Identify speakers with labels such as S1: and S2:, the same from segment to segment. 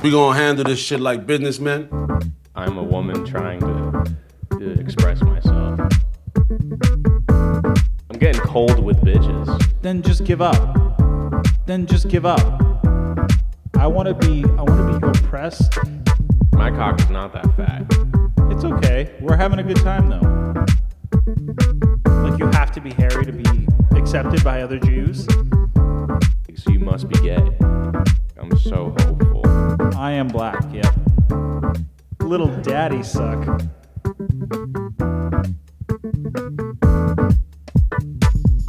S1: We gonna handle this shit like businessmen.
S2: I'm a woman trying to, to express myself. I'm getting cold with bitches.
S3: Then just give up. Then just give up. I want to be I want to be oppressed.
S2: My cock is not that fat.
S3: It's okay. We're having a good time though. Like you have to be hairy to be accepted by other Jews.
S2: So you must be gay. I'm so hopeful.
S3: I am black. Yep. Little daddy suck.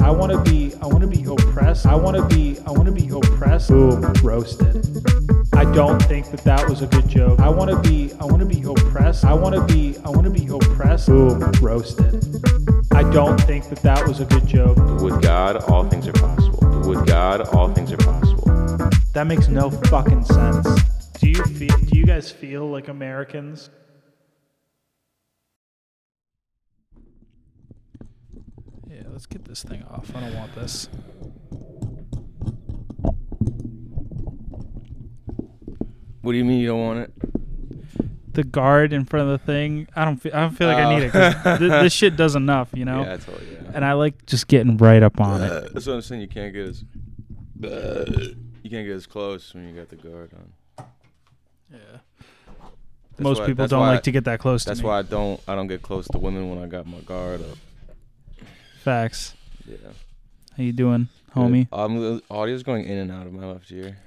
S3: I want to be I want to be oppressed. I want to be I want to be oppressed. Ooh, roasted. I don't think that that was a good joke. I want to be I want to be oppressed. I want to be I want to be oppressed. Ooh, roasted. I don't think that that was a good joke.
S2: With God, all things are possible. With God, all things are possible.
S3: That makes no fucking sense. Do you feel do you guys feel like Americans?
S4: Yeah, let's get this thing off. I don't want this.
S2: What do you mean you don't want it?
S4: The guard in front of the thing. I don't feel. I don't feel like I need it. 'cause th- this shit does enough, you know.
S2: Oh. Yeah, I totally. Yeah.
S4: and I like just getting right up on it.
S2: That's what I'm saying. You can't get as you can't get as close when you got the guard on.
S4: Yeah.
S2: That's
S4: Most
S2: why-
S4: people
S2: that's
S4: don't
S2: why
S4: like
S2: I-
S4: to get that close
S2: That's
S4: to me.
S2: why I don't. I don't get close to women when I got my guard up.
S4: Facts.
S2: Yeah,
S4: How you doing, homie?
S2: Um, the audio's going in and out of my left ear,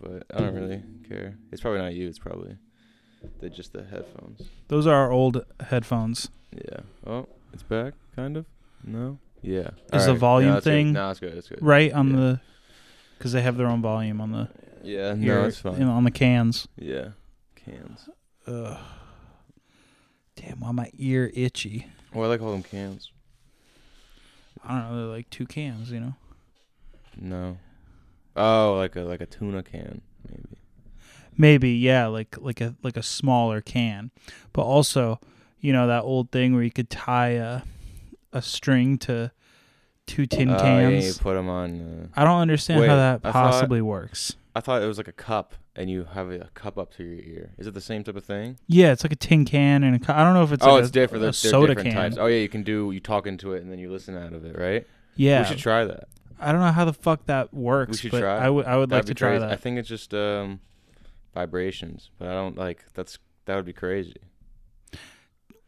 S2: but I don't really care. It's probably not you. It's probably the just the headphones.
S4: Those are our old headphones.
S2: Yeah. Oh, it's back, kind of. No. Yeah.
S4: Is the volume
S2: no, it's good.
S4: thing
S2: No, it's good. It's good.
S4: Right on
S2: Yeah.
S4: the, because they have their own volume on the
S2: Yeah.
S4: here,
S2: No, it's fine.
S4: you know, on the cans.
S2: Yeah. Cans.
S4: Ugh. Damn, why my ear itchy?
S2: Why do they call them cans?
S4: I don't know. They're like two cans, you know.
S2: No. Oh, like a like a tuna can, maybe.
S4: Maybe yeah, like like a like a smaller can, but also, you know that old thing where you could tie a, a string to two tin
S2: Oh, yeah,
S4: cans.
S2: you put 'em on. Uh,
S4: I don't understand
S2: Wait,
S4: how that
S2: I thought-
S4: possibly works.
S2: I thought it was like a cup, and you have a cup up to your ear. Is it the same type of thing?
S4: Yeah, it's like a tin can and a cu- I don't know if it's
S2: oh,
S4: like
S2: it's
S4: a,
S2: different.
S4: a
S2: There's they're
S4: soda
S2: different
S4: can.
S2: types. Oh yeah, you can do. You talk into it, and then you listen out of it, right?
S4: Yeah,
S2: We should try that.
S4: I don't know how the fuck that works.
S2: should
S4: but
S2: try.
S4: I would I would like
S2: That'd be
S4: to try
S2: crazy.
S4: that.
S2: I think it's just um, vibrations, but I don't like. That's that would be crazy.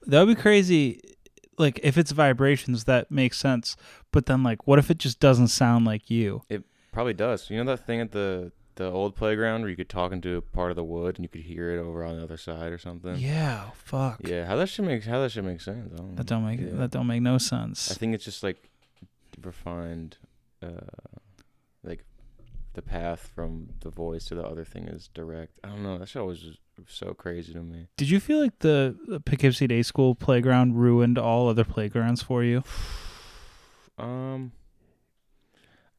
S4: that would be crazy. Like if it's vibrations, that makes sense. But then like, what if it just doesn't sound like you?
S2: It probably does. You know that thing at the the old playground where you could talk into a part of the wood and you could hear it over on the other side or something.
S4: Yeah, fuck.
S2: Yeah, how that should make how that should make sense. I don't know.
S4: That don't make
S2: Yeah.
S4: that don't make no sense.
S2: I think it's just like refined, uh, like the path from the voice to the other thing is direct. I don't know. That shit was just so crazy to me.
S4: Did you feel like the the Poughkeepsie Day School playground ruined all other playgrounds for you?
S2: Um,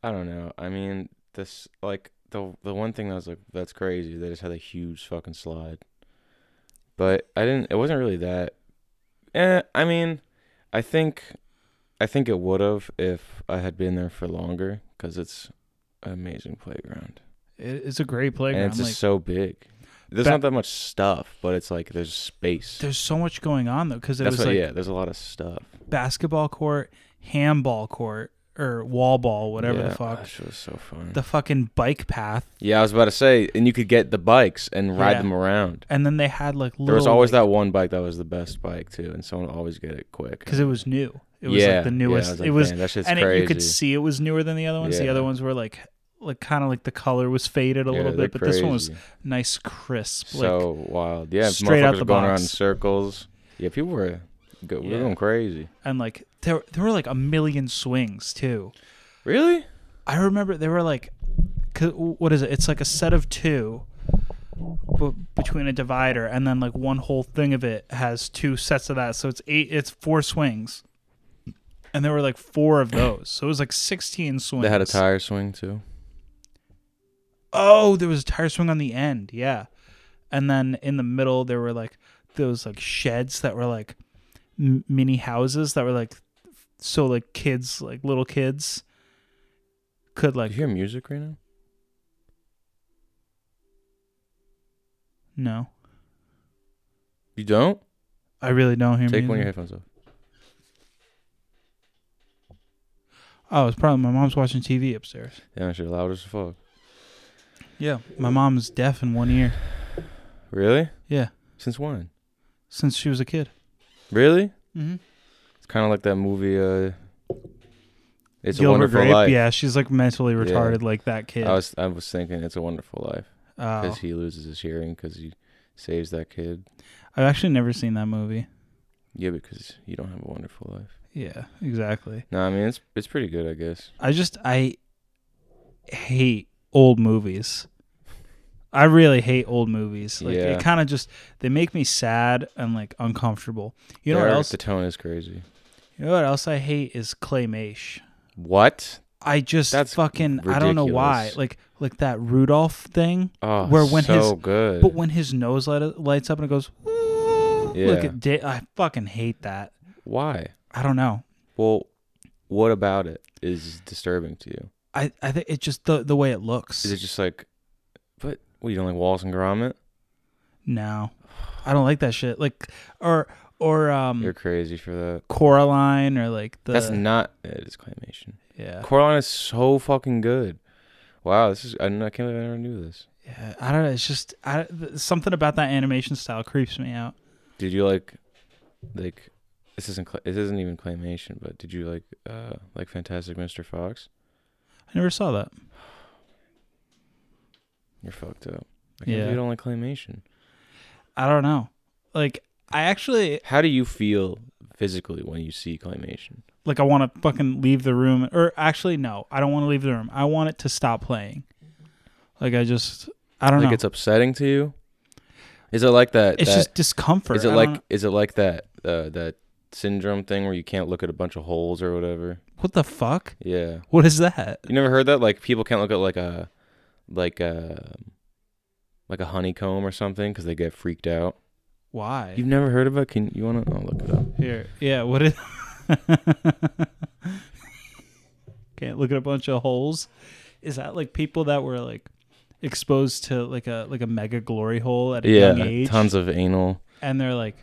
S2: I don't know. I mean, this like the the one thing that was like that's crazy. They just had a huge fucking slide, but I didn't. It wasn't really that. Eh, I mean, I think, I think it would have if I had been there for longer because it's an amazing playground
S4: It, it's a great playground.
S2: and it's just
S4: like,
S2: so big. There's
S4: Ba-
S2: not that much stuff, but it's like there's space.
S4: there's so much going on though, because it
S2: that's
S4: was
S2: what,
S4: like
S2: yeah. There's a lot of stuff.
S4: basketball court, handball court, or wall ball, whatever
S2: yeah,
S4: the fuck.
S2: That shit was so fun.
S4: The fucking bike path,
S2: Yeah, I was about to say, and you could get the bikes and ride
S4: Yeah.
S2: them around.
S4: and then they had like little.
S2: There was always that one bike that was the best bike too, and someone would always get it quick.
S4: because it was new. It was
S2: Yeah,
S4: like the
S2: yeah, I
S4: newest.
S2: was like,
S4: it was,
S2: "Damn, that shit's
S4: and It, you could
S2: crazy."
S4: see it was newer than the other ones. The
S2: Yeah.
S4: other ones were like, like kind of like the color was faded a
S2: Yeah,
S4: little
S2: they're
S4: bit, but this one was
S2: crazy.
S4: nice, crisp. like,
S2: so wild. Yeah,
S4: straight out
S2: motherfuckers
S4: the
S2: were going around in
S4: box.
S2: circles. Yeah, people were go, we were
S4: Yeah.
S2: going crazy.
S4: and like there, there were like a million swings too.
S2: Really?
S4: I remember there were like, 'cause- what is it? It's like a set of two, but between a divider, and then like one whole thing of it has two sets of that. So it's eight. It's four swings, and there were like four of those. So it was like sixteen swings.
S2: They had a tire swing too.
S4: Oh, there was a tire swing on the end. Yeah, and then in the middle there were like those like sheds that were like m- mini houses that were like so like kids like little kids could
S2: Do
S4: like
S2: you hear music right now?
S4: No,
S2: You don't?
S4: I really don't hear
S2: Take
S4: music.
S2: one of your headphones off.
S4: Oh, it's probably my mom's watching TV upstairs.
S2: Damn, that shit loud as fuck.
S4: Yeah, my mom's deaf in one ear.
S2: Really?
S4: Yeah,
S2: Since when?
S4: since she was a kid.
S2: Really?
S4: Mm-hmm.
S2: It's kind of like that movie. Uh, it's a
S4: Gilbert
S2: Wonderful
S4: Grape.
S2: Life.
S4: Yeah, she's like mentally
S2: Yeah.
S4: retarded, like that kid.
S2: I was I was thinking it's a Wonderful Life
S4: oh.
S2: because he loses his hearing because he saves that kid.
S4: I've actually never seen that movie.
S2: Yeah, because you don't have a wonderful life.
S4: Yeah, exactly.
S2: No, I mean it's it's pretty good, I guess.
S4: I just I hate old movies. I really hate old movies. Like
S2: Yeah.
S4: it kind of just they make me sad and like uncomfortable. You know
S2: Their-
S4: what else?
S2: The tone is crazy.
S4: you know what else I hate is claymation.
S2: What?
S4: I just
S2: That's
S4: fucking I don't know why.
S2: ridiculous.
S4: Like like that Rudolph thing
S2: Oh,
S4: where when
S2: so
S4: his
S2: good.
S4: but when his nose light, lights up and it goes
S2: yeah.
S4: look at da- I fucking hate that.
S2: Why?
S4: I don't know.
S2: Well, what about it is disturbing to you?
S4: I I think it just the the way it looks.
S2: Is it just like, but what you don't like Walls and Gromit?
S4: No, I don't like that shit. Like or or um
S2: You're crazy for that.
S4: Coraline or like the
S2: That's not it is claymation.
S4: yeah
S2: Coraline is so fucking good. Wow, this is I, don't- I can't believe I never knew this.
S4: yeah. I don't know. It's just I th- something about that animation style creeps me out.
S2: Did you like, like, this isn't cla- this isn't even claymation, but did you like, uh, like Fantastic Mr. Fox?
S4: I never saw that.
S2: You're fucked up. I can't believe
S4: Yeah.
S2: you don't like claymation.
S4: I don't know. Like I actually
S2: How do you feel physically when you see claymation?
S4: like I want to fucking leave the room or actually no, I don't want to leave the room. I want it to stop playing. Like I just I don't
S2: Like
S4: know.
S2: it's upsetting to you? Is it like that?
S4: it's
S2: that-
S4: just discomfort.
S2: Is it
S4: I
S2: like
S4: don't know.
S2: is it like that uh, that syndrome thing where you can't look at a bunch of holes or whatever?
S4: what the fuck?
S2: Yeah.
S4: What is that?
S2: You never heard that? Like people can't look at like a like a like a honeycomb or something because they get freaked out.
S4: Why?
S2: You've never heard of it? Can you want to? Oh, look it up.
S4: Here, yeah. What is? Can't look at a bunch of holes. Is that like people that were like exposed to like a like a mega glory hole at a young
S2: Yeah,
S4: age?
S2: tons of anal.
S4: And they're like,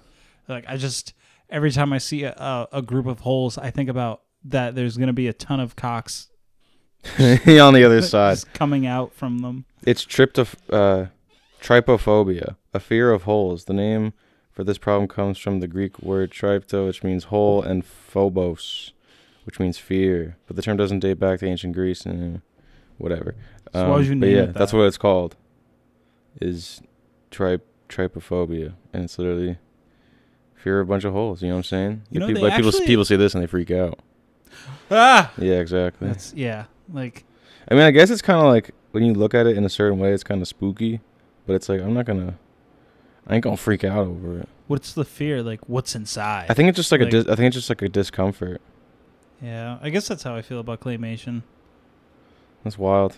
S4: like I just every time I see a, a, a group of holes, I think about that. There's gonna be a ton of cocks
S2: on the other side,
S4: just coming out from them.
S2: it's tryptoph- uh, trypophobia, a fear of holes. The name for this problem comes from the Greek word trypto, which means hole, and phobos, which means fear. But the term doesn't date back to ancient Greece and whatever. Um,
S4: So why would you
S2: but
S4: name
S2: yeah,
S4: it
S2: that's
S4: that?
S2: what it's called. Is try trypophobia, and it's literally fear of a bunch of holes. You know what I'm saying?
S4: You know,
S2: people,
S4: they
S2: like people,
S4: actually-
S2: people see this and they freak out.
S4: Ah,
S2: Yeah, exactly.
S4: that's yeah. Like
S2: I mean, I guess it's kind of like when you look at it in a certain way, it's kind of spooky, but it's like I'm not gonna, I ain't gonna freak out over it.
S4: what's the fear? Like what's inside?
S2: I think it's just like,
S4: Like-
S2: a, dis- I think it's just like a discomfort.
S4: yeah, I guess that's how I feel about claymation.
S2: That's wild.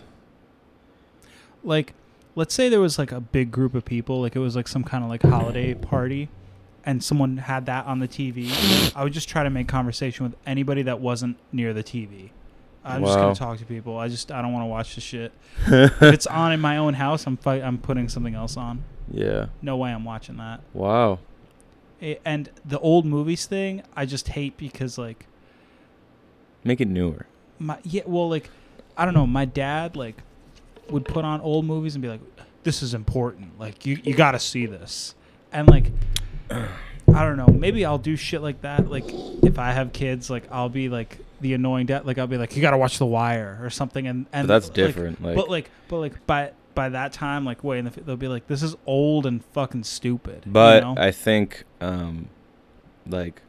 S4: like let's say there was like a big group of people like it was like some kind of like holiday party and someone had that on the tv i would just try to make conversation with anybody that wasn't near the tv i'm just
S2: Wow.
S4: gonna talk to people i just i don't want to watch the shit if it's on in my own house i'm fi- i'm putting something else on
S2: Yeah.
S4: no way i'm watching that
S2: Wow.
S4: A- and the old movies thing i just hate because like
S2: Make it newer.
S4: my yeah well like i don't know my dad like would put on old movies and be like this is important like you you got to see this and like i don't know maybe i'll do shit like that like if i have kids like i'll be like the annoying dad like i'll be like you got to watch the wire or something and and
S2: that's
S4: like-
S2: different, like-
S4: but like but like by by that time like way in the f- they'll be like this is old and fucking stupid you
S2: But
S4: know?
S2: I think, um, like,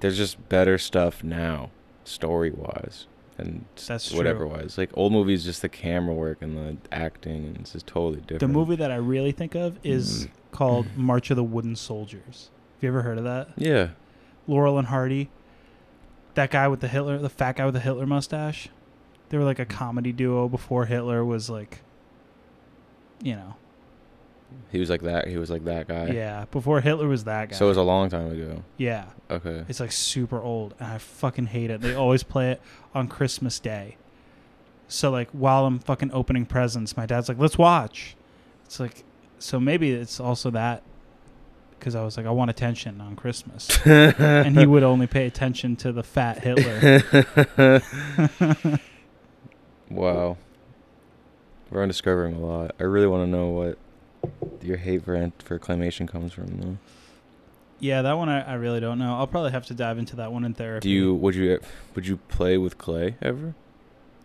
S2: there's just better stuff now, story wise, and
S4: That's
S2: whatever
S4: true.
S2: wise. Like old movies, just the camera work and the acting, and it's just totally different.
S4: the movie that i really think of is
S2: Mm.
S4: called march of the wooden soldiers have you ever heard of that
S2: Yeah.
S4: Laurel and Hardy, that guy with the Hitler, the fat guy with the Hitler mustache. They were
S2: Mm.
S4: like a comedy duo before Hitler was like, you know,
S2: He was like that. He was like that guy.
S4: yeah, before Hitler was that guy.
S2: So it was a long time ago.
S4: yeah,
S2: Okay.
S4: it's like super old, and I fucking hate it. They always play it on Christmas Day. So like while I'm fucking opening presents, my dad's like, "Let's watch." It's like So maybe it's also that because I was like, I want attention on Christmas, and he would only pay attention to the fat Hitler.
S2: wow. We're discovering a lot. I really want to know what your hate for ant- for claymation comes from, though.
S4: yeah, that one I, I really don't know. I'll probably have to dive into that one in therapy.
S2: Do you would you would you play with clay ever?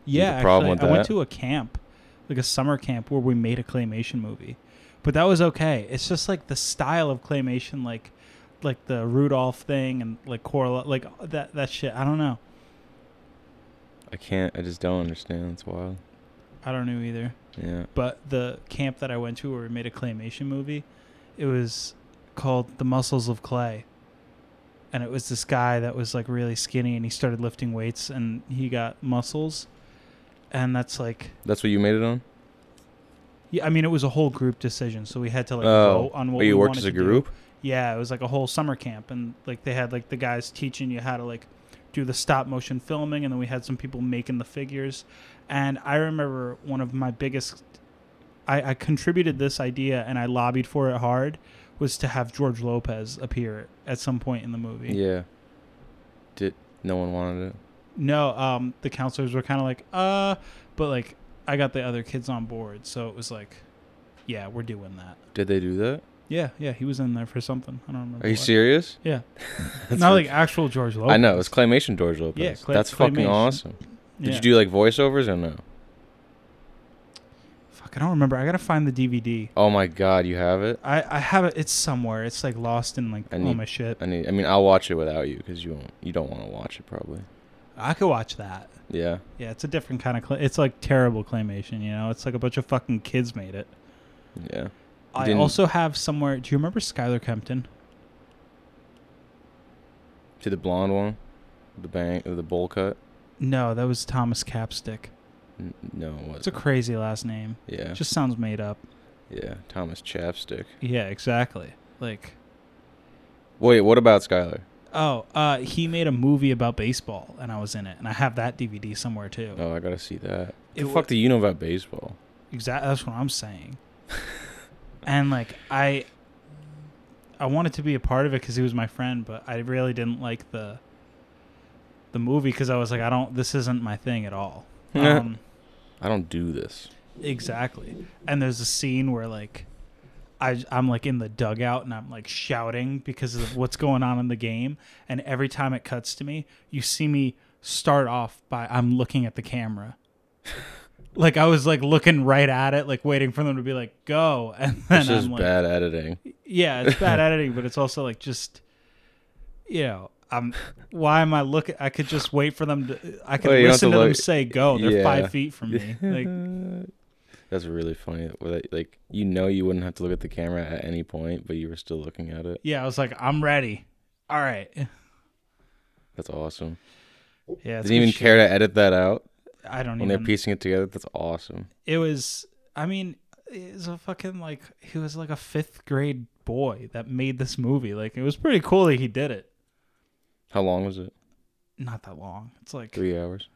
S4: Yeah,
S2: have a problem
S4: actually,
S2: with
S4: I went
S2: that?
S4: to a camp, like a summer camp, where we made a claymation movie, but that was okay. It's just like the style of claymation, like like the Rudolph thing and like Corla, like that that shit. I don't know.
S2: I can't. I just don't understand. It's wild.
S4: I don't know either.
S2: Yeah.
S4: But the camp that I went to, where we made a claymation movie, it was called The Muscles of Clay. And it was this guy that was like really skinny, and he started lifting weights, and he got muscles, and that's like
S2: That's what you made it on.
S4: Yeah, I mean, it was a whole group decision, so we had to like vote on what
S2: Oh. but you
S4: we
S2: worked
S4: wanted
S2: as a
S4: to do.
S2: group.
S4: Yeah, it was like a whole summer camp, and like they had like the guys teaching you how to like do the stop motion filming, and then we had some people making the figures. And I remember one of my biggest, I, I contributed this idea and I lobbied for it hard, was to have George Lopez appear at some point in the movie.
S2: Yeah. Did no one wanted it?
S4: No, um, the counselors were kind of like, uh, but like I got the other kids on board, so it was like, yeah, we're doing that.
S2: Did they do that?
S4: Yeah, yeah, he was in there for something. I don't remember.
S2: Are you
S4: what.
S2: serious?
S4: Yeah,
S2: That's
S4: not
S2: like-
S4: like actual George Lopez.
S2: I know it's claymation George Lopez.
S4: Yeah, cla-
S2: That's fucking
S4: claymation.
S2: awesome. Did
S4: Yeah.
S2: you do like voiceovers or no?
S4: Fuck, I don't remember. I gotta find the DVD.
S2: Oh my god, you have it.
S4: I I have it. It's somewhere. It's like lost in like
S2: I
S4: all
S2: need-
S4: my shit.
S2: I need. I mean, I'll watch it without you because you won't. You don't want to watch it probably.
S4: I could watch that.
S2: Yeah.
S4: Yeah, it's a different kind of. Cla- it's like terrible claymation. You know, it's like a bunch of fucking kids made it.
S2: Yeah.
S4: I
S2: didn't-
S4: also have somewhere. Do you remember Skylar Kempton?
S2: To the blonde one, the bang, the bowl cut.
S4: No, that was Thomas Capstick.
S2: N- no, it
S4: It's a
S2: wasn't.
S4: crazy last name.
S2: yeah.
S4: Just sounds made up.
S2: yeah. Thomas Chapstick.
S4: Yeah, exactly. Like
S2: Wait, what about Skylar?
S4: Oh, uh, he made a movie about baseball, and I was in it, and I have that DVD somewhere too.
S2: Oh, I gotta see that.
S4: It
S2: the
S4: wa-
S2: fuck do you know about baseball?
S4: Exactly, that's what I'm saying. and like I, I wanted to be a part of it because he was my friend, but I really didn't like the, the movie because I was like, I don't, this isn't my thing at all. Um,
S2: I don't do this.
S4: Exactly. And there's a scene where like I I'm like in the dugout and I'm like shouting because of what's going on in the game and every time it cuts to me, you see me start off by I'm looking at the camera. like I was like looking right at it, like waiting for them to be like go and then
S2: This
S4: I'm
S2: is
S4: like
S2: bad editing.
S4: yeah, it's bad editing, but it's also like just you know, I'm why am I looking I could just wait for them to I could
S2: Well, you don't have
S4: listen
S2: to
S4: to, them
S2: look-
S4: say go. They're
S2: Yeah.
S4: 5 feet from me. Like
S2: That's really funny. where they- Like you know, you wouldn't have to look at the camera at any point, but you were still looking at it.
S4: Yeah, I was like, I'm ready. All right. Yeah,
S2: That's awesome.
S4: it's good
S2: Didn't even
S4: shit.
S2: care to edit that out
S4: I don't
S2: when
S4: even.
S2: they're piecing it together. That's awesome.
S4: it was. I mean, it was a fucking like he was like a fifth grade boy that made this movie. Like it was pretty cool that he did it.
S2: How long was it?
S4: Not that long. It's like
S2: Three hours.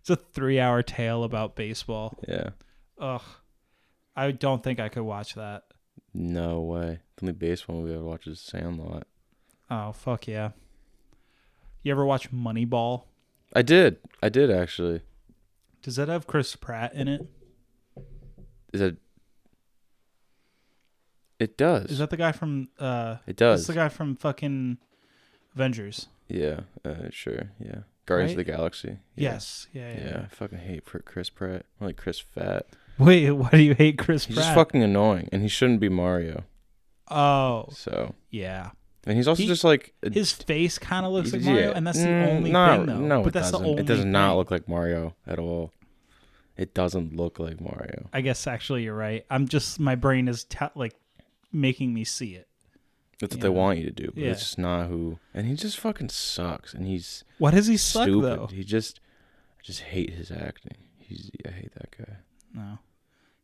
S4: it's a three hour tale about baseball.
S2: Yeah.
S4: Ugh, I don't think I could watch that.
S2: No way. The only baseball movie I watch is Sandlot.
S4: Oh fuck yeah. You ever watch Moneyball?
S2: I did. I did actually.
S4: Does that have Chris Pratt in it?
S2: Is it? It does.
S4: Is that the guy from? uh
S2: it
S4: That's
S2: does.
S4: the guy from fucking Avengers.
S2: Yeah, uh, sure. Yeah, Guardians
S4: Right?
S2: of the Galaxy. Yeah.
S4: Yes. Yeah, yeah.
S2: Yeah.
S4: yeah.
S2: I fucking hate Pr- Chris Pratt. I like Chris Fat.
S4: Wait, why do you hate Chris
S2: He's
S4: Pratt?
S2: just fucking annoying, and he shouldn't be Mario.
S4: oh,
S2: So,
S4: yeah.
S2: and he's also
S4: He-
S2: just like a-
S4: His face kind of looks
S2: he's-
S4: like Mario,
S2: yeah.
S4: and that's the
S2: Mm,
S4: only
S2: no,
S4: thing, though.
S2: No,
S4: but
S2: it
S4: that's
S2: doesn't.
S4: the only.
S2: It does not
S4: thing.
S2: look like Mario at all. It doesn't look like Mario.
S4: I guess actually, you're right. I'm just my brain is ta- like making me see it.
S2: That's what
S4: Yeah.
S2: they want you to do, but
S4: Yeah.
S2: it's just not who. And he just fucking sucks, and he's
S4: Why does he suck
S2: stupid.
S4: though?
S2: He just, I just hate his acting. He's, I hate that guy.
S4: No,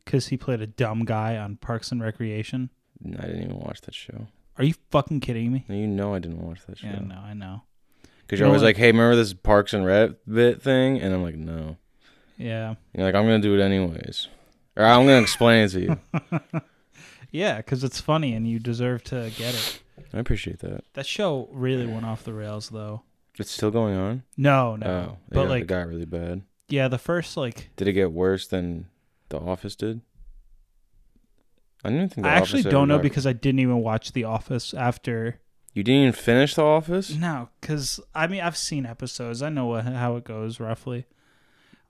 S4: because he played a dumb guy on Parks and Recreation.
S2: And I didn't even watch that show.
S4: Are you fucking kidding me?
S2: And you know I didn't watch that show.
S4: Yeah, no, I know.
S2: Because
S4: You
S2: you're
S4: know
S2: always
S4: what?
S2: like, hey, remember this Parks and Rec bit thing? And I'm like, no.
S4: Yeah,
S2: You're like, I'm going to do it anyways. Or I'm going to explain it to you.
S4: Yeah, because it's funny and you deserve to get it.
S2: I appreciate that.
S4: That show really went off the rails, though.
S2: It's still going on.
S4: No, no.
S2: Oh, they
S4: but,
S2: got,
S4: like-
S2: it got really bad.
S4: Yeah, the first like
S2: Did it get worse than The Office did? I didn't think. The
S4: I actually
S2: Office ever
S4: don't know
S2: got-
S4: because I didn't even watch The Office after.
S2: you didn't even finish The Office.
S4: No, because I mean I've seen episodes. I know what, how it goes roughly.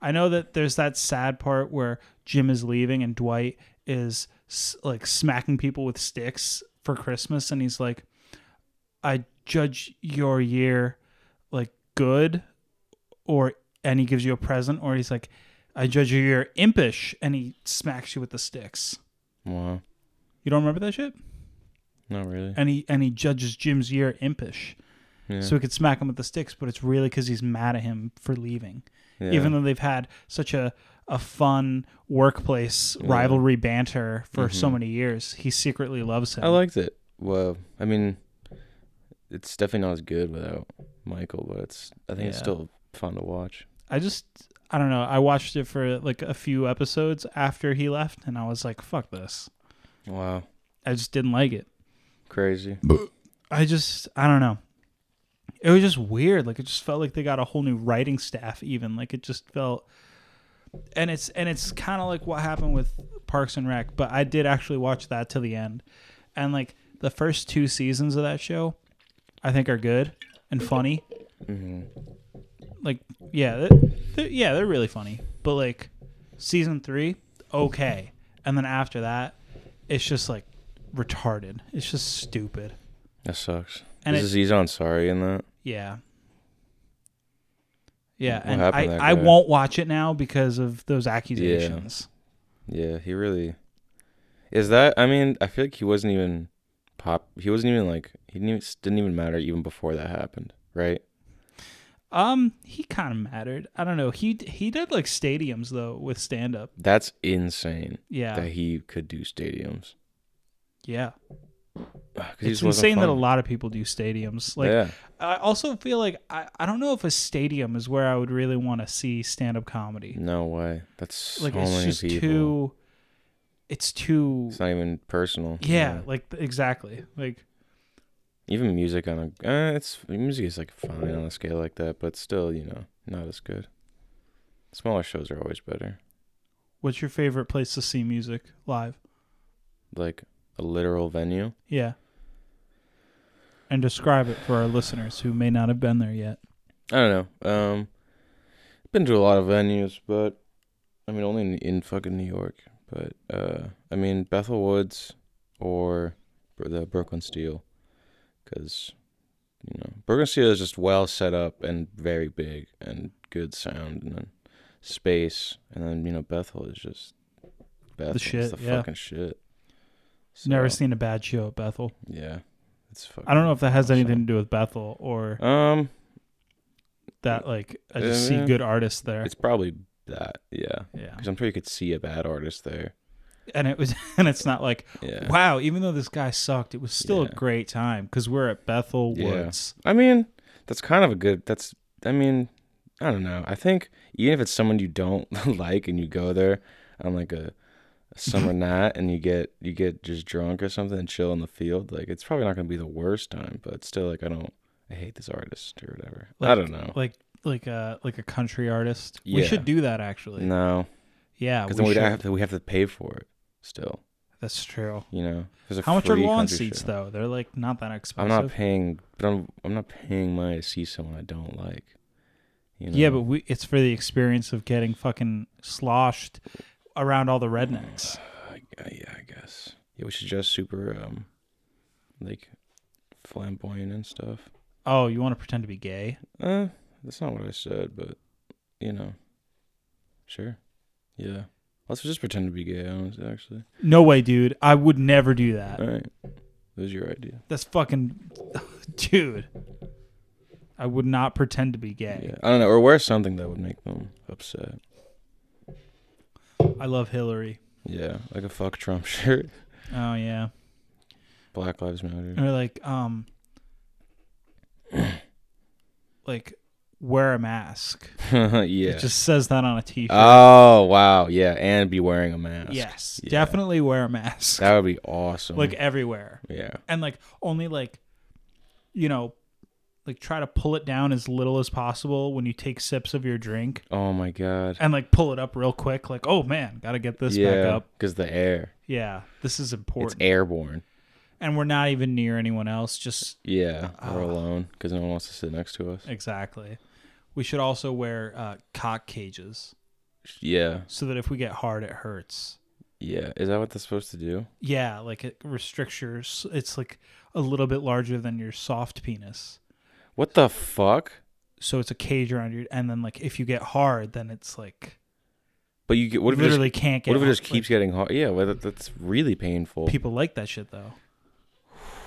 S4: I know that there's that sad part where Jim is leaving and Dwight is s- like smacking people with sticks for Christmas, and he's like, "I judge your year like good," or and he gives you a present, or he's like, "I judge your year impish," and he smacks you with the sticks.
S2: Wow,
S4: You don't remember that shit?
S2: not really.
S4: and he and he judges Jim's year impish,
S2: Yeah.
S4: so he could smack him with the sticks. But it's really because he's mad at him for leaving,
S2: Yeah.
S4: even though they've had such a a fun workplace rivalry banter for so many years. He secretly loves him.
S2: Mm-hmm. I liked it. Well, I mean, it's definitely not as good without Michael, but it's. I think it's
S4: Yeah.
S2: still fun to watch.
S4: I just I don't know. I watched it for like a few episodes after he left, and I was like, "Fuck this."
S2: Wow,
S4: I just didn't like it.
S2: crazy.
S4: I just I don't know. It was just weird. Like it just felt like they got a whole new writing staff even. Like it just felt and it's and it's kind of like what happened with Parks and Rec, but I did actually watch that to the end. And like the first two seasons of that show I think are good and funny.
S2: Mm-hmm.
S4: Like yeah, they're, they're- yeah, they're really funny. But like season 3 okay. And then after that it's just like retarded. It's just stupid.
S2: That sucks.
S4: And
S2: is
S4: it-
S2: this- he's on sorry in that?
S4: Yeah. Yeah,
S2: What
S4: and
S2: happened
S4: I,
S2: to that
S4: I
S2: guy?
S4: won't watch it now because of those accusations.
S2: Yeah, he really. Is that? I mean, I feel like he wasn't even pop. He wasn't even like he didn't even, didn't even matter even before that happened, right?
S4: Um, he kind of mattered. I don't know. He he did like stadiums though with stand up.
S2: That's insane
S4: Yeah,
S2: that he could do stadiums.
S4: yeah.
S2: 'Cause he
S4: It's
S2: just wasn't
S4: insane that a
S2: fun.
S4: lot of people do stadiums. Like,
S2: yeah,
S4: I also feel like I, I don't know if a stadium is where I would really want to see stand up comedy.
S2: no way. That's
S4: Like,
S2: Mm, so
S4: it's
S2: many
S4: just
S2: people.
S4: too. It's too.
S2: It's not even personal.
S4: yeah, like exactly. Like
S2: Even music on a uh, it's music is like fine on a scale like that, but still, you know, not as good. Smaller shows are always better.
S4: what's your favorite place to see music live?
S2: Like a literal venue.
S4: Yeah. And describe it for our listeners who may not have been there yet.
S2: I don't know. Um, been to a lot of venues, but I mean, only in, in fucking New York. But uh, I mean, Bethel Woods or Bro- the Brooklyn Steel, because you know Brooklyn Steel is just well set up and very big and good sound and then space, and then you know Bethel is just Bethel.
S4: shit,
S2: It's the
S4: yeah.
S2: fucking shit.
S4: Never
S2: So,
S4: seen a bad show at Bethel.
S2: Yeah, it's fucking.
S4: I don't know if that has
S2: awesome.
S4: anything to do with Bethel or
S2: Um,
S4: that like I just
S2: Yeah.
S4: see good artists there.
S2: it's probably that. Yeah.
S4: Yeah.
S2: Because I'm sure you could see a bad artist there.
S4: And it was and it's not like
S2: Yeah.
S4: wow, even though this guy sucked, it was still
S2: Yeah.
S4: a great time cuz we're at Bethel
S2: Yeah.
S4: Woods.
S2: I mean, that's kind of a good. That's. I mean, I don't know. I think even if it's someone you don't like and you go there on like a, a summer night and you get you get just drunk or something and chill in the field, like it's probably not gonna be the worst time. But still, like I don't. I hate this artist or whatever. I
S4: Like-
S2: don't know.
S4: Like like a like a country artist. We
S2: Yeah.
S4: should do that actually.
S2: no,
S4: Yeah,
S2: because
S4: we
S2: then we'd
S4: should.
S2: have to we have to pay for it. Still,
S4: That's true.
S2: you know. There's a
S4: How much are
S2: free
S4: lawn
S2: country
S4: seats
S2: show.
S4: though? They're like not that
S2: I'm
S4: expensive.
S2: not paying, but I'm I'm not paying money to see someone I don't like. You know?
S4: Yeah, but we, it's for the experience of getting fucking sloshed around all the rednecks.
S2: Uh, yeah, I guess. Yeah, which is just super um, like flamboyant and stuff.
S4: Oh, you want to pretend to be gay?
S2: Uh, that's not what I said, but you know, sure. Yeah, let's just pretend to be gay. Honestly, actually,
S4: No way, dude. I would never do that.
S2: all right. That was your idea.
S4: That's fucking, dude. I would not pretend to be gay.
S2: Yeah, I don't know, or wear something that would make them upset.
S4: I love Hillary.
S2: Yeah, like a fuck Trump shirt.
S4: Oh yeah, um,
S2: Black Lives Matter.
S4: or like um, like wear a mask.
S2: yeah.
S4: It just says that on a t-shirt.
S2: Oh wow, yeah, and be wearing a mask.
S4: yes,
S2: Yeah.
S4: definitely wear a mask.
S2: That would be awesome.
S4: like everywhere.
S2: yeah,
S4: and like only like you know like try to pull it down as little as possible when you take sips of your drink
S2: oh my god,
S4: and like pull it up real quick like oh man gotta get this back
S2: yeah,
S4: up
S2: because the air,
S4: yeah this is
S2: it's
S4: important
S2: airborne.
S4: and we're not even near anyone else just
S2: Yeah, we're
S4: Ah.
S2: alone because no one wants to sit next to us.
S4: exactly we should also wear uh, cock cages
S2: Yeah,
S4: so that if we get hard it hurts
S2: yeah. Is that what they're supposed to do?
S4: yeah like it restricts your s- it's like a little bit larger than your soft penis
S2: What the fuck?
S4: so it's a cage around your and then like if you get hard then it's like
S2: But you get what if it
S4: literally
S2: just,
S4: can't get
S2: what if it
S4: hard.
S2: just keeps getting hot? Yeah, well, that, that's really painful.
S4: Like, people like that shit though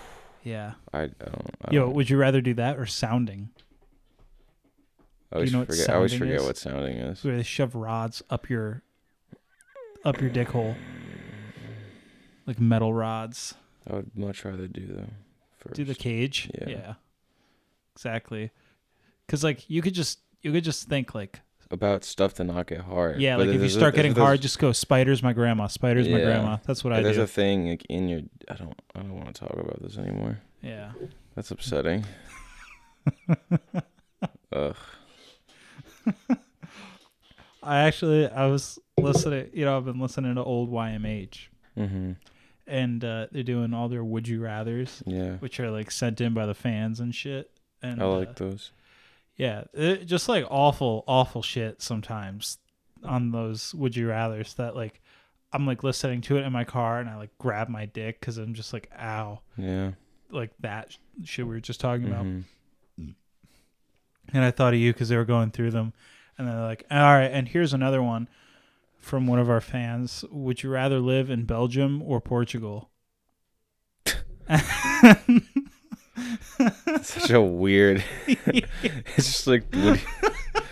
S4: yeah
S2: I, I don't. I
S4: yo
S2: don't-
S4: would you rather do that or sounding
S2: I always
S4: know what
S2: forget. I always
S4: sounding
S2: forget
S4: is?
S2: what sounding is.
S4: where they shove rods up your up your dick hole like metal rods
S2: I would much rather do the first.
S4: do the cage
S2: Yeah.
S4: exactly because like you could just you could just think like
S2: about stuff to not get hard.
S4: yeah
S2: But
S4: like if you
S2: there's a-
S4: start
S2: there's-
S4: getting
S2: there's-
S4: hard just go spiders my grandma spiders my
S2: Yeah.
S4: grandma that's what i
S2: there's
S4: do
S2: a thing like in your. I don't. I don't want to talk about this anymore.
S4: yeah
S2: That's upsetting. Ugh.
S4: i actually i was listening you know i've been listening to old ymh
S2: hmm
S4: and uh, they're doing all their would you rather's,
S2: Yeah.
S4: which are like sent in by the fans and shit. And
S2: I
S4: uh,
S2: like those.
S4: yeah, it, just like awful, awful shit sometimes on those would you rather's that like I'm like listening to it in my car and I like grab my dick because I'm just like ow,
S2: Yeah.
S4: like that shit we were just talking about.
S2: Mhm.
S4: And I thought of you because they were going through them, and they're like, all right, and here's another one from one of our fans. Would you rather live in Belgium or Portugal?
S2: Such a weird. it's just like. What do you-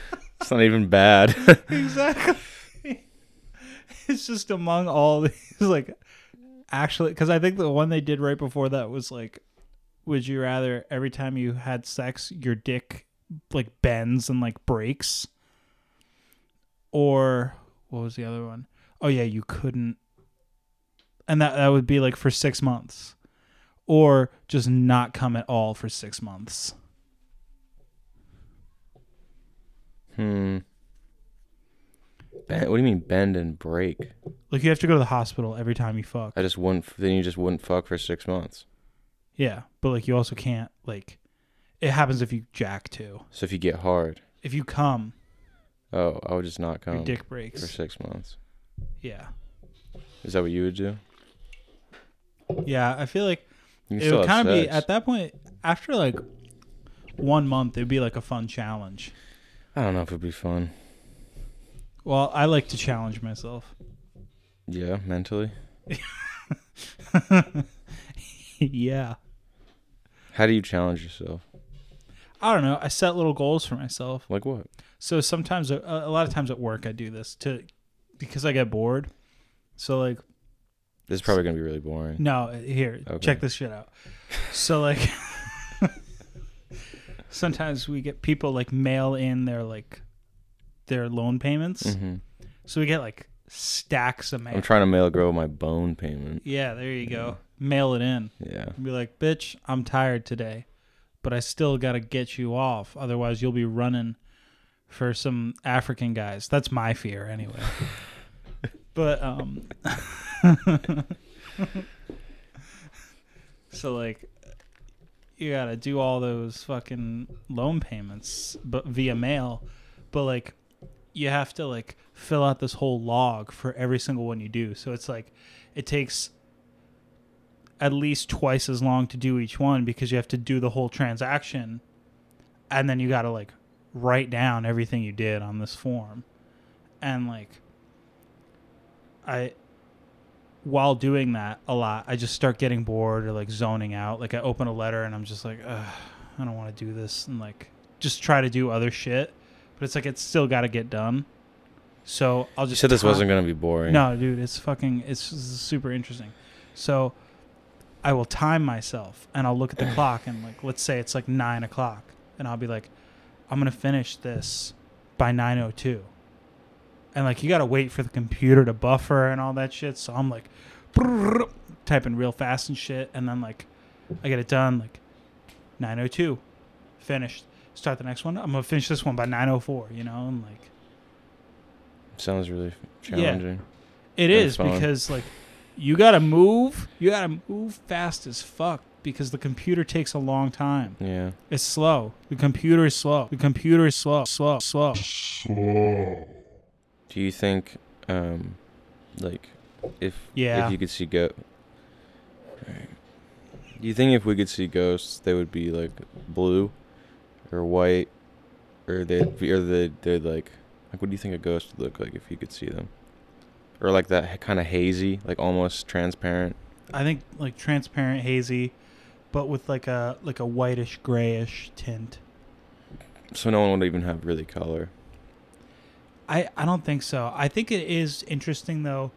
S2: it's not even bad.
S4: exactly. It's just among all these, like, actually, because I think the one they did right before that was like, would you rather every time you had sex, your dick like bends and like breaks? Or what was the other one? Oh, yeah, you couldn't. And that, that would be like for six months. Or just not come at all for six months.
S2: hmm. Ben, what do you mean bend and break?
S4: Like you have to go to the hospital every time you fuck.
S2: I just wouldn't. Then you just wouldn't fuck for six months.
S4: Yeah, but like you also can't like it happens if you jack too.
S2: So if you get hard,
S4: If you come,
S2: oh, I would just not come
S4: your dick
S2: for
S4: breaks.
S2: six months.
S4: Yeah.
S2: Is that what you would do?
S4: Yeah, I feel like
S2: You can
S4: it
S2: still
S4: would
S2: have
S4: kind of be
S2: sex.
S4: at that point after like one month it'd be like a fun challenge.
S2: I don't know if it'd be fun.
S4: Well, I like to challenge myself.
S2: Yeah, mentally.
S4: yeah.
S2: How do you challenge yourself?
S4: I don't know. I set little goals for myself.
S2: Like what?
S4: So sometimes, a, a lot of times at work, I do this to because I get bored. So like
S2: This is probably gonna be really boring.
S4: No, uh, here,
S2: Okay.
S4: check this shit out. So like sometimes we get people like mail in their like their loan payments.
S2: Mhm.
S4: So we get like stacks of mail.
S2: I'm trying to mail grow my bone payment.
S4: yeah, there you go. Mail it in.
S2: Yeah.
S4: And be like, "Bitch, I'm tired today, but I still got to get you off. Otherwise, you'll be running for some African guys." That's my fear anyway. but um So like you got to do all those fucking loan payments but via mail, but like you have to like fill out this whole log for every single one you do. So it's like it takes at least twice as long to do each one because you have to do the whole transaction and then you got to like write down everything you did on this form and like i while doing that a lot i just start getting bored or like zoning out like i open a letter and i'm just like Ugh, i don't want to do this and like just try to do other shit but it's like it's still got to get done so i'll
S2: You
S4: just
S2: said this
S4: ti-
S2: wasn't gonna be boring.
S4: no, dude, it's fucking it's s- super interesting. So I will time myself and I'll look at the clock and like let's say it's like nine o'clock and I'll be like, I'm gonna finish this by 9:02, and like you gotta wait for the computer to buffer and all that shit. So I'm like, typing real fast and shit, and then like, I get it done like 9:02, finished. Start the next one. I'm gonna finish this one by 9:04. You know, and like
S2: Sounds really challenging.
S4: it
S2: That's
S4: is
S2: fine.
S4: because like you gotta move. You gotta move fast as fuck because the computer takes a long time.
S2: Yeah.
S4: It's slow. The computer is slow. The computer is slow. Slow. Slow.
S2: Do you think, um, like, if
S4: Yeah.
S2: if you could see go, Alright. do you think if we could see ghosts, they would be like blue, or white, or they'd be, or they they'd like like what do you think a ghost would look like if you could see them, or like that kind of hazy, like almost transparent.
S4: I think like transparent, hazy, but with like a like a whitish grayish tint.
S2: So no one would even have really color.
S4: I I don't think so. I think it is interesting though,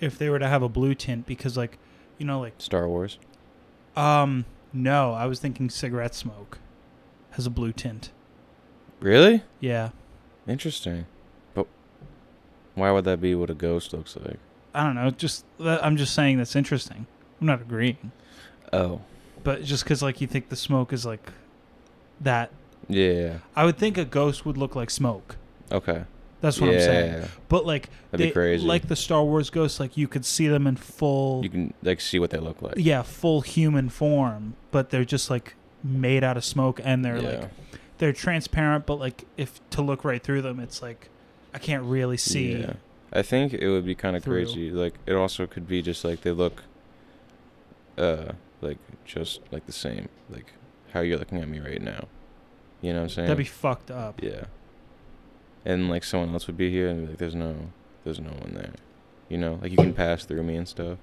S4: if they were to have a blue tint because like, you know like
S2: Star Wars.
S4: um no I was thinking cigarette smoke, has a blue tint.
S2: Really
S4: Yeah.
S2: interesting, but why would that be what a ghost looks like?
S4: I don't know. Just I'm just saying that's interesting. I'm not agreeing,
S2: Oh
S4: but just because like you think the smoke is like that
S2: yeah.
S4: I would think a ghost would look like smoke.
S2: Okay.
S4: That's what I'm saying. But like
S2: That'd be crazy.
S4: like the Star Wars ghosts, like you could see them in full
S2: You can like see what they look like.
S4: yeah, full human form, but they're just like made out of smoke and they're like they're transparent, but like if to look right through them it's like I can't really see.
S2: Yeah. I think it would be kind of
S4: through.
S2: crazy. Like it also could be just like they look uh like just like the same. Like how you're looking at me right now. You know what I'm saying?
S4: That'd be fucked up.
S2: yeah. And like someone else would be here and be like there's no there's no one there. You know, like you can pass through me and stuff.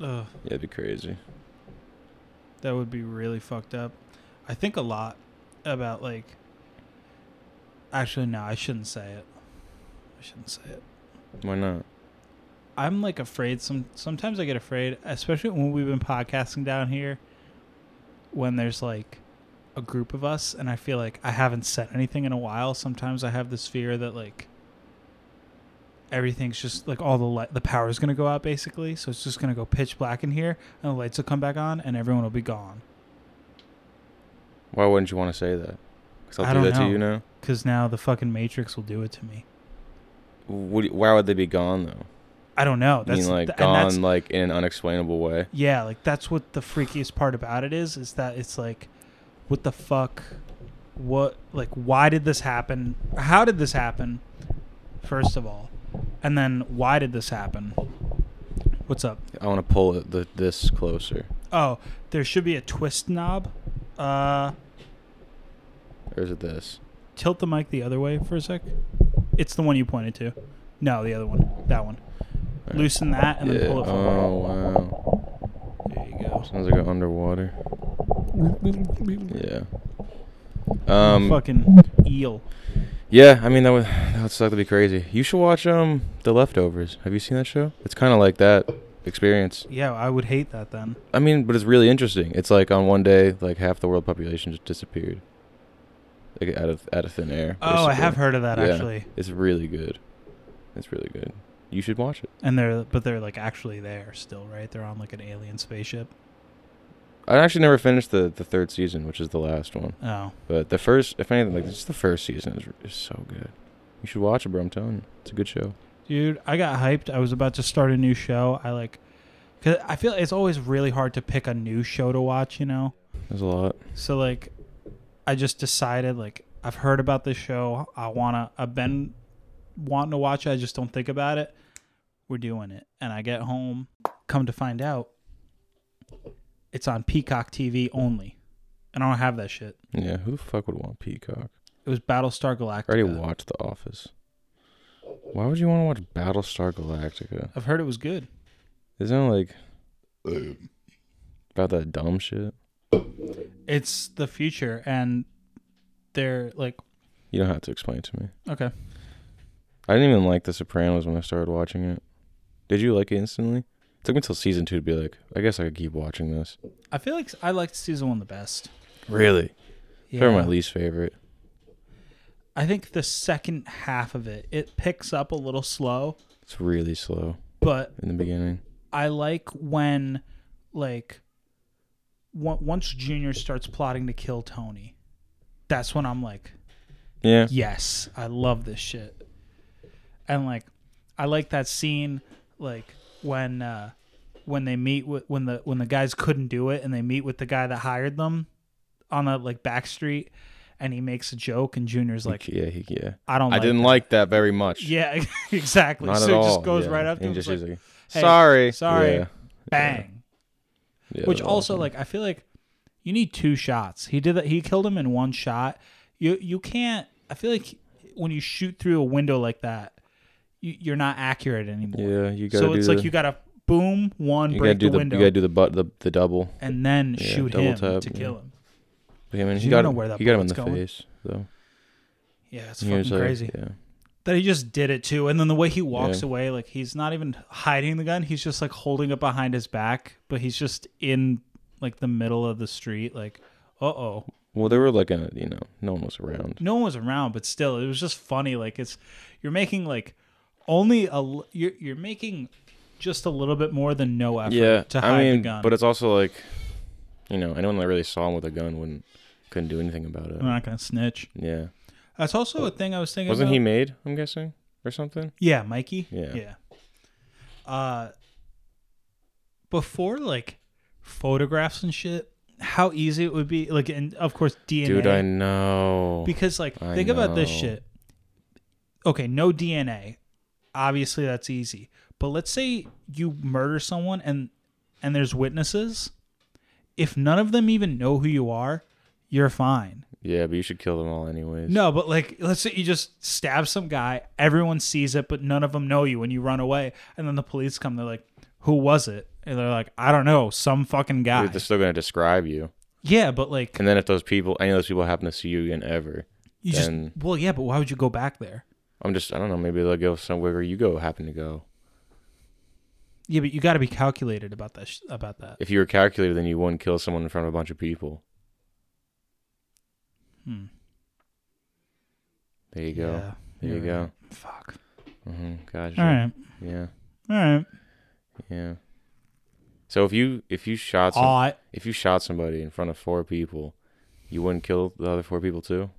S4: Ugh,
S2: Yeah, it'd be crazy.
S4: that would be really fucked up. I think a lot about like actually no, I shouldn't say it. I shouldn't say it.
S2: Why not?
S4: I'm like afraid. Some sometimes I get afraid, especially when we've been podcasting down here. When there's like a group of us, and I feel like I haven't said anything in a while. Sometimes I have this fear that like everything's just like all the light, the power's gonna go out basically, so it's just gonna go pitch black in here, and the lights will come back on, and everyone will be gone.
S2: Why wouldn't you want to say that? Cuz I'll
S4: I
S2: do
S4: don't
S2: that to you now.
S4: Because now the fucking Matrix will do it to me.
S2: Would, why would they be gone though?
S4: I don't know.
S2: I
S4: That's
S2: mean like
S4: th- and that's
S2: gone like in an unexplainable way.
S4: yeah like that's what the freakiest part about it is is that it's like what the fuck what like why did this happen how did this happen first of all and then why did this happen what's up
S2: I want to pull it the, this closer.
S4: oh there should be a twist knob uh
S2: Or is it this?
S4: tilt the mic the other way for a sec it's the one you pointed to no the other one that one
S2: Alright.
S4: loosen that and then
S2: Yeah.
S4: pull it forward
S2: Oh wow.
S4: there you go
S2: Sounds like an underwater. Yeah. Um.
S4: fucking eel
S2: Yeah. I mean that would that would suck to be crazy. You should watch um The Leftovers. Have you seen that show? It's kind of like that experience.
S4: yeah i would hate that then
S2: I mean, but it's really interesting. It's like on one day, like half the world population just disappeared. Like out of out of thin air.
S4: Oh, I have
S2: basically.
S4: heard of that
S2: Yeah.
S4: actually.
S2: It's really good. It's really good. You should watch it.
S4: And they're but they're like actually there still, right? They're on like an alien spaceship.
S2: I actually never finished the the third season, which is the last one.
S4: Oh,
S2: But the first, if anything, like just the first season is, is so good. You should watch it, bro. I'm telling you, it's a good show.
S4: dude, I got hyped. I was about to start a new show. I like cuz I feel it's always really hard to pick a new show to watch, you know.
S2: There's a lot.
S4: So like I just decided like I've heard about this show. I want to I've been wanting to watch it. I just don't think about it. We're doing it. And I get home, come to find out it's on Peacock TV only. And I don't have that shit.
S2: Yeah, who the fuck would want Peacock?
S4: It was Battlestar
S2: I already
S4: Galactica.
S2: watched The Office. Why would you want to watch Battlestar Galactica?
S4: I've heard it was good.
S2: Isn't it like about that dumb shit?
S4: It's the future, and they're like,
S2: You don't have to explain it to me.
S4: okay,
S2: I didn't even like The Sopranos when I started watching it. Did you like it instantly? It took me till season two to be like, I guess I could keep watching this.
S4: I feel like I liked season one the best.
S2: Really?
S4: Yeah.
S2: Probably my least favorite.
S4: I think the second half of it it picks up a little slow,
S2: It's really slow
S4: but
S2: in the beginning.
S4: I like when like on- once Junior starts plotting to kill Tony, that's when I'm like,
S2: Yeah.
S4: yes, I love this shit. And like, I like that scene, like when uh, when they meet with when the when the guys couldn't do it and they meet with the guy that hired them on that like back street, and he makes a joke and Junior's like,
S2: yeah, he, yeah.
S4: I don't.
S2: I
S4: like
S2: didn't
S4: that.
S2: like that very much.
S4: Yeah, exactly.
S2: Not
S4: so
S2: at all.
S4: it just goes
S2: yeah.
S4: right up to
S2: and
S4: him,
S2: just
S4: like,
S2: is like,
S4: "Hey,
S2: sorry,
S4: sorry."
S2: Yeah.
S4: bang.
S2: Yeah,
S4: Which
S2: that
S4: also,
S2: was-
S4: like, I feel like you need two shots. He did that. He killed him in one shot. You you can't. I feel like when you shoot through a window like that, you, you're not accurate anymore.
S2: yeah, you gotta
S4: so
S2: do
S4: it's
S2: the,
S4: like you gotta boom one
S2: you gotta
S4: break
S2: do
S4: the,
S2: the,
S4: window
S2: you gotta do the but the, the double.
S4: and then
S2: yeah,
S4: shoot
S2: double
S4: him
S2: tap,
S4: to
S2: yeah.
S4: kill him.
S2: I mean,
S4: You
S2: he got
S4: know
S2: him,
S4: where that
S2: he got him in the
S4: bullet's going.
S2: face though.
S4: Yeah, it's
S2: He
S4: fucking
S2: was like,
S4: crazy
S2: Yeah.
S4: that he just did it too. And then the way he walks
S2: Yeah.
S4: away, like he's not even hiding the gun. He's just like holding it behind his back, but he's just in like the middle of the street. Like, uh oh.
S2: Well, they were like in a you know, no one was around.
S4: no one was around, but still, it was just funny. Like it's you're making like only a l- you're you're making just a little bit more than no effort
S2: Yeah,
S4: to hide
S2: I mean,
S4: the gun.
S2: but it's also like, you know, anyone that really saw him with a gun wouldn't couldn't do anything about it.
S4: I'm not gonna snitch.
S2: Yeah,
S4: That's also a thing I was thinking.
S2: wasn't
S4: about.
S2: he made? I'm guessing or something.
S4: Yeah, Mikey.
S2: Yeah.
S4: Yeah. Uh, before like photographs and shit, how easy it would be. Like, and of course DNA.
S2: Dude, I know.
S4: Because like
S2: I
S4: think about this
S2: know.
S4: shit. Okay, no DNA. Obviously that's easy. But let's say you murder someone and and there's witnesses. If none of them even know who you are, you're fine.
S2: yeah, but you should kill them all anyways.
S4: No, but like let's say you just stab some guy, everyone sees it, but none of them know you and you run away and then the police come, they're like, Who was it? And they're like, I don't know, some fucking guy.
S2: Dude, they're still gonna describe you.
S4: yeah, but like
S2: And then if those people, any of those people happen to see you again ever,
S4: you
S2: then-
S4: just well, yeah, but why would you go back there?
S2: I'm just, I don't know, maybe they'll go somewhere where you go happen to go.
S4: Yeah, but you got to be calculated about that. Sh- about that.
S2: If you were calculated, then you wouldn't kill someone in front of a bunch of people.
S4: Hmm.
S2: There you go.
S4: Yeah.
S2: There you
S4: You're
S2: go.
S4: right. Fuck.
S2: Mm-hmm. Gotcha.
S4: All right.
S2: Yeah.
S4: All right.
S2: Yeah. So if you if you shot some,
S4: Aw,
S2: if you shot somebody in front of four people, you wouldn't kill the other four people too.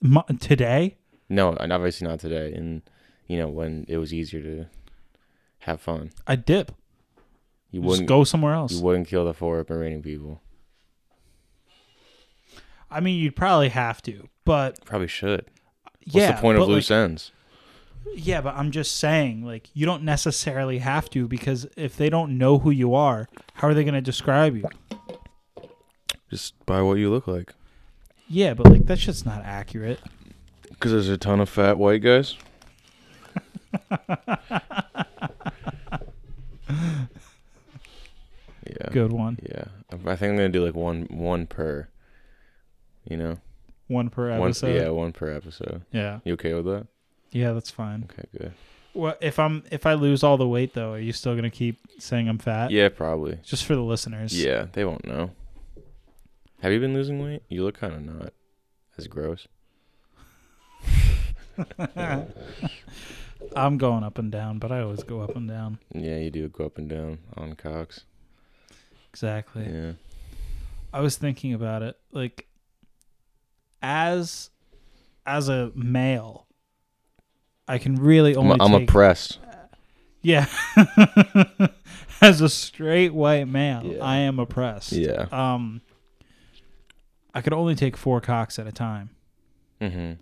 S4: mo- today?
S2: No, and obviously not today. And you know when it was easier to have fun,
S4: I dip.
S2: you
S4: Just
S2: wouldn't
S4: go somewhere else.
S2: you wouldn't kill the four remaining people.
S4: I mean, you'd probably have to, but
S2: Probably should. What's
S4: yeah.
S2: the point of
S4: but, like,
S2: loose ends?
S4: Yeah, but I'm just saying, like, you don't necessarily have to because if they don't know who you are, how are they going to describe you?
S2: Just by what you look like.
S4: Yeah, but like that shit's not accurate.
S2: Because there's a ton of fat white guys. yeah.
S4: Good one.
S2: Yeah. I I think I'm gonna do like one one per. You know,
S4: One per
S2: one
S4: episode.
S2: yeah, one per episode.
S4: yeah.
S2: You okay with that?
S4: Yeah, that's fine.
S2: Okay, good.
S4: Well, if I'm if I lose all the weight though, are you still going to keep saying I'm fat?
S2: Yeah, probably.
S4: Just for the listeners.
S2: Yeah, they won't know. Have you been losing weight? You look kind of not as gross.
S4: I'm going up and down, but I always go up and down.
S2: Yeah, you do go up and down on Cox.
S4: Exactly.
S2: Yeah.
S4: I was thinking about it, like as as a male, I can really
S2: I'm,
S4: only.
S2: I'm
S4: take-
S2: oppressed.
S4: Yeah. as a straight white male,
S2: Yeah.
S4: I am oppressed.
S2: Yeah.
S4: Um, I could only take four cocks at a time.
S2: Mm-hmm.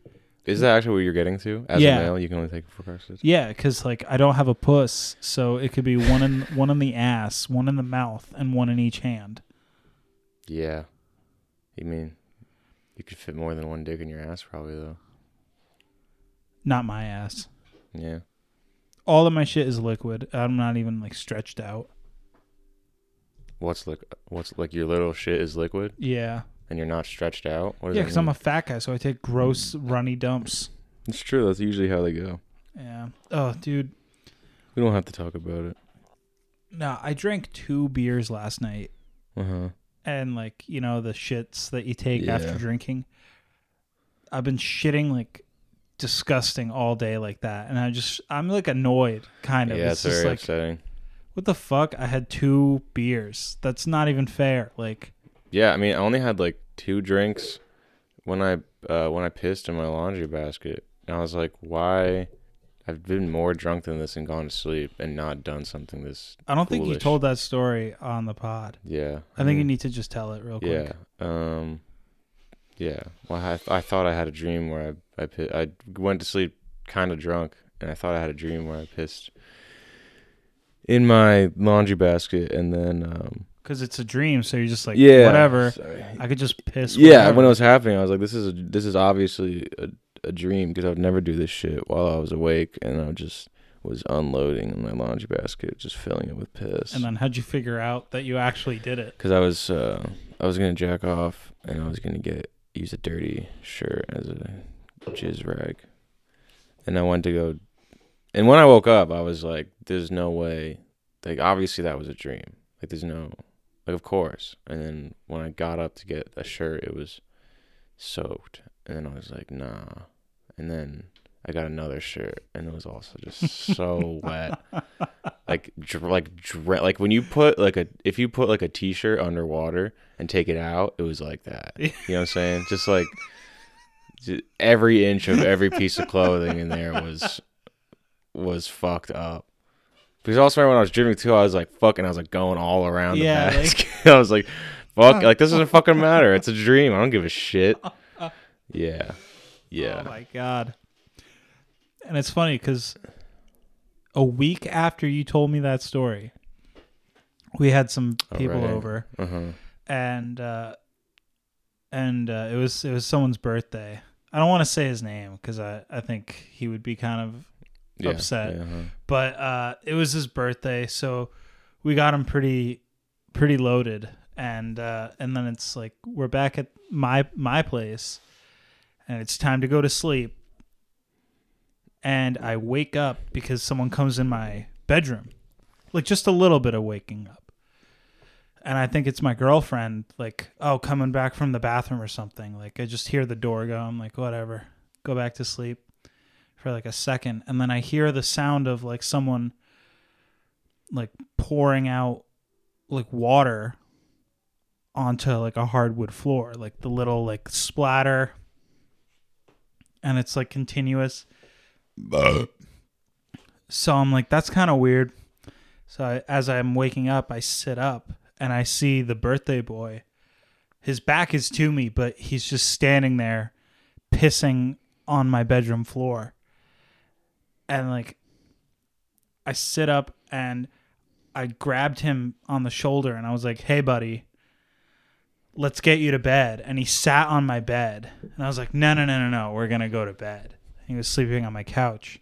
S2: Is that actually what you're getting to? As
S4: Yeah.
S2: a male, you can only take four courses.
S4: Yeah, because like I don't have a puss, so it could be one in one in the ass, one in the mouth, and one in each hand.
S2: Yeah. You mean you could fit more than one dick in your ass, probably though.
S4: Not my ass.
S2: Yeah.
S4: All of my shit is liquid. I'm not even like stretched out.
S2: What's like? What's like? Your little shit is liquid,
S4: Yeah.
S2: and you're not stretched out. What does
S4: Yeah,
S2: that
S4: because I'm
S2: mean?
S4: a fat guy, so I take gross
S2: Mm.
S4: runny dumps.
S2: It's true. That's usually how they go.
S4: Yeah. Oh, dude.
S2: We don't have to talk about it.
S4: No, I drank two beers last night,
S2: Uh huh.
S4: and like you know the shits that you take
S2: Yeah.
S4: after drinking. I've been shitting like disgusting all day like that, and I just I'm like annoyed kind of.
S2: yeah,
S4: it's
S2: it's,
S4: just
S2: very
S4: like
S2: upsetting.
S4: what the fuck? I had two beers. That's not even fair. Like
S2: Yeah, I mean, I only had like two drinks when I uh, when I pissed in my laundry basket, and I was like, why? I've been more drunk than this and gone to sleep and not done something this.
S4: I don't think you
S2: Foolish.
S4: told that story on the pod.
S2: Yeah,
S4: I think you need to just tell it real quick.
S2: Yeah. Um. Yeah. Well, I, I thought I had a dream where I I pi- I went to sleep kind of drunk, and I thought I had a dream where I pissed in my laundry basket, and then um.
S4: Because it's a dream, so you're just like,
S2: yeah.
S4: whatever.
S2: sorry.
S4: I could just piss.
S2: Yeah.
S4: whatever.
S2: When it was happening, I was like, "This is a, this is obviously a, a dream because I would never do this shit while I was awake," and I just was unloading in my laundry basket, just filling it with piss.
S4: and then how'd you figure out that you actually did it?
S2: because I was uh, I was gonna jack off and I was gonna get use a dirty shirt as a jizz rag, and I went to go. And when I woke up, I was like, "There's no way." Like obviously that was a dream. Like there's no, like of course. And then when I got up to get a shirt, it was soaked, and then I was like, "Nah." And then I got another shirt, and it was also just so wet like dr- like dre- like when you put like a if you put like a t-shirt underwater and take it out it was like that you know what i'm saying just like j- every inch of every piece of clothing in there was was fucked up because also when i was dreaming too i was like fucking i was like going all around
S4: Yeah,
S2: the
S4: like-
S2: basket i was like fuck like this doesn't fucking matter it's a dream i don't give a shit yeah yeah
S4: Oh my god. And it's funny because a week after you told me that story, we had some people
S2: Oh, right.
S4: over,
S2: uh-huh
S4: and uh, and uh, it was it was someone's birthday. I don't want to say his name because I I think he would be kind of
S2: yeah,
S4: Upset.
S2: yeah, uh-huh.
S4: but uh, it was his birthday, so we got him pretty pretty loaded, and uh, and then it's like we're back at my my place, and it's time to go to sleep, and I wake up because someone comes in my bedroom, like just a little bit of waking up, and I think it's my girlfriend, like oh coming back from the bathroom or something, like I just hear the door go, I'm like whatever, go back to sleep for like a second and then I hear the sound of like someone like pouring out like water onto like a hardwood floor like the little like splatter and it's like continuous so I'm like that's kind of weird so I, as I'm waking up I sit up and I see the birthday boy his back is to me but he's just standing there pissing on my bedroom floor and like I sit up and I grabbed him on the shoulder and I was like, "Hey, buddy, let's get you to bed." And he sat on my bed and I was like, "No, no, no, no, no, we're gonna go to bed." He was sleeping on my couch,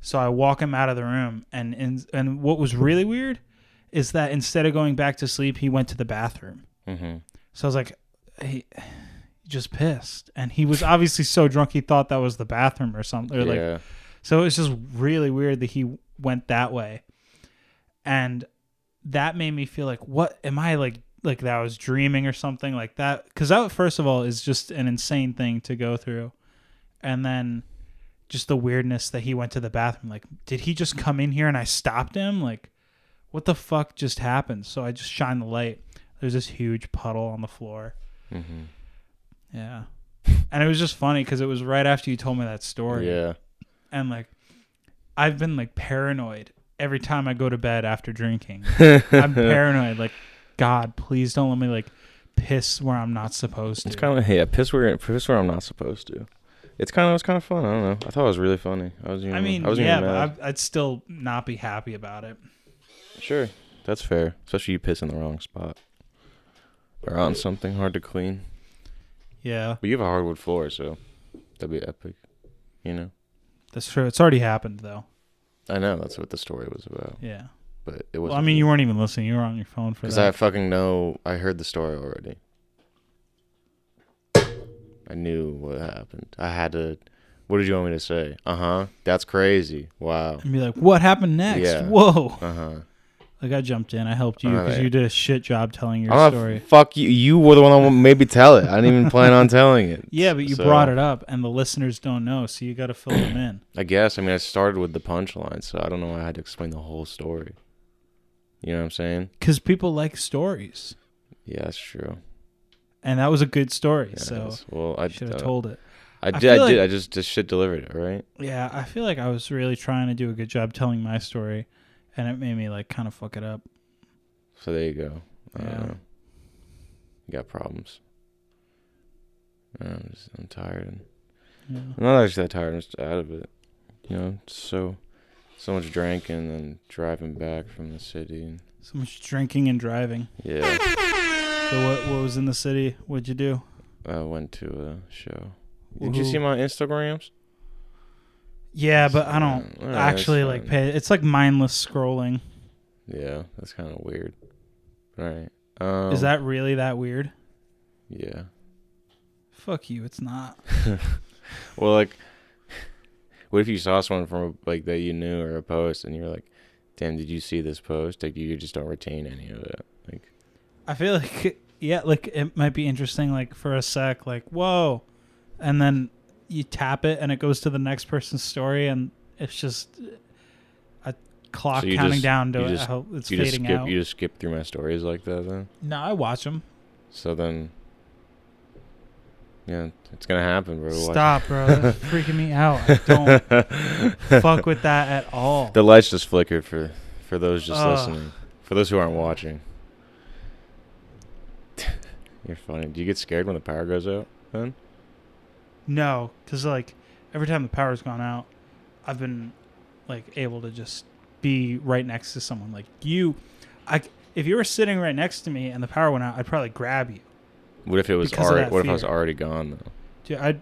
S4: so I walk him out of the room. And and, and what was really weird is that instead of going back to sleep, he went to the bathroom.
S2: Mhm.
S4: So I was like, he just pissed, and he was obviously so drunk he thought that was the bathroom or something. Or like
S2: yeah
S4: so it's just really weird that he went that way. And that made me feel like, what am I like? Like that I was dreaming or something like that. Because that, first of all, is just an insane thing to go through. And then just the weirdness that he went to the bathroom. Like, did he just come in here and I stopped him? Like, what the fuck just happened? So I just shine the light. There's this huge puddle on the floor.
S2: Mhm.
S4: Yeah. And it was just funny because it was right after you told me that story
S2: yeah
S4: and like I've been like paranoid every time I go to bed after drinking. I'm paranoid, like God, please don't let me like piss where I'm not supposed to.
S2: It's kind of yeah, piss where piss where I'm not supposed to. It's kind of it's kind of fun. I don't know. I thought it was really funny. I was. Even,
S4: I mean,
S2: I was
S4: yeah,
S2: even
S4: but
S2: mad.
S4: I'd, I'd still not be happy about it.
S2: sure, that's fair. Especially you piss in the wrong spot or on something hard to clean.
S4: Yeah,
S2: But you have a hardwood floor, so that'd be epic. You know.
S4: that's true. It's already happened though.
S2: I know that's what the story was about,
S4: Yeah.
S2: but it was.
S4: Well, I mean, you weren't even listening. You were on your phone for
S2: because
S4: that.
S2: I fucking know. I heard the story already. I knew what happened. I had to. What did you want me to say? Uh huh. That's crazy. Wow.
S4: and be like, what happened next?
S2: Yeah.
S4: Whoa.
S2: Uh huh.
S4: Like I jumped in, I helped you
S2: All
S4: because
S2: right.
S4: you did a shit job telling your
S2: I'm not-
S4: story.
S2: fuck you. You were the one that made me tell it. I didn't even plan on telling it.
S4: yeah, but you
S2: So,
S4: brought it up, and the listeners don't know, so you got to fill them in.
S2: I guess. I mean, I started with the punchline, so I don't know why I had to explain the whole story. You know what I'm saying?
S4: Because people like stories,
S2: Yeah, that's true.
S4: and that was a good story.
S2: Yeah, it
S4: so
S2: is. well, I
S4: I should have
S2: uh,
S4: told it.
S2: I
S4: I
S2: did. I,
S4: feel
S2: did.
S4: like-
S2: I just just shit delivered it right.
S4: Yeah, I feel like I was really trying to do a good job telling my story, and it made me like kind of fuck it up.
S2: So there you go. I don't
S4: Yeah.
S2: know. You got problems. I'm just, I'm tired. And
S4: Yeah.
S2: I'm not actually that tired. I'm just out of it. You know, so so much drinking and then driving back from the city. And
S4: So much drinking and driving.
S2: yeah,
S4: So what? What was in the city? What'd you do?
S2: I went to a show. Did you
S4: Who-
S2: see my Instagrams?
S4: Yeah, but I
S2: uh, Yeah,
S4: don't
S2: alright, that's
S4: actually like
S2: fine.
S4: pay. It's like mindless scrolling.
S2: Yeah, that's kind of weird. All right. Um,
S4: Is that really that weird?
S2: Yeah.
S4: Fuck you. It's not.
S2: Well, like, what if you saw someone from like that you knew or a post, and you're like, "Damn, did you see this post?" Like, you just don't retain any of it. Like,
S4: I feel like yeah, like it might be interesting. Like for a sec, like whoa, and then you tap it and it goes to the next person's story, and it's just a clock
S2: So you
S4: counting
S2: just-
S4: down to
S2: you
S4: it.
S2: just-
S4: how it's
S2: you
S4: fading
S2: just skip,
S4: out.
S2: you just skip through my stories like that. Then,
S4: no, I watch them.
S2: so then, yeah, it's gonna happen, bro. Watch-
S4: Stop, bro. That's freaking me out. I don't fuck with that at all.
S2: The lights just flickered for for those just
S4: Ugh.
S2: listening. For those who aren't watching, you're funny. Do you get scared when the power goes out? Then
S4: No, because like every time the power's gone out, I've been like able to just be right next to someone. Like you, I c- if you were sitting right next to me and the power went out, I'd probably grab you.
S2: what if it was
S4: Because of
S2: already?
S4: that
S2: What if I was
S4: fear.
S2: already gone though?
S4: Dude, I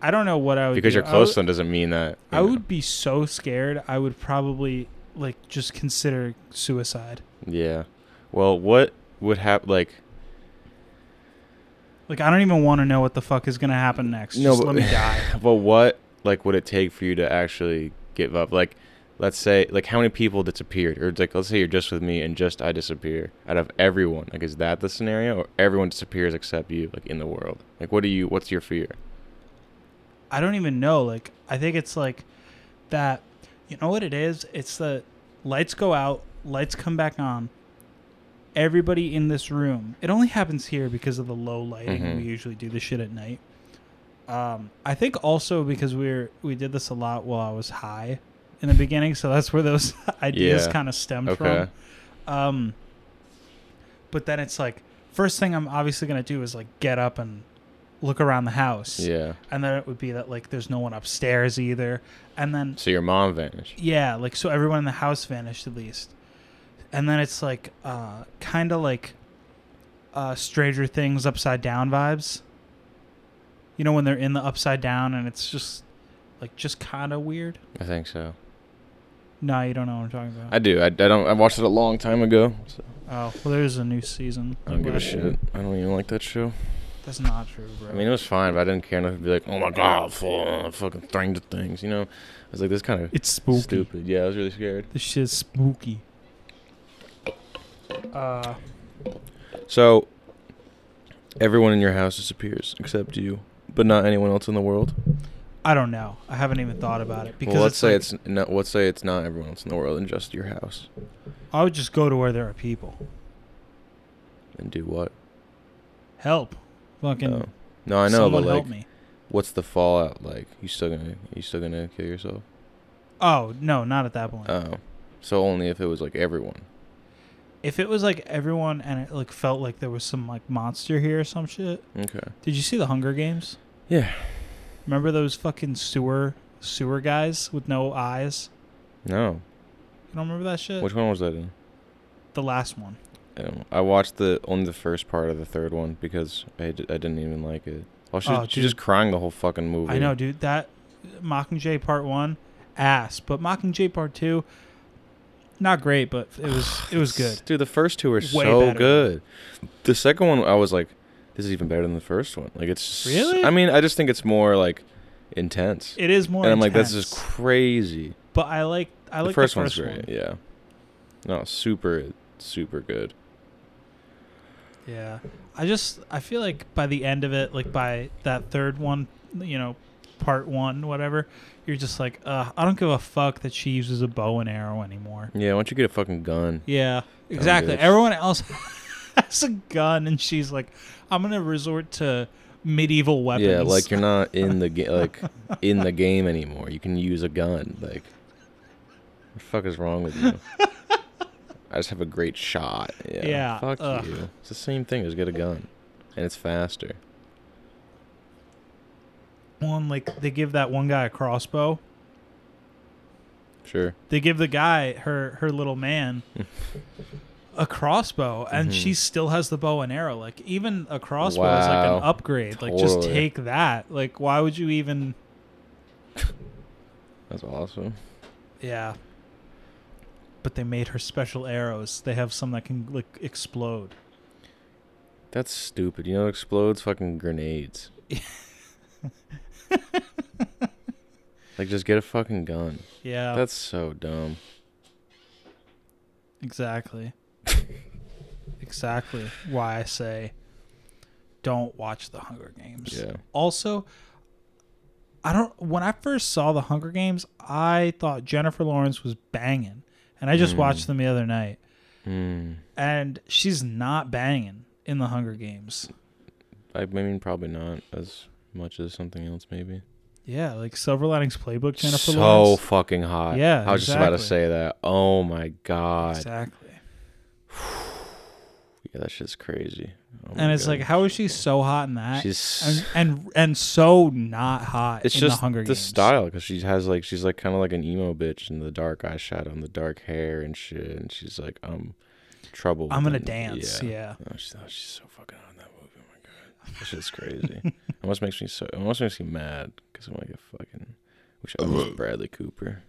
S4: I don't know what I would
S2: because
S4: do.
S2: you're close
S4: Oh, I
S2: to them doesn't mean that.
S4: would, I
S2: you know.
S4: would be so scared. I would probably like just consider suicide.
S2: Yeah. Well, what would happen? Like,
S4: Like I don't even want to know what the fuck is gonna happen next.
S2: No,
S4: just
S2: but-
S4: let me die.
S2: well, what like would it take for you to actually give up? Like, let's say, like, how many people disappeared? Or like, let's say you're just with me and just I disappear out of everyone. Like, is that the scenario, or everyone disappears except you? Like in the world. Like, what do you? What's your fear?
S4: I don't even know. Like, I think it's like that. You know what it is? It's the lights go out, lights come back on. Everybody in this room. It only happens here because of the low lighting.
S2: Mhm.
S4: We usually do this shit at night. Um, I think also because we're we did this a lot while I was high in the beginning, so that's where those ideas
S2: Yeah.
S4: kind of stemmed
S2: Okay.
S4: from. Um, but then it's like first thing I'm obviously gonna do is like get up and look around the house
S2: Yeah.
S4: and then it would be that like there's no one upstairs either and then
S2: So your mom vanished.
S4: yeah like so everyone in the house vanished at least and then it's like uh kind of like uh stranger things upside down vibes you know when they're in the upside down and it's just like just kind of weird
S2: I think so.
S4: no you don't know what i'm talking about
S2: I do. I, I don't. I watched it a long time ago. So
S4: oh well there's a new season
S2: I don't give a
S4: Last year.
S2: shit. I don't even like that show.
S4: that's not true bro
S2: I mean, it was fine, but I didn't care enough to be like, oh my god, full, uh, fucking Stranger Things, you know? I was like, this kind of
S4: it's spooky
S2: stupid. Yeah, I was really scared.
S4: this shit's spooky uh
S2: So, everyone in your house disappears except you, but not anyone else in the world.
S4: I don't know. I haven't even thought about it because
S2: well, let's say
S4: like,
S2: it's not. Let's say it's not everyone else in the world, and just your house,
S4: I would just go to where there are people.
S2: and do what?
S4: Help, fucking.
S2: Oh. No, I know,
S4: someone
S2: but
S4: help
S2: like,
S4: me.
S2: what's the fallout like? You still gonna, you still gonna kill yourself?
S4: Oh no, not at that point.
S2: Oh, so only if it was like everyone.
S4: if it was like everyone and it like felt like there was some like monster here or some shit.
S2: Okay.
S4: Did you see the Hunger Games?
S2: Yeah.
S4: Remember those fucking sewer sewer guys with no eyes?
S2: No.
S4: You don't remember that shit?
S2: Which one was that in?
S4: the last one.
S2: Um, I watched the only the first part of the third one because I, d- I didn't even like it. Oh, she's,
S4: Oh,
S2: she's just crying the whole fucking movie.
S4: I know, dude. That Mockingjay Part One, ass. But Mockingjay Part Two, not great, but it was it was good.
S2: dude. The first two are
S4: Way
S2: so
S4: better.
S2: good. The second one, I was like, this is even better than the first one. Like it's
S4: Really?
S2: I mean, I just think it's more like intense.
S4: It is more.
S2: and I'm like, this
S4: intense.
S2: is crazy.
S4: But I like I like
S2: the first,
S4: the first
S2: one's great.
S4: one.
S2: Yeah. No, super, super good.
S4: Yeah. I just I feel like by the end of it, like by that third one, you know, part one, whatever, you're just like, uh, I don't give a fuck that she uses a bow and arrow anymore.
S2: Yeah, once you get a fucking gun,
S4: Yeah. Exactly.
S2: bitch.
S4: Everyone else has a gun and she's like, I'm gonna resort to medieval weapons.
S2: yeah, like you're not in the game, like in the game anymore. You can use a gun. Like, what the fuck is wrong with you? I just have a great shot. Yeah,
S4: Yeah,
S2: fuck
S4: ugh.
S2: you. It's the same thing. Just get a gun, and it's faster.
S4: one like they give that one guy a crossbow.
S2: Sure.
S4: They give the guy her her little man a crossbow, and she
S2: Mm-hmm.
S4: still has the bow and arrow. Like even a crossbow is like
S2: Wow.
S4: an upgrade. Like just
S2: Totally.
S4: take that. Like why would you even?
S2: That's awesome.
S4: Yeah. But they made her special arrows. They have some that can like explode.
S2: That's stupid. You know, what explodes fucking grenades. like, just get a fucking gun.
S4: Yeah,
S2: That's so dumb.
S4: exactly. exactly why I say don't watch the Hunger Games.
S2: Yeah.
S4: also i don't when i first saw the hunger games i thought jennifer lawrence was banging and i just watched them the other night
S2: Hmm.
S4: and she's not banging in the hunger games
S2: I mean, probably not as much as something else, maybe.
S4: yeah like silver linings playbook jennifer
S2: so
S4: lawrence
S2: fucking hot.
S4: Yeah,
S2: I was just about to
S4: exactly.
S2: say that. Oh my god.
S4: exactly
S2: Yeah, that shit's crazy. Oh my
S4: and it's
S2: God.
S4: like how is she so hot in that
S2: she's.
S4: and, and and so not hot
S2: It's
S4: in
S2: just
S4: the hunger
S2: the
S4: games
S2: style because she has like she's like kind of like an emo bitch in the dark eyeshadow and the dark hair and shit and she's like um trouble.
S4: i'm gonna
S2: within-
S4: dance yeah,
S2: Oh, she's, oh, she's so fucking hot in that movie. Oh my god, that shit's crazy. it almost makes me so. It almost makes me mad because I'm like a fucking. Wish I was Bradley Cooper.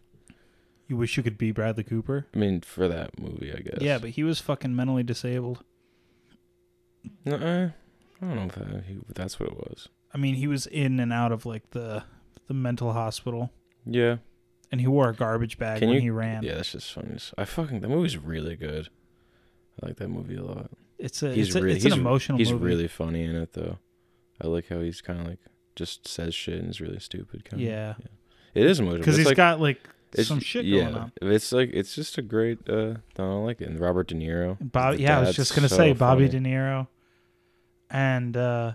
S4: you wish you could be bradley cooper
S2: I mean, for that movie, I guess.
S4: yeah but he was fucking mentally disabled
S2: Nuh-uh. I don't know if that, he, if that's what it was.
S4: i mean he was in and out of like the the mental hospital
S2: Yeah.
S4: and he wore a garbage bag
S2: Can
S4: when
S2: you-
S4: he ran.
S2: Yeah, that's just funny. as- I fucking that movie's really good. I like that movie a lot.
S4: It's a
S2: He's
S4: it's, a,
S2: really
S4: it's an emotional
S2: He's
S4: movie.
S2: really funny in it though. I like how he's kind of like just says shit and is really stupid. Kind of.
S4: yeah,
S2: It is emotional.
S4: because
S2: It's
S4: he's
S2: like,
S4: got like
S2: it's-
S4: some shit
S2: yeah,
S4: going on.
S2: It's like it's just a great. uh I don't like it. And Robert De Niro.
S4: And Bob,
S2: the
S4: yeah, I was
S2: dad's
S4: just gonna
S2: so
S4: say Bobby
S2: funny.
S4: De Niro, and uh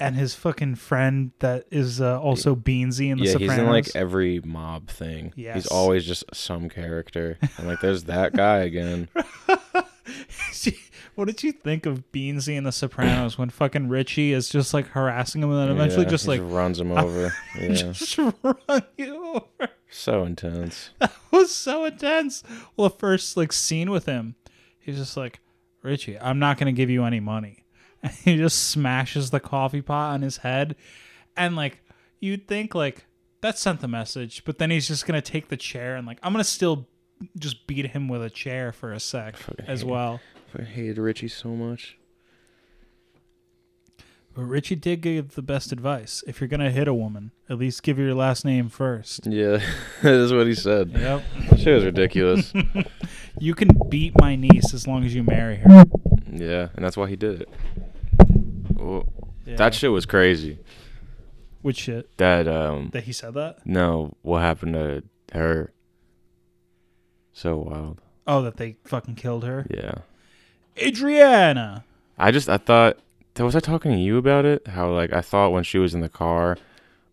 S4: and his fucking friend that is uh, also Beansy in The
S2: yeah,
S4: Sopranos.
S2: he's in like every mob thing.
S4: Yes.
S2: He's always just some character. I'm like, there's that guy again.
S4: what did you think of Beansy in The Sopranos when fucking Richie is just like harassing him and then eventually
S2: Yeah,
S4: just
S2: he
S4: like
S2: runs him over. yeah,
S4: just run you over?
S2: so intense.
S4: was so intense. Well, the first like scene with him, he's just like, Richie, I'm not gonna give you any money. And he just smashes the coffee pot on his head. And like you'd think like that sent the message, but then he's just gonna take the chair and like I'm gonna still just beat him with a chair for a sec as well.
S2: I hated Richie so much.
S4: But Richie did give the best advice. If you're gonna hit a woman, at least give her your last name first.
S2: Yeah, that's what he said.
S4: Yep.
S2: That shit was ridiculous.
S4: You can beat my niece as long as you marry her.
S2: yeah, and that's why he did it. Oh,
S4: Yeah.
S2: That shit was crazy.
S4: Which shit?
S2: That um,
S4: That he said that?
S2: no, what happened to her? So wild.
S4: Oh, that they fucking killed her.
S2: Yeah,
S4: Adriana.
S2: I just I thought was I talking to you about it? How like I thought when she was in the car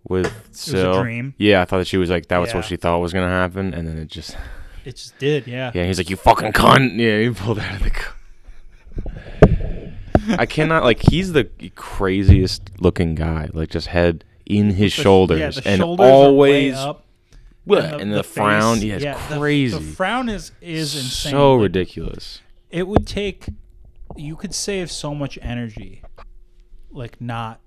S2: with
S4: It was
S2: Sil.
S4: a dream.
S2: Yeah, I thought that she was like that was
S4: Yeah.
S2: what she thought was gonna happen, and then it just
S4: It just did, yeah.
S2: Yeah, he's like, you fucking cunt. Yeah, he pulled out of the car. I cannot like he's the craziest looking guy. Like just head in his
S4: The-
S2: shoulders
S4: yeah, the
S2: and
S4: shoulders are way
S2: always
S4: up,
S2: Bleh, and the,
S4: face-
S2: frown. Yeah, it's
S4: the-
S2: crazy.
S4: The, frown is is insane.
S2: So
S4: Like,
S2: ridiculous.
S4: It would take. You could save so much energy, like not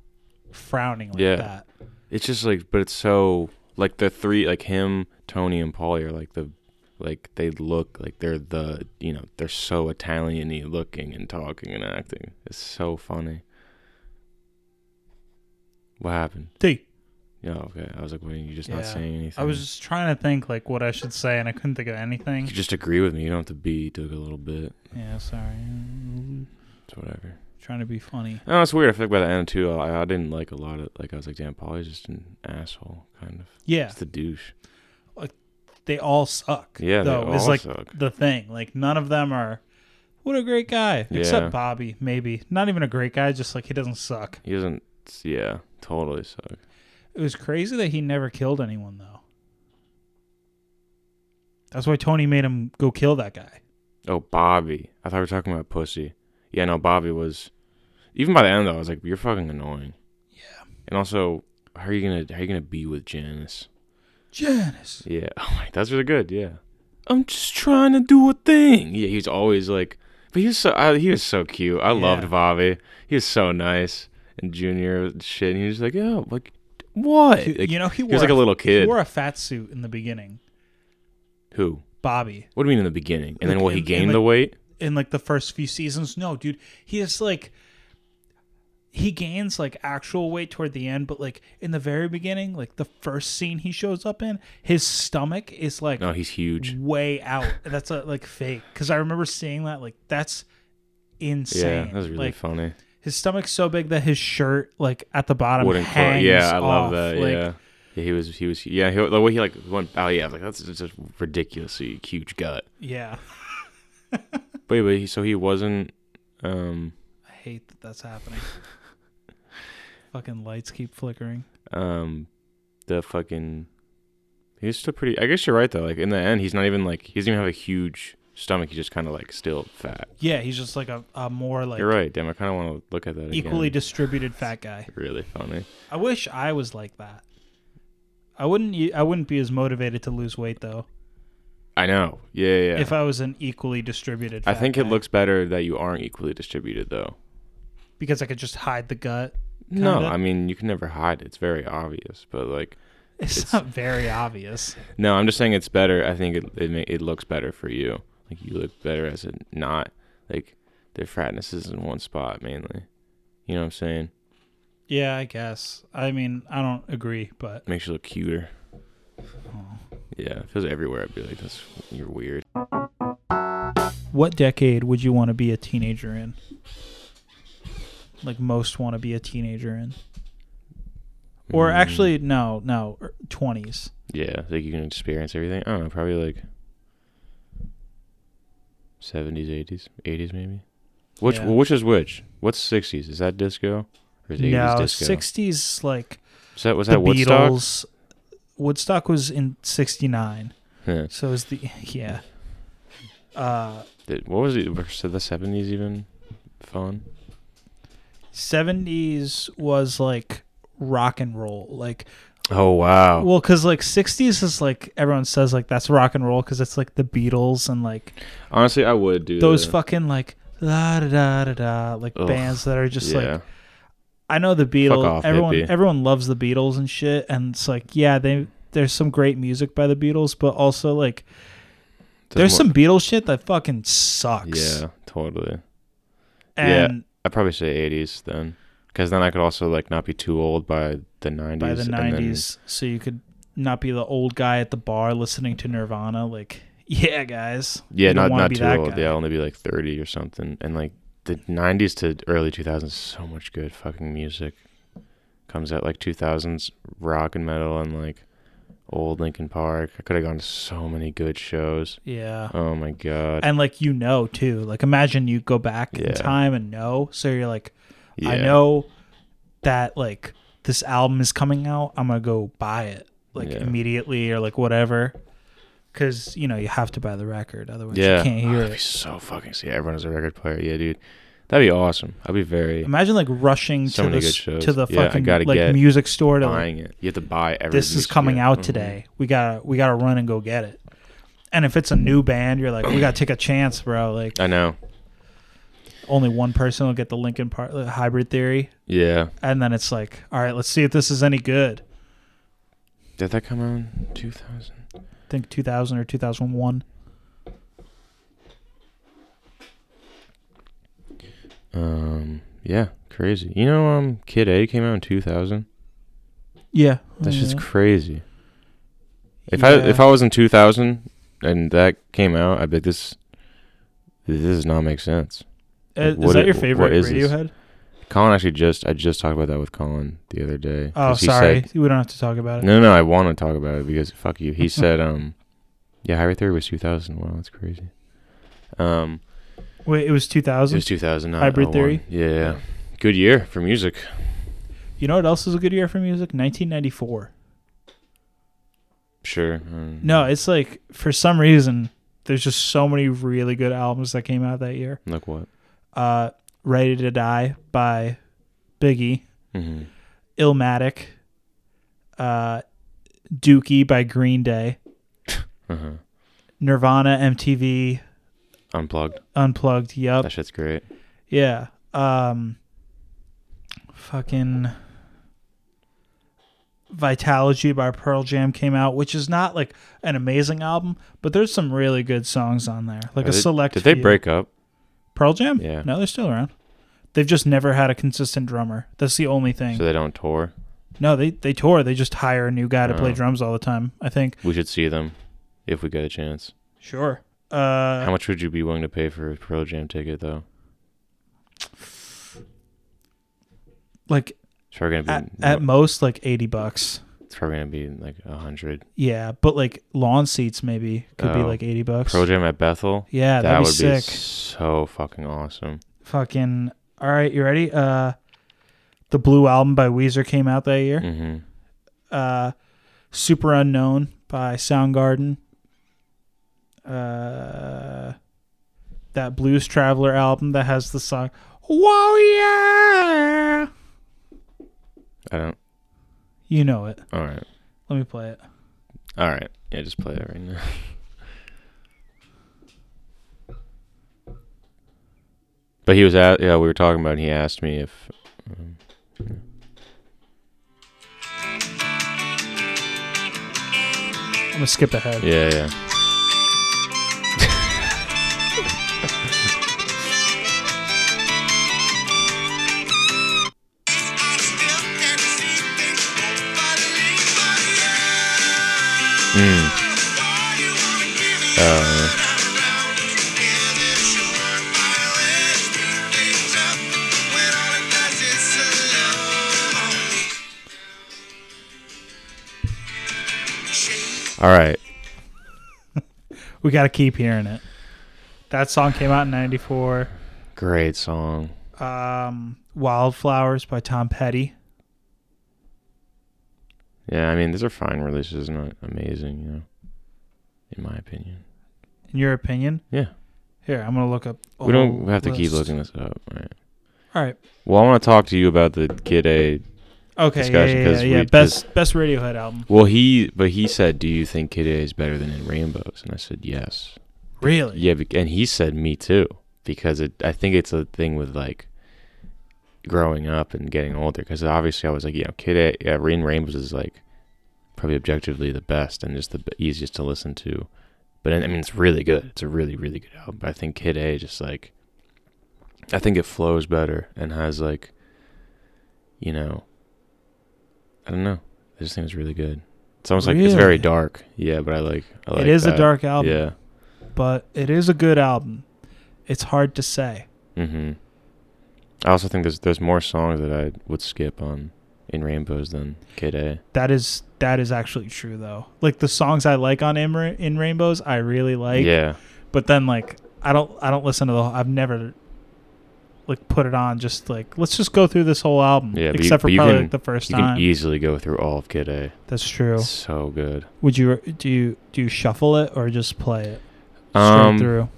S4: frowning like
S2: Yeah.
S4: that.
S2: It's just like, but it's so like the three like him, Tony, and Paulie are like the like they look like they're the you know they're so Italian-y looking and talking and acting. It's so funny. What happened?
S4: T
S2: Yeah, okay. I was like, wait, you're just
S4: Yeah.
S2: not saying anything.
S4: I was just trying to think like what I should say, and I couldn't think of anything.
S2: You just agree with me. You don't have to be. It took a little bit.
S4: Yeah, sorry.
S2: It's whatever.
S4: Trying to be funny.
S2: No, it's weird. I feel like by the end too, I, I didn't like a lot of like. I was like, damn, Polly's just an asshole, kind of.
S4: Yeah,
S2: Just a douche.
S4: they all suck.
S2: Yeah,
S4: though
S2: they
S4: is
S2: all
S4: like
S2: suck.
S4: the thing. Like none of them are. What a great guy,
S2: Yeah.
S4: except Bobby. Maybe not even a great guy. Just like he doesn't suck.
S2: He doesn't. Yeah, totally suck.
S4: It was crazy that he never killed anyone though. That's why Tony made him go kill that guy.
S2: Oh, Bobby. I thought we were talking about pussy. Yeah, no, Bobby was. Even by the end though, I was like, you're fucking annoying.
S4: Yeah.
S2: And also, how are you gonna how are you gonna be with Janice?
S4: Janice.
S2: Yeah. Oh my, that's really good. Yeah. I'm just trying to do a thing. Yeah, he's always like, but he was so I, he was so cute. I
S4: Yeah.
S2: loved Bobby. He was so nice. And Junior was shit. And he was like, yeah, like what?
S4: Dude,
S2: Like,
S4: you know, he wore
S2: was like a little
S4: He
S2: kid.
S4: wore a fat suit in the beginning,
S2: who?
S4: Bobby.
S2: What do you mean in the beginning? And then
S4: Like,
S2: what? He
S4: in- in,
S2: gained
S4: like-
S2: the weight.
S4: In like the first few seasons, no, dude, he is like he gains like actual weight toward the end, but like in the very beginning, like the first scene he shows up in, his stomach is like
S2: No, he's huge.
S4: way out. That's a, like fake because I remember seeing that. Like that's
S2: Yeah,
S4: insane.
S2: that was really
S4: like
S2: funny.
S4: his stomach's so big that his shirt, like at the bottom,
S2: Wooden
S4: hangs
S2: clo- Yeah, I
S4: off.
S2: love that.
S4: Like,
S2: yeah. Yeah, he was. He was. Yeah, he, the way he like went. Oh yeah, I was like that's just a ridiculously huge gut.
S4: yeah.
S2: Wait, but he, so he wasn't. Um,
S4: I hate that that's happening. Fucking lights keep flickering.
S2: um, the fucking. He's still pretty. I guess you're right though. Like in the end, he's not even like he doesn't even have a huge stomach. He's just kind of like still fat.
S4: Yeah, he's just like a, a more like
S2: you're right. Damn, I kind of want to look at that.
S4: equally
S2: again.
S4: distributed fat guy.
S2: really funny.
S4: I wish I was like that. I wouldn't y- I wouldn't be as motivated to lose weight though
S2: I know. Yeah, yeah. yeah.
S4: if I was an equally distributed.
S2: I
S4: Fat
S2: think it
S4: guy.
S2: looks better that you aren't equally distributed though.
S4: because I could just hide the gut.
S2: No,
S4: Kinda.
S2: I mean you can never hide. it. It's very obvious, but like.
S4: It's,
S2: It's-
S4: not very obvious.
S2: No, I'm just saying it's better. I think it it, ma- it looks better for you. Like you look better as a not like their fatness is in one spot mainly. You know what I'm saying?
S4: Yeah, I guess. I mean, I don't agree, but
S2: Makes you look cuter.
S4: Oh.
S2: Yeah, if it was everywhere, I'd be like, "That's you're weird."
S4: what decade would you want to be a teenager in? Like most want to be a teenager in. Or
S2: Mm.
S4: actually no, no, er, 20s.
S2: yeah, like you can experience everything. I don't know, probably like seventies, eighties, eighties maybe. Which
S4: Yeah.
S2: which is which? What's sixties? Is that disco or is eighties
S4: No,
S2: disco?
S4: 60s like
S2: Is that was
S4: the
S2: that Woodstock?
S4: Beatles. Woodstock was in 69.
S2: Huh.
S4: So is the yeah. Uh
S2: Did- What was it? Was the seventies even fun?
S4: 70s was like rock and roll. Like
S2: Oh wow!
S4: Well, because like '60s is like everyone says like that's rock and roll because it's like the Beatles and like
S2: Honestly, I would do
S4: those
S2: that.
S4: fucking like la da da da da like
S2: Ugh,
S4: bands that are just
S2: Yeah.
S4: like I know the Beatles.
S2: off,
S4: everyone
S2: hippie.
S4: everyone loves the Beatles and shit, and it's like yeah, they there's some great music by the Beatles, but also like there's
S2: more-
S4: some Beatles shit that fucking sucks.
S2: Yeah, totally. yeah.
S4: and
S2: I'd probably say eighties then, because then I could also like not be too old by the nineties.
S4: by the '90s, so you could not be the old guy at the bar listening to Nirvana. Like yeah, guys.
S2: Yeah,
S4: You don't
S2: not
S4: wanna
S2: not
S4: be
S2: too
S4: that
S2: old.
S4: guy.
S2: Yeah, only be like thirty or something. And like the nineties to early two thousands, so much good fucking music comes out. Like two thousands rock and metal and like old Lincoln Park. I could have gone to so many good shows.
S4: Yeah.
S2: Oh my god.
S4: and like you know too like imagine you go back in
S2: Yeah.
S4: time and know so you're like i
S2: Yeah.
S4: know that like this album is coming out i'm gonna go buy it like
S2: Yeah.
S4: immediately or like whatever because you know you have to buy the record otherwise
S2: Yeah,
S4: you can't
S2: Oh,
S4: hear
S2: that'd be
S4: it
S2: so fucking. See, everyone has a record player. Yeah, dude, that'd be awesome. I'd be very
S4: imagine like rushing
S2: So
S4: to
S2: many
S4: the
S2: good
S4: s-
S2: shows.
S4: to the
S2: Yeah, I
S4: fucking
S2: gotta
S4: like
S2: get
S4: music store to like
S2: buying it. You have to buy every.
S4: this is
S2: music
S4: coming
S2: you-
S4: out
S2: Mhm.
S4: today we gotta we gotta run and go get it and if it's a new band you're like we gotta take a chance bro like
S2: I know.
S4: only one person will get the lincoln part hybrid theory
S2: Yeah.
S4: and then it's like, all right, let's see if this is any good.
S2: Did that come out in 2000?
S4: I think 2000 or 2001.
S2: Um. Yeah. Crazy. You know, um, Kid A came out in 2000.
S4: Yeah.
S2: That shit's
S4: Yeah.
S2: crazy. If I if
S4: Yeah.
S2: I was in 2000 and that came out, I'd be like, this. This does not make sense.
S4: Uh,
S2: like,
S4: is
S2: what
S4: that
S2: it-
S4: your
S2: what
S4: favorite
S2: is this?
S4: Radiohead?
S2: Colin actually just I just talked about that with Colin the other day.
S4: Oh,
S2: 'cause he
S4: sorry.
S2: said-
S4: we don't have to talk about it.
S2: no, no, I want to talk about it because fuck you. He said, um, yeah, Highway Theory was 2000. Wow, that's crazy. Um,
S4: Wait, it was
S2: it
S4: 2000.
S2: was 2000. not
S4: Hybrid
S2: 01.
S4: Theory?
S2: Yeah, yeah, good year for music.
S4: You know what else is a good year for music? 1994.
S2: Sure. um,
S4: No, it's like for some reason there's just so many really good albums that came out that year.
S2: Like what?
S4: Uh, Ready to Die by Biggie,
S2: hmm
S4: Illmatic, uh, Dookie by Green Day,
S2: Uh-huh.
S4: Nirvana, MTV,
S2: Unplugged.
S4: Unplugged. Yup.
S2: That shit's great.
S4: Yeah. Um fucking Vitalogy by Pearl Jam came out, which is not like an amazing album, but there's some really good songs on there. Like
S2: Are
S4: a
S2: they-
S4: select
S2: Did they
S4: few.
S2: break up?
S4: Pearl Jam?
S2: Yeah.
S4: No, they're still around. They've just never had a consistent drummer. That's the only thing.
S2: So they don't tour.
S4: no, they they tour. They just hire a new guy to play
S2: Oh.
S4: drums all the time, I think.
S2: We should see them if we get a chance.
S4: Sure. Uh
S2: How much would you be willing to pay for a Pearl Jam ticket, though?
S4: like
S2: It's probably gonna
S4: at,
S2: be
S4: at most like 80 bucks.
S2: it's probably gonna be like a hundred.
S4: Yeah, but like lawn seats maybe could be
S2: Oh.
S4: like 80 bucks.
S2: Pearl Jam at Bethel.
S4: Yeah, that'd
S2: that
S4: be
S2: would
S4: sick.
S2: be so fucking awesome.
S4: Fucking all right, you ready? Uh, the Blue album by Weezer came out that year.
S2: hmm
S4: Uh, Super Unknown by Soundgarden. Uh, that Blues Traveler album that has the song "Whoa Yeah,"
S2: I don't.
S4: you know it.
S2: All right,
S4: Let me play it.
S2: all right. Yeah, just play that right now. But he was at yeah. We were talking about. it, and He asked me if
S4: I'm gonna skip ahead.
S2: yeah yeah. Mm. Uh, all right.
S4: We gotta keep hearing it. That song came out in '94.
S2: Great song.
S4: Um, "Wildflowers" by Tom Petty.
S2: Yeah, I mean these are fine releases, not amazing, you know. In my opinion.
S4: In your opinion?
S2: Yeah.
S4: Here, I'm gonna look up. a
S2: we don't
S4: whole
S2: have to keep
S4: Oh, list.
S2: looking this up. Right.
S4: All right.
S2: Well, I want to talk to you about the Kid A.
S4: Okay. Yeah,
S2: discussion
S4: yeah,
S2: 'cause
S4: yeah, yeah.
S2: we
S4: Best best Radiohead album.
S2: Well, he but he said, "Do you think Kid A is better than in Rainbows?" And I said, "Yes."
S4: Really?
S2: Yeah, bec- and he said, "Me too," because it. I think it's a thing with like growing up and getting older. Because obviously, I was like, you know, Kid A, yeah, in Rainbows is like probably objectively the best and just the b- easiest to listen to. But I I mean, it's really good. It's a really, really good album. But I think Kid A just like, I think it flows better and has like, you know, I don't know. I just think it's really good. It's almost like it's
S4: Really?
S2: very dark. Yeah, but I like. I like
S4: it is
S2: that.
S4: a dark album,
S2: Yeah.
S4: but it is a good album. It's hard to say.
S2: Mm-hmm. I also think there's there's more songs that I would skip on in Rainbows than Kid A.
S4: That is that is actually true though. Like the songs I like on in, Ra- in Rainbows, I really like.
S2: yeah.
S4: But then like I don't I don't listen to the. whole- I've never like put it on. Just like let's just go through this whole album.
S2: Yeah, but you-
S4: Except
S2: but
S4: for
S2: you
S4: probably
S2: can-
S4: like, the first
S2: You can
S4: time.
S2: easily go through all of Kid A.
S4: That's true.
S2: It's so good.
S4: Would you do you do you shuffle it or just play it straight
S2: Um,
S4: through?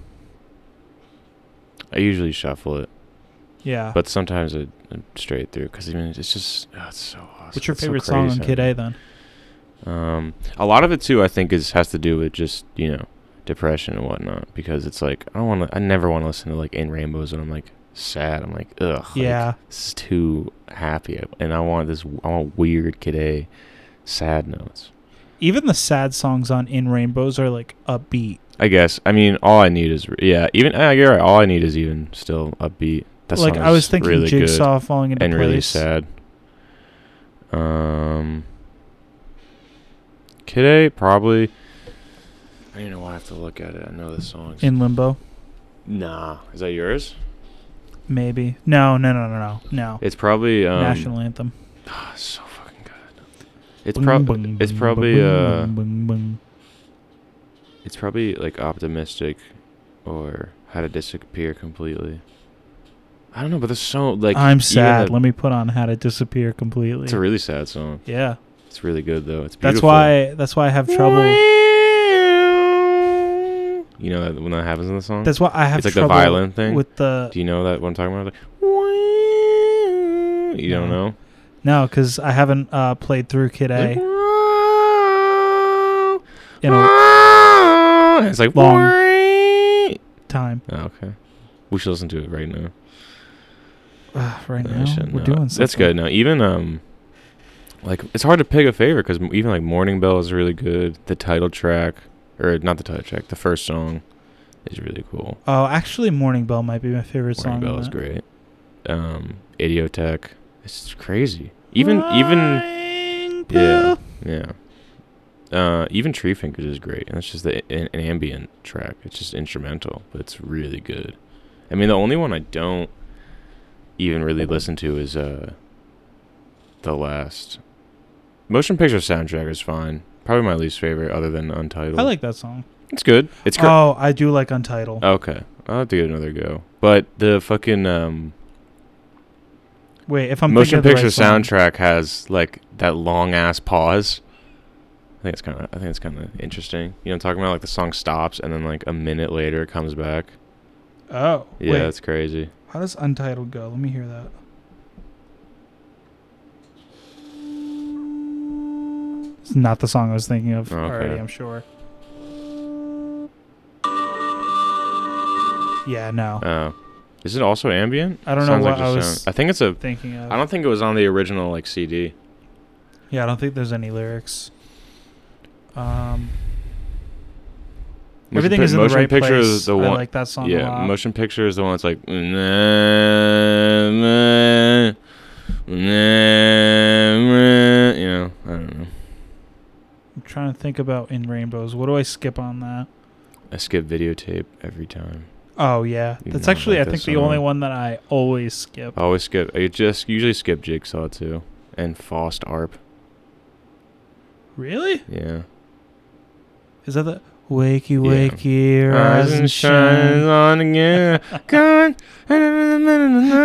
S2: I usually shuffle it,
S4: Yeah.
S2: but sometimes I, I'm straight through because I mean it's just oh, it's so awesome.
S4: What's your
S2: It's so
S4: favorite song on
S2: crazy.
S4: Kid A then?
S2: Um, a lot of it too, I think, is has to do with just you know depression and whatnot because it's like I don't want to. I never want to listen to like In Rainbows when I'm like sad. I'm like ugh. like,
S4: yeah.
S2: this is too happy, and I want this. I want weird Kid A, sad notes.
S4: Even the sad songs on In Rainbows are like upbeat.
S2: I guess. I mean, all I need is yeah. Even uh, you're right. All I need is even still upbeat. That
S4: like
S2: song
S4: I was
S2: is
S4: thinking
S2: really good
S4: Jigsaw falling into
S2: and
S4: place.
S2: really sad. Um, Today, probably. I don't know. I have to look at it. I know the songs.
S4: in limbo.
S2: nah, is that yours?
S4: Maybe no, no, no, no, no, no.
S2: It's probably um,
S4: National anthem.
S2: ah, so fucking good. It's probably it's probably uh it's probably like optimistic, or how to disappear completely. I don't know, but there's so like even
S4: I'm sad.
S2: the-
S4: Let me put on how to disappear completely.
S2: it's a really sad song.
S4: yeah,
S2: It's really good though. It's
S4: that's
S2: beautiful.
S4: why. That's why I have trouble.
S2: You know that when that happens in the song.
S4: That's why I have
S2: it's like the
S4: trouble
S2: violin thing.
S4: with the
S2: Do you know that what I'm talking about? Like, you don't know.
S4: no, because I haven't uh, played through Kid
S2: Like,
S4: A in a
S2: Ah!" it's like
S4: Long.
S2: Oh,
S4: time.
S2: okay. We should listen to it right now.
S4: Ugh, right
S2: No, I
S4: now,
S2: shouldn't,
S4: we're
S2: no.
S4: doing something.
S2: That's good. Now even um, like it's hard to pick a favorite because even like Morning Bell is really good. The title track, or not the title track, the first song, is really cool.
S4: Oh, actually, Morning Bell might be my favorite
S2: Morning
S4: song.
S2: Bell
S4: on
S2: is
S4: that.
S2: great. Um, Idiotech. It's crazy. Even even
S4: Morning
S2: yeah
S4: Bell.
S2: yeah. Uh, even Tree Fingers is great, and it's just the, an, an ambient track. It's just instrumental, but it's really good. I mean, the only one I don't even really listen to is uh, the last motion picture soundtrack is fine. Probably my least favorite, other than Untitled.
S4: I like Oh. that song.
S2: it's good. It's great.
S4: Oh, I do like Untitled.
S2: okay. I'll have to give it another go. But the fucking um,
S4: Wait, if I'm
S2: motion
S4: thinking of
S2: picture
S4: the right song-
S2: soundtrack has like that long ass pause. I think it's kind of I think it's kind of interesting. You know, what I'm talking about like the song stops and then like a minute later it comes back.
S4: Oh,
S2: Yeah,
S4: wait.
S2: that's crazy.
S4: How does Untitled go? Let me hear that. It's not the song I was thinking of
S2: Okay.
S4: already, I'm sure. Yeah, no.
S2: Uh, is it also ambient?
S4: Oh. I don't know
S2: Sounds
S4: what I
S2: just
S4: was-
S2: I think it's a.
S4: thinking of.
S2: I don't think it was on the original like CD.
S4: yeah, I don't think there's any lyrics. Um,
S2: Motion
S4: everything
S2: pic-
S4: is in the
S2: motion
S4: right
S2: picture
S4: place.
S2: Is the one,
S4: I like that song a
S2: yeah,
S4: lot.
S2: motion picture is the one that's like. You know, I don't know.
S4: I'm trying to think about in rainbows. What do I skip on that?
S2: I skip videotape every time.
S4: Oh yeah,
S2: You
S4: that's
S2: know,
S4: actually I
S2: like
S4: think
S2: this
S4: the only
S2: song. Uh,
S4: one that I always skip.
S2: I always skip. I just usually skip Jigsaw too, and Faust Arp.
S4: Really?
S2: Yeah.
S4: Is that the wakey
S2: Yeah.
S4: wakey rise and
S2: shines
S4: shine?
S2: on again. Come on.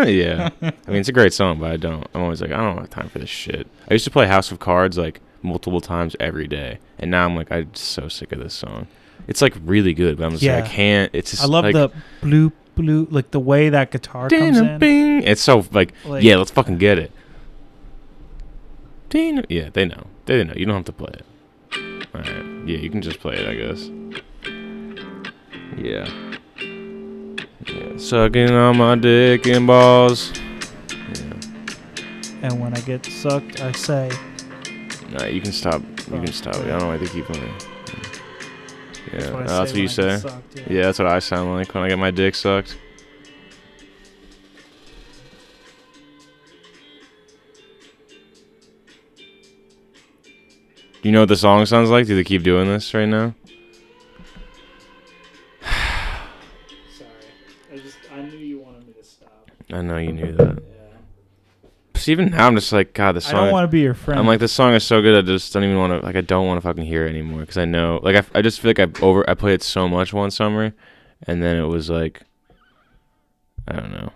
S2: yeah. I mean, it's a great song, but I don't. I'm always like, I don't have time for this shit. I used to play House of Cards like multiple times every day, and now I'm like, I'm so sick of this song. It's like really good, but I'm just like,
S4: Yeah.
S2: I can't. It's just
S4: I love
S2: like,
S4: the blue blue like the way that guitar comes
S2: Dina
S4: in.
S2: Bing. It's so like,
S4: Like-
S2: yeah, let's fucking get it. Dina. Yeah, they know. They know. You don't have to play it. All right. Yeah, you can just play it, I guess. Yeah. Yeah. Sucking on my dick and balls. Yeah.
S4: And when I get sucked, I say,
S2: Nah, you can stop. You can stop. it. I don't like to keep playing. Yeah.
S4: that's what, I
S2: oh, that's what you
S4: when I
S2: say.
S4: get sucked, yeah.
S2: Yeah, that's what I sound like when I get my dick sucked. Do you know what the song sounds like? Do they keep doing this right now?
S4: Sorry, I just I knew you wanted me to stop.
S2: I know you knew that.
S4: Yeah.
S2: See, even now I'm just like, God, this
S4: I don't
S2: song.
S4: want to be your friend.
S2: I'm like, this song is so good. I just don't even want to. Like, I don't want to fucking hear it anymore because I know. Like, I, f- I just feel like I over. I played it so much one summer, and then it was like, I don't know.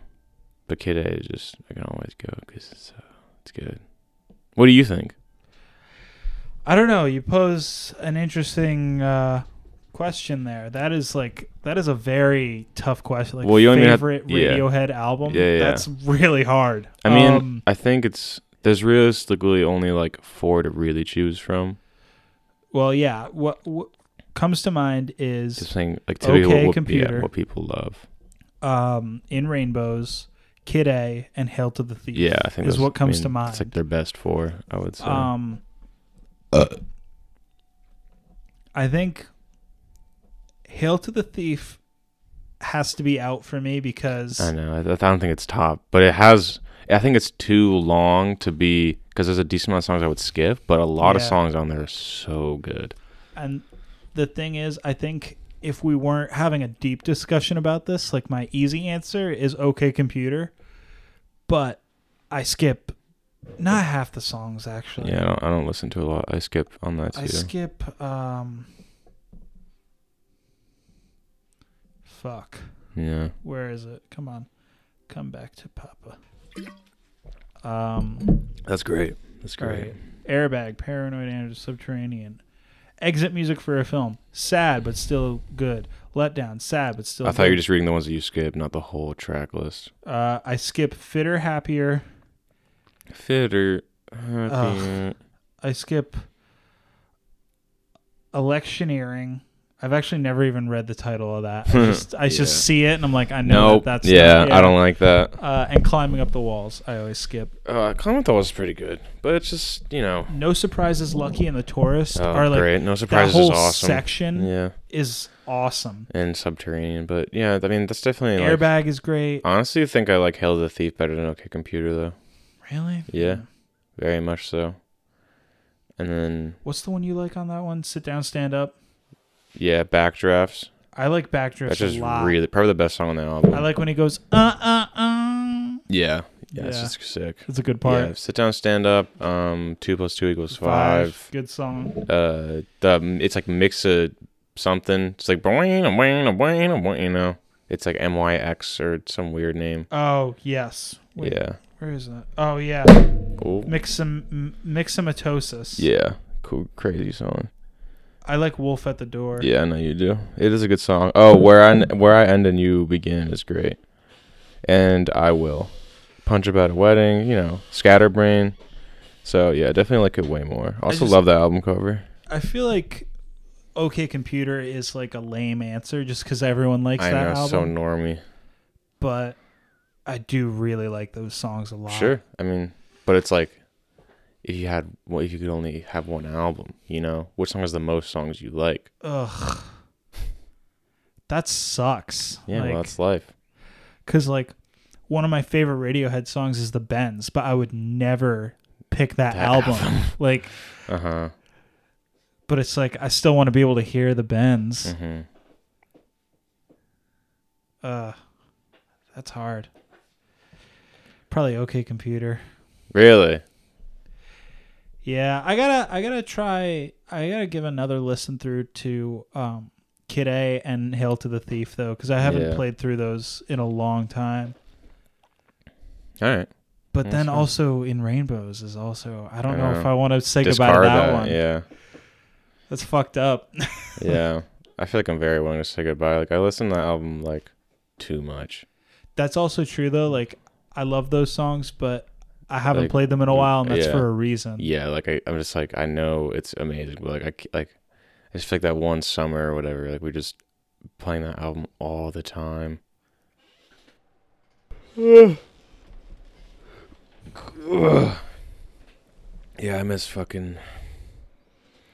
S2: But Kid A is just. I can always go because it's uh, it's good. What do you think?
S4: I don't know. You pose an interesting uh, question there. That is like that is a very tough question. Like
S2: Well, you don't even have-
S4: favorite
S2: yeah.
S4: Radiohead album.
S2: Yeah, yeah.
S4: That's really hard.
S2: I mean,
S4: Um,
S2: I think it's there's realistically only like four to really choose from.
S4: well, yeah. What, what comes to mind
S2: Just
S4: is
S2: saying, like typically
S4: Okay,
S2: what, what, yeah,
S4: Computer.
S2: what people love.
S4: um, in Rainbows, Kid A, and Hail to the Thief.
S2: Yeah, I think
S4: is
S2: those-
S4: what
S2: I
S4: comes
S2: mean,
S4: to mind.
S2: It's like their best four, I would say.
S4: Um, I think Hail to the Thief has to be out for me because
S2: I know. I, I don't think it's top, but it has. I think it's too long to be because there's a decent amount of songs I would skip, but a lot of
S4: Yeah.
S2: songs on there are so good.
S4: And the thing is, I think if we weren't having a deep discussion about this, like my easy answer is OK Computer, but I skip not half the songs actually.
S2: Yeah, I don't, I don't listen to a lot. I skip on that too.
S4: I skip. um Fuck.
S2: yeah,
S4: Where is it? Come on, come back to Papa. Um.
S2: that's great. That's
S4: All
S2: great.
S4: right. Airbag, Paranoid Android, Subterranean. Exit music for a film. Sad but still good. Letdown. Sad but still.
S2: I thought you
S4: good.
S2: were just reading the ones that you skip, not the whole track list.
S4: Uh, I skip fitter, happier.
S2: Fitter.
S4: Ugh. I skip electioneering. I've actually never even read the title of that. I just, I
S2: Hmm. Yeah.
S4: just see it and I'm like, I know
S2: Nope.
S4: that that's
S2: yeah,
S4: not-
S2: I don't like that.
S4: Uh, and climbing up the walls, I always skip.
S2: Uh, Clementhal was pretty good, but it's just you know,
S4: No surprises. Lucky and the tourist
S2: oh,
S4: are like
S2: great. No
S4: that
S2: surprises
S4: whole
S2: is awesome.
S4: section
S2: Yeah,
S4: is awesome.
S2: and subterranean, but yeah, I mean that's definitely like,
S4: Airbag is great.
S2: Honestly, I think I like Hail the Thief better than OK Computer though.
S4: Really?
S2: Yeah, very much so. And then
S4: What's the one you like on that one? Sit down, stand up.
S2: yeah, Backdrafts.
S4: I like backdrifts
S2: That's just
S4: a lot.
S2: really probably the best song on the album.
S4: I like when he goes uh uh uh.
S2: yeah, yeah, it's
S4: Yeah.
S2: just sick.
S4: It's a good
S2: Yeah,
S4: part.
S2: sit down, stand up. Um, two plus two equals five.
S4: Good song.
S2: Uh, the it's like mix of something. It's like boing, boing, boing, boing, you know. It's like M Y X or some weird name.
S4: Oh yes. Wait,
S2: Yeah.
S4: Where is that? Oh yeah.
S2: Cool.
S4: Mixum m- mixomatosis.
S2: Yeah. Cool. Crazy song.
S4: I like Wolf at the Door.
S2: Yeah, I know you do. It is a good song. Oh, where I where I end and you begin is great, and I will punch about a wedding. You know, scatterbrain. So yeah, definitely like it way more. Also
S4: just-
S2: love the album cover.
S4: I feel like OK Computer is like a lame answer just because everyone likes
S2: I
S4: that
S2: know, so
S4: album.
S2: normy.
S4: but I do really like those songs a lot.
S2: Sure, I mean, but it's like if you had well, if you could only have one album, you know, which song has the most songs you like?
S4: Ugh. That sucks.
S2: Yeah,
S4: like,
S2: well, that's life.
S4: Because, like, one of my favorite Radiohead songs is The Bends, but I would never pick that,
S2: That
S4: album. like,
S2: Uh huh.
S4: but it's like, I still want to be able to hear The Bends.
S2: hmm
S4: Uh, that's hard. Probably OK Computer.
S2: Really?
S4: Yeah, I gotta, I gotta try, I gotta give another listen through to, um, Kid A and Hail to the Thief, though, because I haven't
S2: Yeah.
S4: played through those in a long time.
S2: All right.
S4: But
S2: That's
S4: then
S2: fair.
S4: also in Rainbows is also I don't know if
S2: Oh.
S4: I want to say goodbye to
S2: Discard
S4: that,
S2: that.
S4: one.
S2: Yeah.
S4: That's fucked up.
S2: yeah i feel like i'm very willing to say goodbye like i listen to that album like too much
S4: That's also true though. Like I love those songs, but I haven't
S2: Like,
S4: played them in a while, and that's
S2: yeah.
S4: for a reason.
S2: yeah like I, i'm just like i know it's amazing but like i ca- like i just feel like that one summer or whatever like we're just playing that album all the time yeah i miss fucking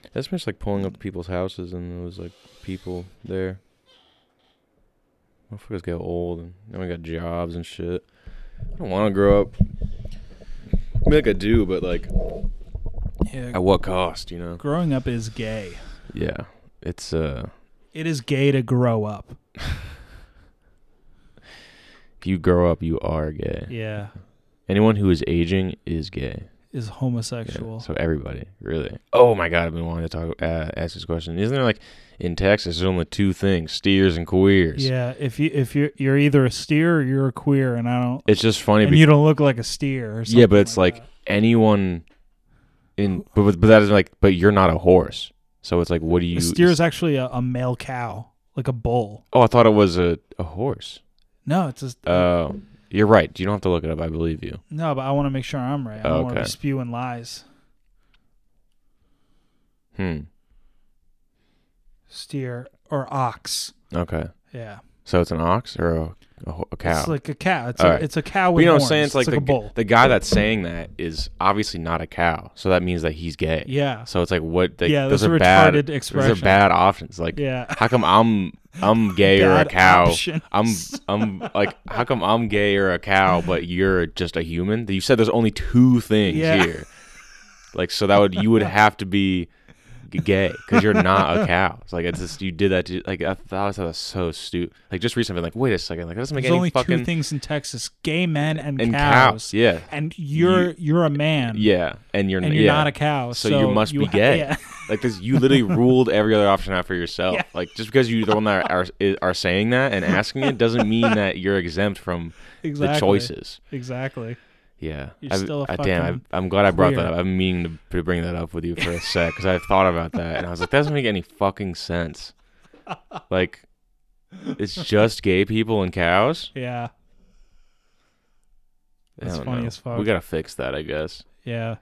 S2: i just miss like pulling up to people's houses and there was like people there motherfuckers get old and then we got jobs and shit i don't want to grow up I mean, like I do, but like
S4: Yeah.
S2: at what cost, you know?
S4: Growing up is gay.
S2: Yeah. It's uh
S4: It is gay to grow up.
S2: if you grow up you are gay.
S4: Yeah,
S2: Anyone who is aging is gay.
S4: is
S2: Yeah,
S4: homosexual.
S2: So everybody, really. Oh my god, I've been wanting to talk uh, ask this question. Isn't there like in Texas there's only two things, steers and queers.
S4: Yeah, if you if you're you're either a steer or you're a queer, and I don't
S2: It's just funny
S4: and you don't look like a steer. Or something
S2: Yeah, but it's like,
S4: that.
S2: anyone in but, but but that is like but you're not a horse. So it's like what do you
S4: a steer is actually a, a male cow, like a bull.
S2: Oh, I thought it was a, a horse.
S4: No, it's a,
S2: Oh. you're right. You don't have to look it up. I believe you.
S4: No, but I want to make sure I'm right. I don't want to
S2: Okay.
S4: be spewing lies.
S2: Hmm.
S4: Steer or ox.
S2: Okay.
S4: Yeah.
S2: So it's an ox or a, a, ho- a cow.
S4: It's like a cow. It's, a,
S2: All right.
S4: it's a cow
S2: But
S4: with
S2: you know what
S4: horns.
S2: I'm saying? It's like,
S4: a
S2: the,
S4: bull.
S2: the guy that's saying that is obviously not a cow. So that means that he's gay.
S4: yeah.
S2: So it's like what? They,
S4: Yeah,
S2: those
S4: that's a
S2: are bad.
S4: retarded
S2: Those
S4: expression.
S2: are bad options. Like,
S4: Yeah.
S2: how come I'm I'm gay or a
S4: Bad
S2: cow?
S4: options.
S2: I'm I'm like, how come I'm gay or a cow, but you're just a human? You said there's only two things
S4: Yeah.
S2: here. Like so that would you would have to be g- gay because you're not a cow. It's like it's just you did that. To, like I thought that was so stupid. Like just recently, like wait a second, like that doesn't make
S4: There's
S2: any
S4: only
S2: fucking
S4: two things in Texas: gay men and,
S2: and
S4: cows.
S2: cows. Yeah,
S4: And you're you, are a man.
S2: yeah, and you're
S4: And you're
S2: yeah.
S4: not a cow.
S2: So, you must be
S4: ha-
S2: gay.
S4: yeah.
S2: Like this, you literally ruled every other option out for yourself.
S4: Yeah.
S2: Like just because you're the one that are i- are saying that and asking it doesn't mean that you're exempt from
S4: Exactly.
S2: the choices.
S4: Exactly.
S2: Yeah,
S4: You're still a
S2: I- damn.
S4: fucking
S2: I, I'm glad I brought that
S4: queer.
S2: up. I'm meaning to, to bring that up with you for a sec because I thought about that and I was like, that doesn't make any fucking sense. Like, it's just gay people and cows.
S4: Yeah.
S2: I
S4: That's
S2: don't
S4: funny
S2: know.
S4: as fuck.
S2: We gotta fix that, I guess.
S4: Yeah.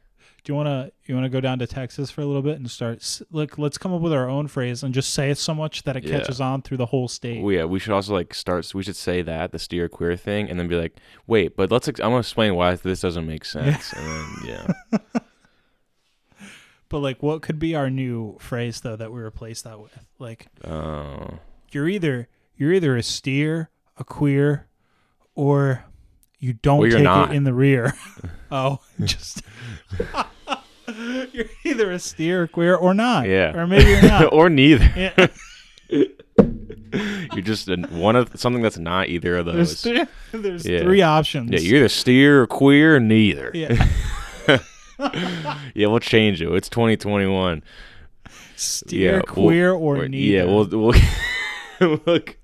S4: Do you want to you want to go down to Texas for a little bit and start s- look let's come up with our own phrase and just say it so much that it
S2: Yeah.
S4: catches on through the whole state.
S2: Well, yeah, we should also like start. We should say that the steer queer thing, and then be like, wait, but let's. Ex- I'm gonna explain why this doesn't make sense. And then yeah,
S4: but like what could be our new phrase though that we replace that with? Like
S2: Oh.
S4: you're either you're either a steer, a queer, or you don't
S2: Well, you're
S4: take
S2: not.
S4: it in the rear. oh, just you're either a steer, a queer, or not.
S2: Yeah.
S4: or maybe you're not.
S2: or neither.
S4: yeah.
S2: You're just an- one of something that's not either of those.
S4: There's three, there's
S2: Yeah.
S4: three options.
S2: Yeah, you're either steer or queer, or neither.
S4: yeah.
S2: Yeah, we'll change it. It's 2021.
S4: steer,
S2: Yeah, we'll-
S4: queer, or,
S2: Or-
S4: neither.
S2: Yeah, we'll, we'll look.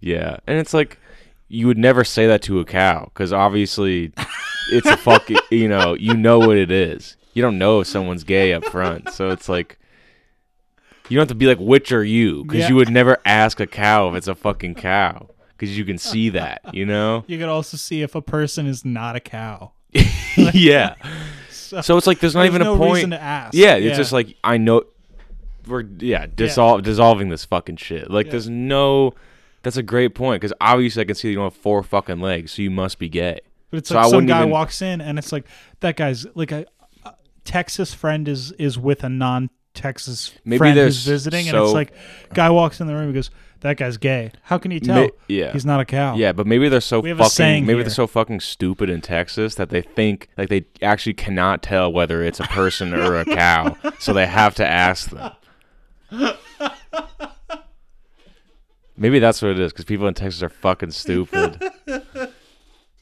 S2: Yeah, and it's like you would never say that to a cow because obviously it's a fuck. you know, you know what it is. You don't know if someone's gay up front, so it's like you don't have to be like which are you because
S4: Yeah.
S2: you would never ask a cow if it's a fucking cow because you can see that. You know.
S4: You could also see if a person is not a cow.
S2: yeah. So it's like there's not
S4: There's
S2: even
S4: no
S2: a point.
S4: reason to ask.
S2: Yeah, it's just like I know we're yeah dissol- dissolving this fucking shit. Like there's no. That's a great point because obviously I can see you don't have four fucking legs, so you must be gay.
S4: But it's
S2: So
S4: like
S2: I
S4: some
S2: wouldn't
S4: guy
S2: even-
S4: walks in and it's like that guy's like a, a Texas friend is is with a non Texas
S2: Maybe
S4: friend who's
S2: there's
S4: visiting, and
S2: so-
S4: it's like guy walks in the room and goes, "That guy's gay." How can you tell?
S2: Ma- yeah.
S4: he's not a cow.
S2: Yeah, but maybe they're so
S4: We have a
S2: fucking
S4: saying
S2: maybe
S4: here.
S2: they're so fucking stupid in Texas that they think like they actually cannot tell whether it's a person or a cow, so they have to ask them. Maybe that's what it is because people in Texas are fucking stupid.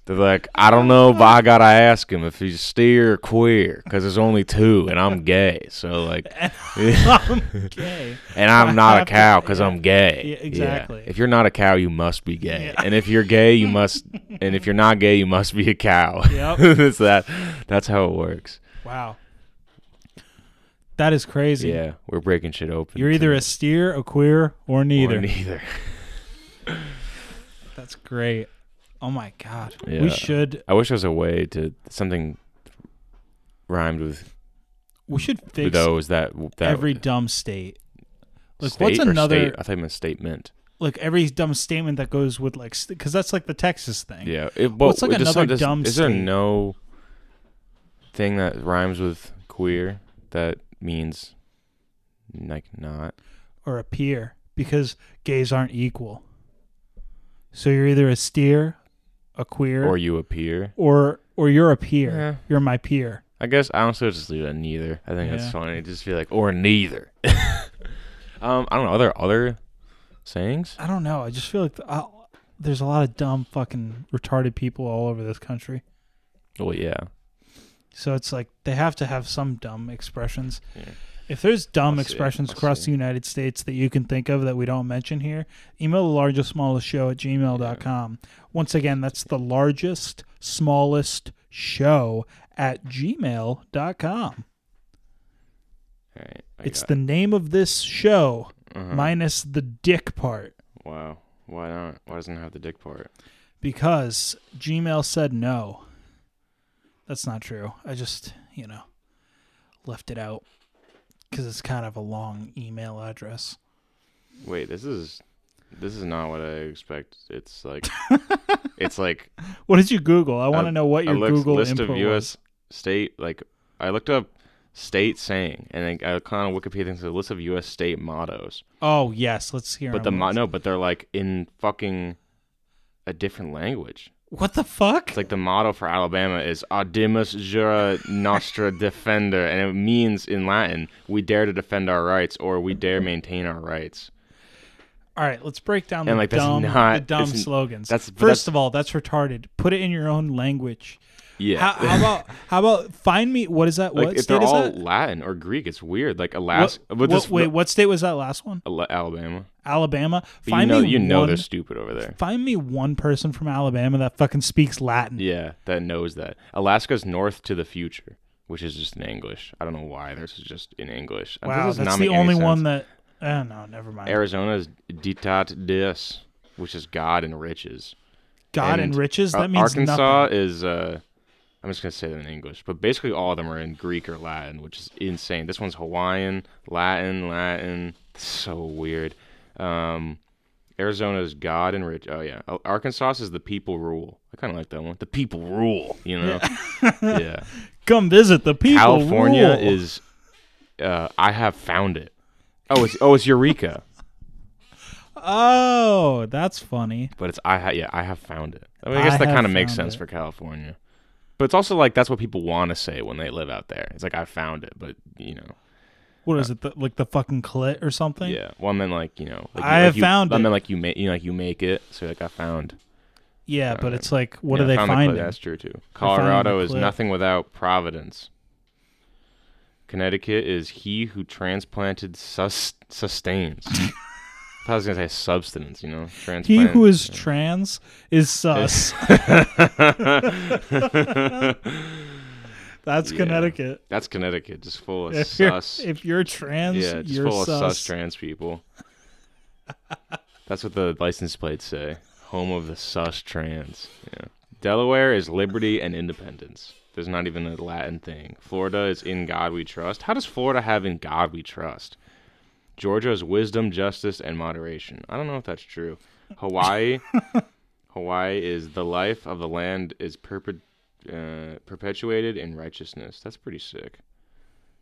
S2: They're like, I don't know, but I gotta ask him if he's steer or queer because there's only two, and I'm gay. So like,
S4: I'm gay.
S2: and I'm not a
S4: have to-
S2: cow because I'm gay.
S4: Yeah, exactly.
S2: If you're not a cow, you must be gay.
S4: Yeah.
S2: And if you're gay, you must. and if you're not gay, you must be a cow.
S4: Yep.
S2: it's that. That's how it works.
S4: Wow, that is crazy.
S2: Yeah, we're breaking shit open.
S4: You're either
S2: to-
S4: a steer, a queer, or neither.
S2: or neither.
S4: That's great. Oh my god,
S2: Yeah.
S4: we should
S2: I wish there was a way to something rhymed with
S4: we should
S2: with
S4: fix
S2: those that that
S4: every dumb state. Like
S2: state
S4: what's
S2: or
S4: another
S2: state? I thought you meant statement.
S4: like every dumb statement that goes with like because that's like the Texas thing.
S2: Yeah. It, but
S4: What's, like,
S2: does some-
S4: another
S2: does-
S4: dumb
S2: Is there
S4: state?
S2: no thing that rhymes with queer that means like not?
S4: Or a peer because gays aren't equal. So you're either a steer, a queer,
S2: Or
S4: or
S2: you appear.
S4: or, you're a peer.
S2: Yeah.
S4: You're my peer.
S2: I guess I honestly would just leave it at neither. I think
S4: Yeah.
S2: that's funny. Just be like or neither. um, I don't know. Are there other sayings?
S4: I don't know. I just feel like the, I, there's a lot of dumb fucking retarded people all over this country.
S2: Well, Oh, yeah.
S4: So it's like they have to have some dumb expressions.
S2: Yeah.
S4: If there's dumb
S2: I'll see.
S4: expressions
S2: I'll
S4: across
S2: see.
S4: the United States that you can think of that we don't mention here, email the largest smallest show at gmail.com. Once again, that's the largest smallest show at gmail.com.
S2: All right. I
S4: It's
S2: got-
S4: the name of this show
S2: uh-huh.
S4: minus the dick part
S2: Wow. Why not? Why doesn't it have the dick part?
S4: because Gmail said no. That's not true. I just, you know, left it out because it's kind of a long email address.
S2: Wait. This is this is not what I expect. It's like it's like
S4: What did you Google? I want to know what
S2: I
S4: your
S2: looked-
S4: Google
S2: list
S4: input
S2: of
S4: was.
S2: U.S. state like I looked up state saying, and I, I kind of Wikipedia things a list of U.S. state mottos.
S4: Oh yes, let's hear.
S2: But the
S4: them.
S2: mo- no, but they're like in fucking a different language.
S4: What the fuck?
S2: It's like the motto for Alabama is "Audimus jura nostra defender," and it means in Latin, "We dare to defend our rights," or "We dare maintain our rights."
S4: All right, let's break down the
S2: And, like, that's
S4: dumb,
S2: not-
S4: the dumb
S2: it's n-
S4: slogans.
S2: that's- but
S4: first
S2: that's-
S4: of all, that's retarded. Put it in your own language.
S2: Yeah.
S4: How, how about how about find me? What is that?
S2: like
S4: what
S2: if they're
S4: state is
S2: all
S4: that?
S2: Latin or Greek, it's weird. Like Alaska,
S4: What-
S2: but
S4: what-
S2: this
S4: wait, what state was that last one?
S2: Ala- Alabama.
S4: Alabama.
S2: But
S4: Find
S2: you know,
S4: me
S2: you know
S4: one,
S2: they're stupid over there.
S4: Find me one person from Alabama that fucking speaks Latin.
S2: Yeah, that knows that. Alaska's north to the future, which is just in English. I don't know why this is just in English. Uh,
S4: Wow,
S2: this does
S4: that's
S2: not
S4: the
S2: make any
S4: only
S2: sense.
S4: one that. Oh, no, never mind.
S2: Arizona's ditat dis, which is God and riches.
S4: God and, riches.
S2: Ar-
S4: That means
S2: Arkansas
S4: nothing.
S2: is. Uh, I'm just gonna say them in English, but basically all of them are in Greek or Latin, which is insane. This one's Hawaiian, Latin, Latin. So weird. Um, Arizona's God and rich. Oh yeah, Ar- Arkansas is the people rule. I kind of like that one. The people rule. You know. yeah.
S4: Come visit the people.
S2: California
S4: rule.
S2: is. Uh, I have found it. Oh, it's oh, it's Eureka,
S4: Oh, that's funny.
S2: but it's I ha- yeah I have found it. I mean, I guess
S4: I
S2: that
S4: have
S2: kind of makes
S4: found
S2: sense
S4: it.
S2: for California, but it's also like that's what people want to say when they live out there. It's like I found it, but you know,
S4: What is it? The, like the fucking clit or something?
S2: Uh, yeah. Well, I mean, like you know, like, you-
S4: I
S2: like
S4: have
S2: you-
S4: found
S2: I mean,
S4: it.
S2: like you make you know, like you make it. So like I found.
S4: Yeah, but
S2: Uh,
S4: it's like, what
S2: yeah,
S4: do they
S2: I found the clip.
S4: find?
S2: That's true too.
S4: found the
S2: Colorado is
S4: clip.
S2: nothing without Providence. Connecticut is he who transplanted sus- sustains. I was gonna say substance, you know, transplant.
S4: He who is trans is sus. That's
S2: Yeah.
S4: Connecticut.
S2: That's Connecticut, just full of
S4: If you're,
S2: sus.
S4: if you're trans,
S2: yeah, just
S4: you're
S2: full
S4: sus.
S2: of sus trans people. That's what the license plates say. Home of the sus trans. Yeah. Delaware is liberty and independence. There's not even a Latin thing. Florida is in God we trust. How does Florida have in God we trust? Georgia is wisdom, justice, and moderation. I don't know if that's true. Hawaii, Hawaii is the life of the land is perpet, uh, perpetuated in righteousness. That's pretty sick.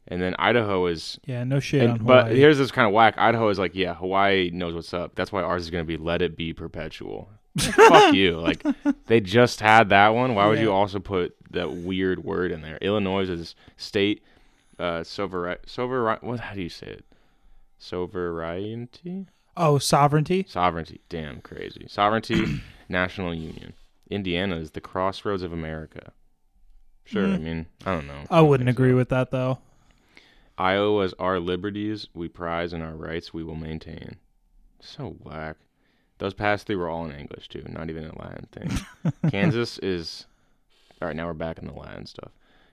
S2: And then Idaho is
S4: Yeah, no shit
S2: and-
S4: on Hawaii.
S2: but here's this kind of whack. Idaho is like, yeah, Hawaii knows what's up. That's why ours is gonna be let it be perpetual. Fuck you. Like they just had that one. Why would you
S4: Yeah.
S2: also put that weird word in there? Illinois is state uh sovereign sovereign what how do you say it? Sovereignty?
S4: oh, sovereignty.
S2: Sovereignty. Damn crazy. Sovereignty, national union. Indiana is the crossroads of America. Sure, I mean, I don't know.
S4: Mm. I wouldn't agree with that though.
S2: Iowa's our liberties we prize and our rights we will maintain. So whack. Those past three were all in English too, not even a Latin thing. Kansas is all right. Now we're back in the Latin stuff.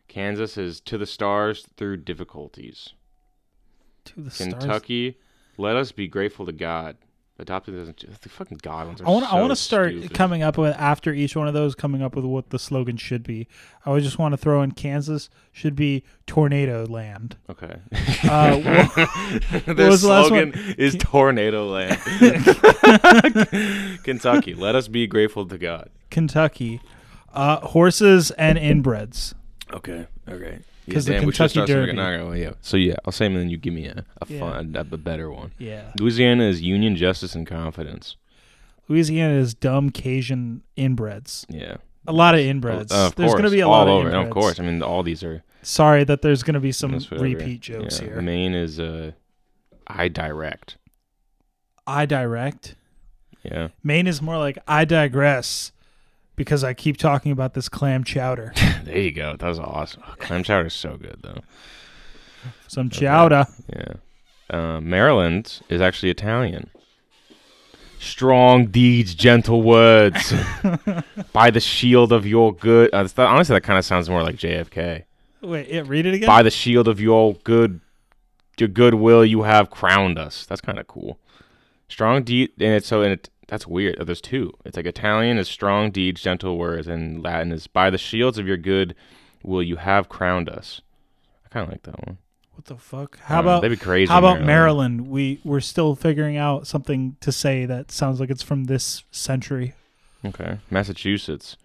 S2: Kansas is to the stars through difficulties.
S4: To the stars.
S2: Kentucky, let us be grateful to God. Adopted as a- the fucking God ones. Are
S4: I want to. I
S2: so
S4: want to start
S2: stupid.
S4: coming up with after each one of those, coming up with what the slogan should be. I would just want to throw in Kansas should be tornado land.
S2: Okay.
S4: Uh, wha-
S2: Their
S4: was the last
S2: slogan is Tornado Land. Kentucky, let us be grateful to God.
S4: Kentucky, uh, horses and inbreds.
S2: Okay. Okay.
S4: 'Cause the Kentucky Derby.
S2: yeah. So yeah, I'll say, and then you give me a, a
S4: Yeah.
S2: fun, a, a better one.
S4: Yeah,
S2: Louisiana is union, justice, and confidence.
S4: Louisiana is dumb Cajun inbreds.
S2: Yeah.
S4: A lot of inbreds.
S2: Uh, of
S4: there's
S2: course,
S4: going to be a
S2: all
S4: lot
S2: over. and
S4: of inbreds.
S2: Of course, I mean all these are
S4: Sorry that there's going to be some
S2: that's whatever.
S4: repeat jokes
S2: Yeah.
S4: here.
S2: Maine is uh, I direct.
S4: I direct.
S2: Yeah.
S4: Maine is more like I digress because I keep talking about this clam chowder.
S2: there you go. That was awesome. Oh, clam chowder is so good though.
S4: Some chowder.
S2: Yeah. Uh, Maryland is actually Italian. Strong deeds, gentle words. By the shield of your good. Uh, it's- honestly, that kind of sounds more like JFK.
S4: Wait, yeah, read it again.
S2: By the shield of your good, your goodwill, you have crowned us. That's kind of cool. Strong deed, and it's so, and it, that's weird. Oh, there's two. It's like Italian is strong deeds, gentle words, and Latin is by the shields of your good will you have crowned us. I kind of like that one.
S4: What the fuck? How
S2: I don't know.
S4: about
S2: That'd be crazy
S4: How
S2: in
S4: about
S2: Maryland.
S4: Maryland? We we're still figuring out something to say that sounds like it's from this century.
S2: Okay. Massachusetts.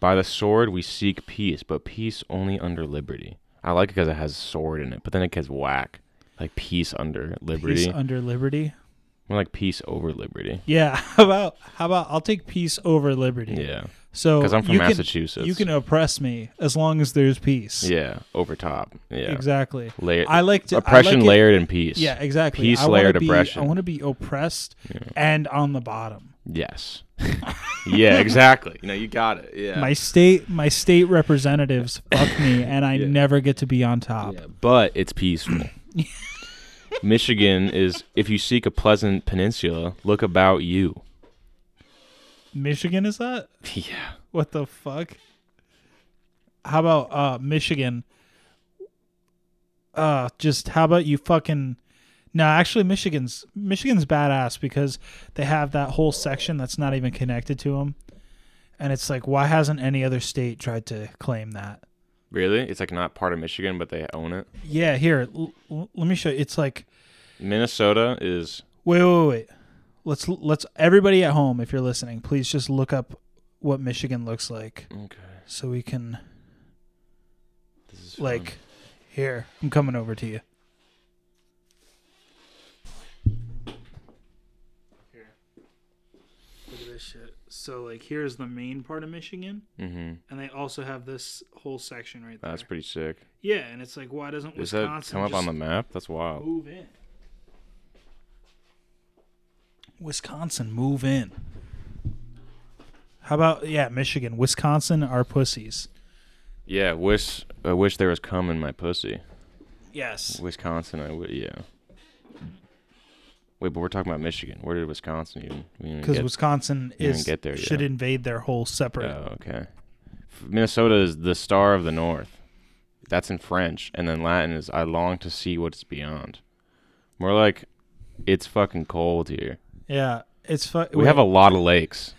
S2: By the sword we seek peace, but peace only under liberty. I like it because it has sword in it, but then it gets whack. Like peace under liberty.
S4: Peace under liberty.
S2: More like peace over liberty.
S4: Yeah. How about how about I'll take peace over liberty.
S2: Yeah.
S4: So
S2: 'Cause I'm from
S4: you can-
S2: Massachusetts.
S4: you can oppress me as long as there's peace.
S2: Yeah. Over top. Yeah.
S4: Exactly.
S2: Layer-
S4: I like to I
S2: oppression
S4: like it-
S2: layered in peace.
S4: Yeah, exactly.
S2: Peace
S4: I wanna
S2: layered
S4: be-
S2: oppression.
S4: I want to be oppressed and on the bottom.
S2: Yes. yeah, exactly. No, you got it. Yeah.
S4: My state my state representatives fuck me and I never get to be on top.
S2: Yeah, but it's peaceful. Michigan is if you seek a pleasant peninsula, look about you.
S4: Michigan is that?
S2: Yeah.
S4: What the fuck? How about uh Michigan? Uh just how about you fucking No, actually Michigan's Michigan's badass because they have that whole section that's not even connected to them. And it's like why hasn't any other state tried to claim that?
S2: Really? It's like not part of Michigan, but they own it.
S4: Yeah, here. L- l- let me show you. It's like
S2: Minnesota is
S4: wait, wait, wait. Let's let's everybody at home if you're listening, please just look up what Michigan looks like
S2: okay.
S4: so we can
S2: This is fun.
S4: like here. I'm coming over to you. Look at this shit. So like here's the main part of Michigan
S2: Mhm.
S4: and they also have this whole section right there.
S2: That's pretty sick.
S4: yeah, and it's like why doesn't
S2: Does
S4: Wisconsin
S2: that come up on the map? That's wild.
S4: move in. Wisconsin, move in. How about yeah, Michigan, Wisconsin are pussies.
S2: Yeah, wish I wish there was cum in my pussy.
S4: Yes.
S2: Wisconsin, I would yeah. Wait, but we're talking about Michigan. Where did Wisconsin even? We didn't even
S4: Because
S2: get-
S4: Wisconsin
S2: you didn't
S4: is
S2: get there yet.
S4: should invade their whole separate.
S2: Oh, okay. F- Minnesota is the star of the north. That's in French, and then Latin is "I long to see what's beyond." More like, it's fucking cold here.
S4: Yeah, it's fu-
S2: We have a lot of lakes.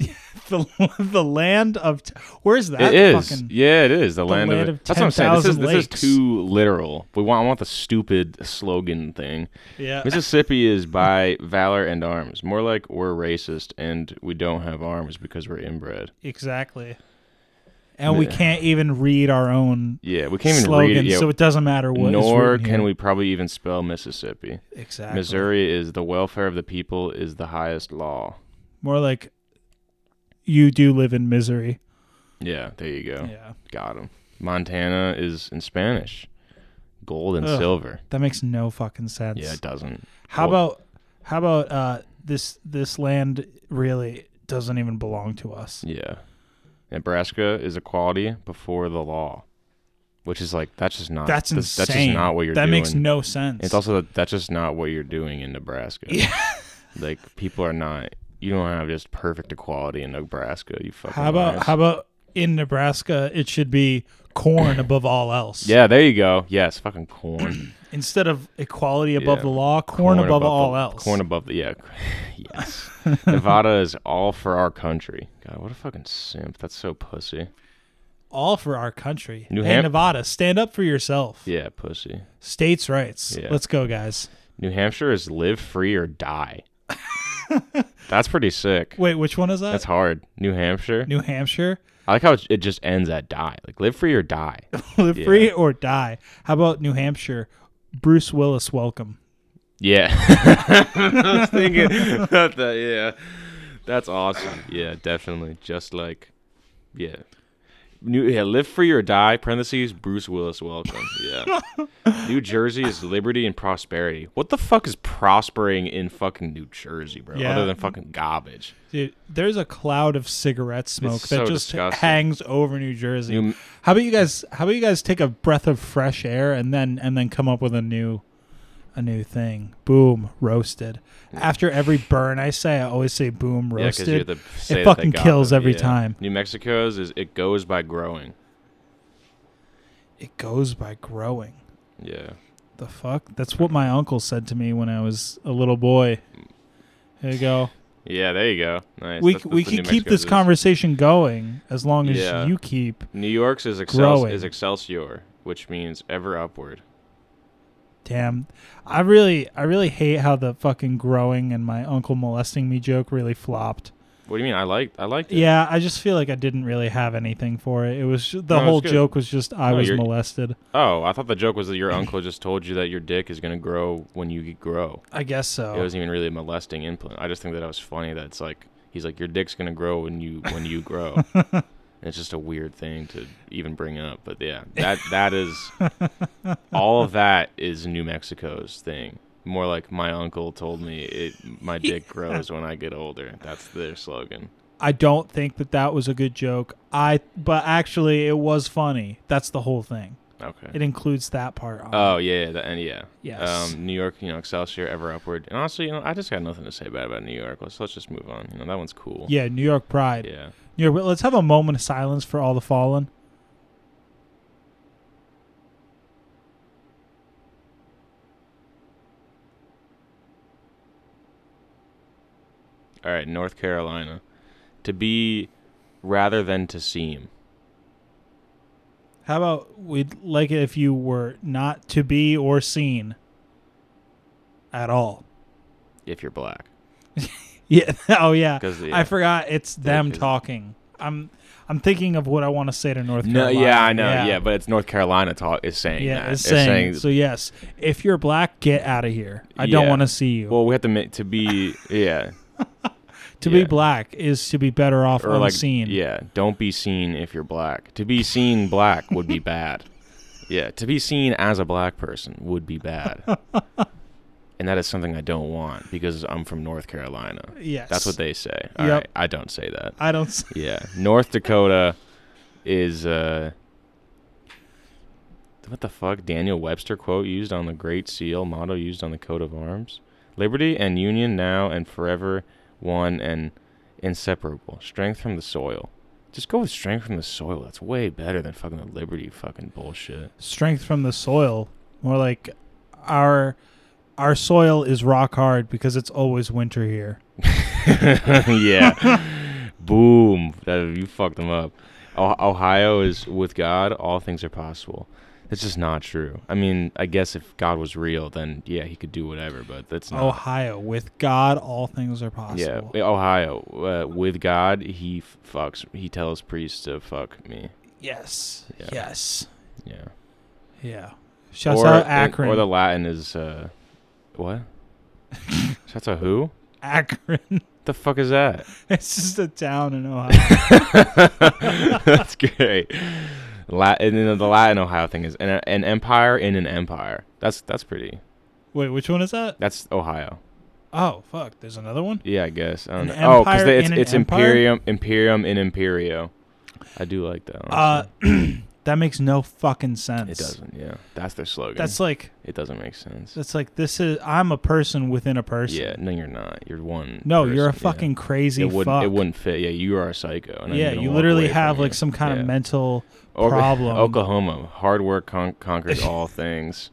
S4: the, the land of t- where's that
S2: It is,
S4: fucking
S2: yeah, it is the, land,
S4: land
S2: of.
S4: of
S2: that's what I'm saying. This is
S4: 10,000
S2: this
S4: lakes.
S2: is too literal. We want I want the stupid slogan thing.
S4: yeah
S2: Mississippi is by valor and arms. More like we're racist and we don't have arms because we're inbred.
S4: exactly. And we can't even read our own
S2: Yeah, we can't even
S4: slogan,
S2: read it. yet.
S4: so it doesn't matter what. is
S2: Nor
S4: written
S2: can
S4: here.
S2: we probably even spell Mississippi.
S4: exactly
S2: Missouri is the welfare of the people is the highest law.
S4: More like you do live in misery.
S2: Yeah, there you go.
S4: Yeah.
S2: Got him. Montana is in Spanish, gold and
S4: Ugh.
S2: silver.
S4: That makes no fucking sense.
S2: Yeah, it doesn't.
S4: how
S2: Well,
S4: about how about uh this this land really doesn't even belong to us.
S2: Yeah, Nebraska is equality before the law, which is like that's just not
S4: That's insane.
S2: that's, that's just not what you're
S4: That
S2: doing.
S4: makes no sense.
S2: It's also that that's just not what you're doing in Nebraska. Yeah, like people are not. You don't have just perfect equality in Nebraska. You fucking.
S4: how about
S2: liars.
S4: how about in Nebraska it should be corn above all else.
S2: Yeah, there you go. Yes, fucking corn.
S4: Instead of equality above
S2: Yeah.
S4: the law, corn, above, all
S2: the,
S4: else.
S2: Corn above the yeah, yes. Nevada is all for our country. God, what a fucking simp. That's so pussy.
S4: all for our country.
S2: New
S4: hey
S2: Hamp-
S4: Nevada, stand up for yourself.
S2: Yeah, pussy.
S4: States' rights.
S2: Yeah.
S4: Let's go, guys.
S2: New Hampshire is live free or die. That's pretty sick.
S4: Wait, which one is that?
S2: That's hard. New Hampshire.
S4: New Hampshire.
S2: I like how it just ends at die. Like live free or die.
S4: Live free or die. How about New Hampshire? Bruce Willis, welcome.
S2: Yeah. I was thinking about that. Yeah. That's awesome. Yeah, definitely. Just like, yeah. New, yeah, live free or die. Parentheses. Bruce Willis, welcome. Yeah. New Jersey is liberty and prosperity. What the fuck is prospering in fucking New Jersey, bro?
S4: Yeah.
S2: Other than fucking garbage.
S4: Dude, there's a cloud of cigarette smoke
S2: It's so
S4: that just
S2: disgusting.
S4: hangs over New Jersey.
S2: New-
S4: how about you guys? How about you guys take a breath of fresh air and then and then come up with a new, a new thing? Boom, roasted. After every burn I say, I always say boom
S2: Yeah, 'cause
S4: roasted.
S2: you have to say that they
S4: fucking
S2: got
S4: kills
S2: them.
S4: every
S2: Yeah.
S4: time.
S2: New Mexico's is it goes by growing.
S4: it goes by growing.
S2: Yeah.
S4: The fuck? That's what my uncle said to me when I was a little boy. Here you go.
S2: Yeah, there you go. Nice.
S4: we
S2: That's-
S4: we
S2: that's what
S4: can
S2: New
S4: keep this
S2: Mexico's is.
S4: conversation going as long as
S2: Yeah.
S4: you keep.
S2: New York's is, excel-
S4: Growing.
S2: is Excelsior, which means ever upward.
S4: Damn, I really I really hate how the fucking growing and my uncle molesting me joke really flopped.
S2: What do you mean? I liked. I liked it.
S4: Yeah, I just feel like I didn't really have anything for it. It was the
S2: No, it's
S4: whole
S2: good.
S4: joke was just I
S2: No,
S4: was
S2: you're-
S4: molested.
S2: Oh, I thought the joke was that your uncle just told you that your dick is gonna grow when you grow.
S4: I guess so.
S2: It wasn't even really a molesting implant. I just think that it was funny. That it's like he's like your dick's gonna grow when you when you grow. and it's just a weird thing to even bring up. But yeah, that that is all of that is New Mexico's thing. More like my uncle told me it. My dick grows when I get older. That's their slogan.
S4: I don't think that that was a good joke. I but actually it was funny. That's the whole thing.
S2: Okay.
S4: It includes that part. On
S2: Oh yeah, yeah, the, and yeah,
S4: Yes.
S2: Um, New York, you know, Excelsior, ever upward, and honestly, you know, I just got nothing to say bad about New York. Let's let's just move on. You know, that one's cool.
S4: Yeah, New York Pride.
S2: yeah.
S4: New York, let's have a moment of silence for all the fallen.
S2: All right, North Carolina, to be rather than to seem.
S4: How about we'd like it if you were not to be or seen at all?
S2: If you're black,
S4: Yeah. Oh yeah.
S2: 'Cause, yeah.
S4: I forgot it's them
S2: 'cause-
S4: talking. I'm I'm thinking of what I want to say to North
S2: no,
S4: Carolina.
S2: yeah, I know, yeah. but it's North Carolina talk is saying
S4: Yeah,
S2: that.
S4: it's saying, so. Yes, if you're black, get out of here. I don't
S2: Yeah.
S4: want to see you.
S2: Well, we have to make to be yeah yeah.
S4: to be black is to be better off
S2: or like
S4: unseen.
S2: yeah. Don't be seen if you're black. To be seen black would be bad. Yeah, to be seen as a black person would be bad. and that is something I don't want because I'm from North Carolina.
S4: Yes.
S2: That's what they say. All right,
S4: Yep.
S2: I don't say that.
S4: I don't. s-
S2: Yeah, North Dakota is uh what the fuck Daniel Webster quote used on the Great Seal, motto used on the coat of arms. Liberty and union now and forever one and inseparable. Strength from the soil. Just go with strength from the soil. That's way better than fucking the liberty fucking bullshit.
S4: Strength from the soil, more like our our soil is rock hard because it's always winter here.
S2: yeah. Boom. That, you fucked them up. O- Ohio is with God, all things are possible. That's just not true. I mean, I guess if God was real, then yeah, he could do whatever, but that's not.
S4: Ohio, with God, all things are
S2: yeah, eh,
S4: possible.
S2: Ohio. Uh, with God, he f- fucks. He tells priests to fuck me.
S4: Yes.
S2: Yeah.
S4: Yes.
S2: Yeah.
S4: Yeah. Shouts
S2: or,
S4: out Akron.
S2: Or the Latin is, uh, what? Shouts out who?
S4: Akron.
S2: The fuck is that?
S4: it's just a town in Ohio.
S2: That's great. Latin, and then the Latin Ohio thing is an, an empire in an empire. That's that's pretty.
S4: Wait, which one is that?
S2: That's Ohio.
S4: Oh fuck, there's another one.
S2: Yeah, I guess. I don't
S4: An
S2: know. Oh, because
S4: empire
S2: it's
S4: in an
S2: it's
S4: empire?
S2: imperium, imperium in imperio. I do like that.
S4: Uh,
S2: honestly.
S4: that makes no fucking sense.
S2: it doesn't. Yeah, that's their slogan.
S4: That's like
S2: it doesn't make sense.
S4: that's like this is I'm a person within a person.
S2: Yeah, no, you're not. You're one.
S4: No, you're a
S2: person, yeah.
S4: fucking crazy
S2: It wouldn't.
S4: fuck.
S2: It wouldn't fit. Yeah, you are a psycho. And I'm
S4: yeah,
S2: gonna
S4: you
S2: walk
S4: literally
S2: away from
S4: have like
S2: you.
S4: some kind
S2: Yeah.
S4: of mental
S2: Or-
S4: problem.
S2: Oklahoma, hard work con- conquers all things.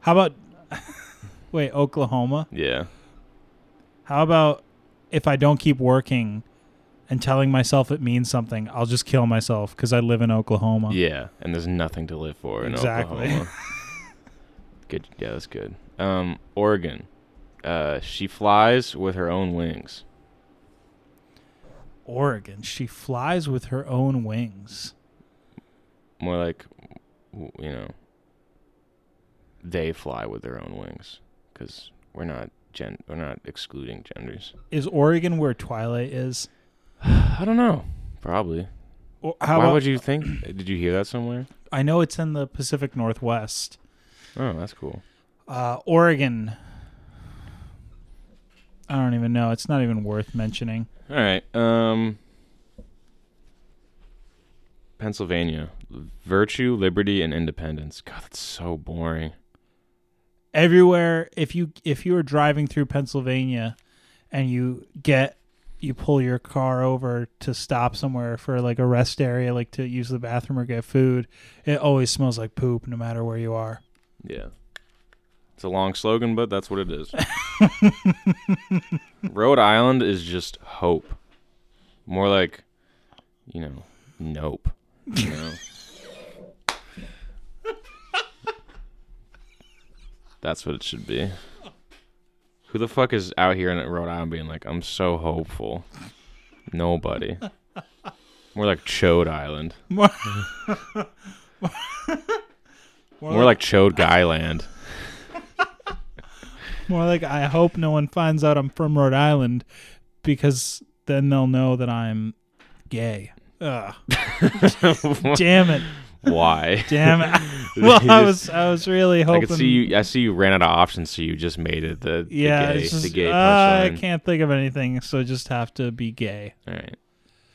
S4: How about Wait, Oklahoma?
S2: Yeah.
S4: How about if I don't keep working and telling myself it means something, I'll just kill myself because I live in Oklahoma.
S2: Yeah, and there's nothing to live for in
S4: Exactly.
S2: Oklahoma. good. Yeah, that's good. Um, Oregon. Uh, she flies with her own wings.
S4: Oregon, she flies with her own wings.
S2: More like, w- you know, they fly with their own wings because we're not gen. We're not excluding genders.
S4: Is Oregon where Twilight is?
S2: I don't know. Probably.
S4: Or how
S2: Why
S4: about,
S2: would you think? Did you hear that somewhere?
S4: I know it's in the Pacific Northwest.
S2: Oh, that's cool.
S4: Uh, Oregon. I don't even know. It's not even worth mentioning.
S2: All right. Um, Pennsylvania, virtue, liberty, and independence. God, that's so boring.
S4: Everywhere, if you if you were driving through Pennsylvania, and you get you pull your car over to stop somewhere for like a rest area, like to use the bathroom or get food, it always smells like poop, no matter where you are.
S2: Yeah. It's a long slogan, but that's what it is. Rhode Island is just hope. More like, you know, nope. You know. that's what it should be. Who the fuck is out here in Rhode Island being like, I'm so hopeful? Nobody. More like Chode Island.
S4: More,
S2: More like Chode Guyland.
S4: more like I hope no one finds out I'm from Rhode Island because then they'll know that I'm gay. Ugh. Damn it.
S2: Why?
S4: Damn it. well, I was I was really
S2: I
S4: hoping
S2: could see you. I see you ran out of options, so you just made it the, the
S4: Yeah,
S2: gay,
S4: it's just,
S2: the gay
S4: uh, I
S2: punchline.
S4: can't think of anything, so just have to be gay.
S2: All right.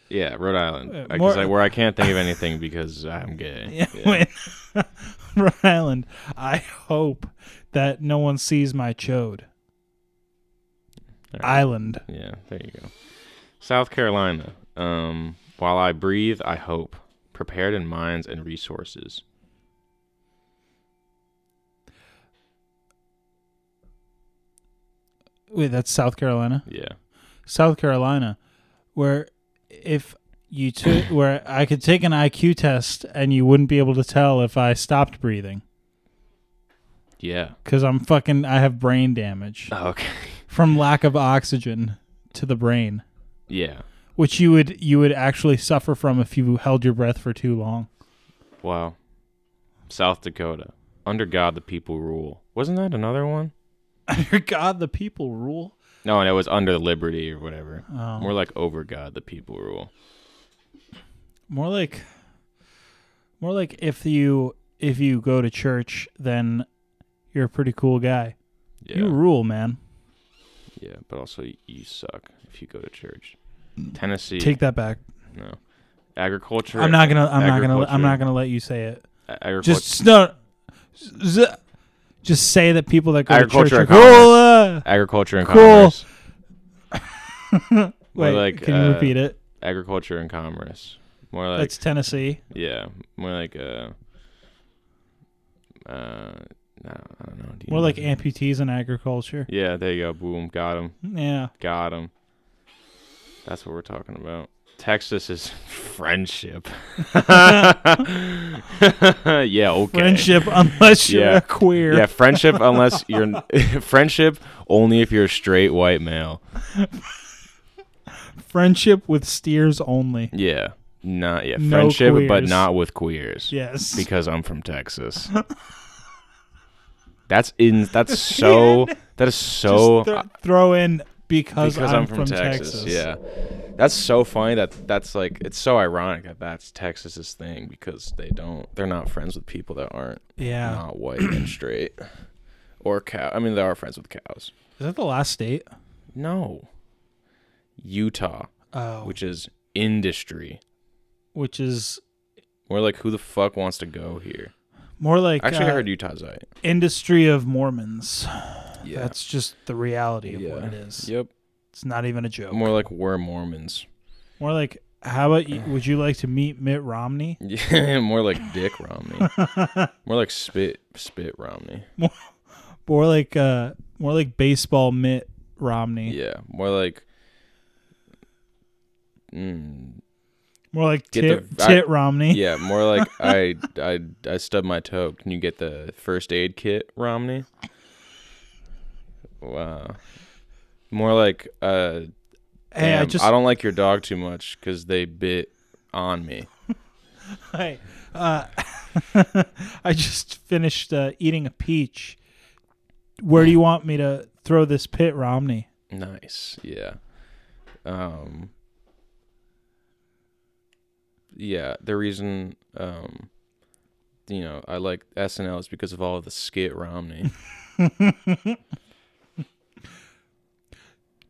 S2: Yeah, Rhode Island.
S4: Uh,
S2: I, 'cause
S4: more-
S2: I- where I can't think of anything because I'm gay.
S4: Yeah. when- Rhode Island. I hope that no one sees my chode.
S2: All right.
S4: Island.
S2: Yeah, there you go. South Carolina. Um, while I breathe, I hope. Prepared in minds and resources.
S4: Wait, that's South Carolina.
S2: Yeah.
S4: South Carolina, where if you took where I could take an IQ test and you wouldn't be able to tell if I stopped breathing
S2: Yeah.
S4: because I'm fucking I have brain damage
S2: Okay.
S4: from lack of oxygen to the brain,
S2: Yeah.
S4: which you would you would actually suffer from if you held your breath for too long.
S2: Wow. South Dakota. Under God, the people rule. Wasn't that another one?
S4: Under God, the people rule.
S2: No, and it was under liberty or whatever.
S4: Oh.
S2: More like over God, the people rule.
S4: More like more like if you if you go to church, then you're a pretty cool guy.
S2: Yeah.
S4: You rule, man.
S2: yeah, but also y- you suck if you go to church. Tennessee.
S4: Mm. Take that back.
S2: No. Agriculture.
S4: I'm not gonna. I'm not gonna. I'm
S2: Agriculture.
S4: not gonna let you say it.
S2: Agriculture.
S4: Just no. z- Just say that people that go to church
S2: Agriculture
S4: are
S2: economists.
S4: cool. uh,
S2: agriculture and
S4: Cool.
S2: commerce. Or
S4: Ah, Wait,
S2: like,
S4: can you
S2: uh,
S4: repeat it?
S2: Agriculture and commerce. More like
S4: That's Tennessee.
S2: yeah, more like uh, uh, no, I don't know. Do you
S4: More
S2: know?
S4: like amputees in agriculture.
S2: yeah, there you go. Boom, got him,
S4: Yeah.
S2: got him. That's what we're talking about. Texas is friendship. yeah, okay.
S4: Friendship, unless you're
S2: Yeah.
S4: a queer.
S2: Yeah, friendship unless you're friendship only if you're a straight white male.
S4: Friendship with steers only.
S2: Yeah. Not yeah,
S4: No
S2: friendship but
S4: queers.
S2: not with queers.
S4: Yes.
S2: because I'm from Texas. that's in. That's so. That is so. uh,
S4: Just thro- throw in because,
S2: because I'm, from, Texas. Yeah, that's so funny. That that's like it's so ironic that that's Texas's thing because they don't. They're not friends with people that aren't
S4: Yeah.
S2: not white and straight or cow. I mean, they are friends with cows.
S4: Is that the last state?
S2: No, Utah,
S4: Oh. Which,
S2: which is industry.
S4: which is
S2: We're like, who the fuck wants to go here?
S4: more like
S2: Actually, I
S4: uh,
S2: heard Utah's right.
S4: industry of Mormons.
S2: Yeah,
S4: That's just the reality of what
S2: Yeah.
S4: it is.
S2: Yep,
S4: It's not even a joke. More,
S2: more like we're Mormons.
S4: like, how about you, would you like to meet Mitt Romney?
S2: Yeah, more like Dick Romney. more like spit spit Romney.
S4: More like, uh, more like baseball Mitt Romney.
S2: Yeah, more like. Mm,
S4: More like
S2: Get
S4: Tit,
S2: the- I-
S4: tit Romney.
S2: yeah, more like I I I stubbed my toe. Can you get the first aid kit, Romney? Wow. More like uh,
S4: hey, I
S2: damn,
S4: just,
S2: I don't like your dog too much because they bit on me.
S4: hey, uh, I just finished uh, eating a peach. Where do you want me to throw this pit Romney?
S2: Nice. Yeah. Um Yeah, the reason um you know, I like SNL is because of all of the skit Romney.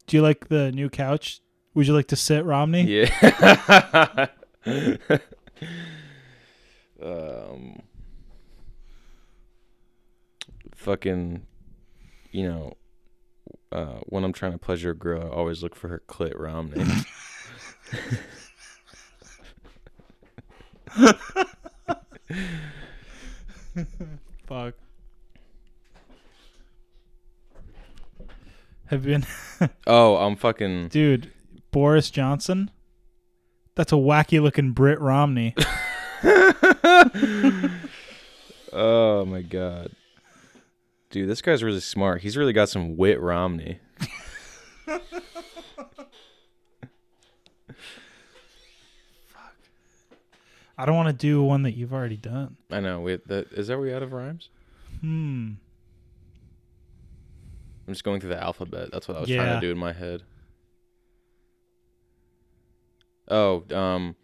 S4: Do you like the new couch? Would you like to sit Romney?
S2: yeah. um fucking you know uh when I'm trying to pleasure a girl, I always look for her clit Romney.
S4: Fuck. Have you been,
S2: oh, I'm fucking
S4: dude? Boris Johnson. That's a wacky looking Brit Romney.
S2: Oh my god. dude, this guy's really smart. He's really got some wit Romney.
S4: I don't want to do one that you've already done.
S2: I know. We that is that we out of rhymes?
S4: Hmm.
S2: I'm just going through the alphabet. That's what I was
S4: Yeah.
S2: trying to do in my head. Oh, um,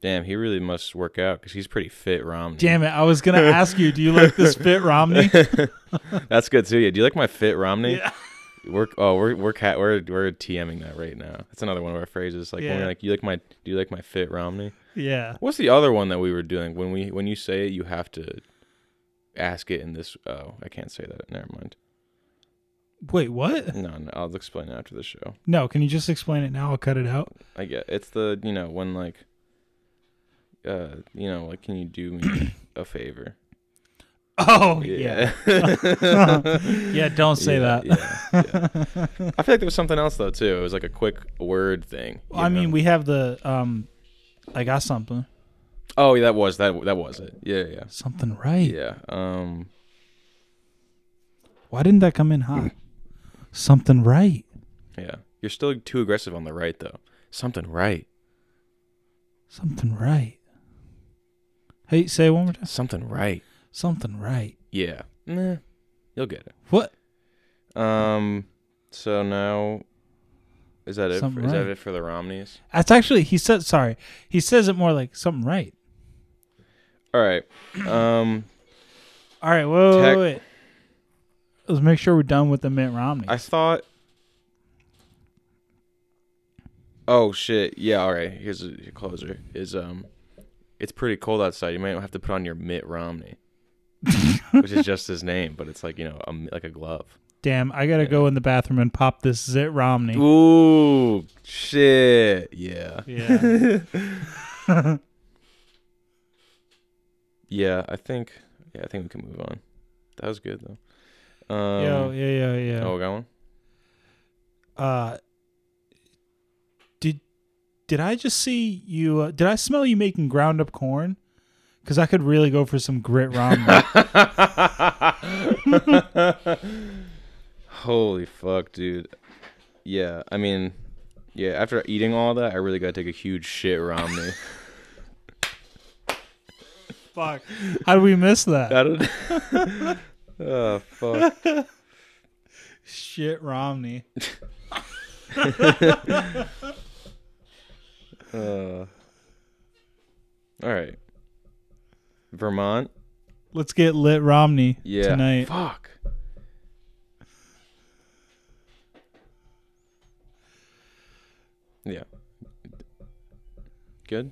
S2: damn, he really must work out because he's pretty fit, Romney.
S4: Damn it! I was gonna ask you, do you like this fit Romney?
S2: That's good too. Yeah, do you like my fit, Romney?
S4: Yeah.
S2: We're oh we're we're cat we're we're TMing that right now. That's another one of our phrases. Like when
S4: Yeah.
S2: we're like you like my do you like my fit Romney?
S4: Yeah.
S2: What's the other one that we were doing when we when you say it you have to ask it in this? Oh, I can't say that. Never mind.
S4: Wait, what?
S2: No, no I'll explain it after the show.
S4: No, can you just explain it now? I'll cut it out.
S2: I get it's the you know when like uh you know like can you do me a favor?
S4: Oh yeah, yeah. don't say
S2: Yeah,
S4: that.
S2: yeah, yeah. I feel like there was something else though too. It was like a quick word thing. you
S4: I
S2: know?
S4: mean, we have the um. I got something.
S2: Oh, yeah, that was that. That was it. Yeah, yeah,
S4: Something right.
S2: yeah. Um,
S4: Why didn't that come in
S2: Mm.
S4: hot? something right.
S2: yeah. You're still too aggressive on the right though. Something right.
S4: Something right. Hey, say it one more time.
S2: Something right.
S4: Something right.
S2: Yeah. Nah, you'll get it.
S4: What?
S2: Um. So now, is that it? For,
S4: Something
S2: is that
S4: right.
S2: it for the Romneys?
S4: That's actually he said. Sorry, he says it more like something right.
S2: All right. Um.
S4: All right. Whoa. wait,
S2: Tech-
S4: wait. Let's make sure we're done with the Mitt Romney.
S2: I thought. Oh shit! Yeah. All right. Here's a closer. Is um, it's pretty cold outside. You might have to put on your Mitt Romney, which is just his name, but it's like you know, a, like a glove.
S4: Damn, I gotta go in the bathroom and pop this Zit Romney.
S2: Ooh, shit. Yeah.
S4: Yeah.
S2: Yeah, I think. Yeah, I think we can move on. That was good though. Um,
S4: yo, yeah, yeah, yeah.
S2: Oh, we got one.
S4: Uh, did did I just see you? Uh, did I smell you making ground up corn? Because I could really go for some grit Romney.
S2: oh, Holy fuck, dude. Yeah, I mean, yeah. After eating all that, I really gotta take a huge shit, Romney.
S4: Fuck. How did we miss that?
S2: I don't. oh fuck.
S4: Shit, Romney.
S2: Uh, all right. Vermont.
S4: Let's get lit Romney
S2: Yeah.
S4: tonight.
S2: Fuck. Yeah. Good.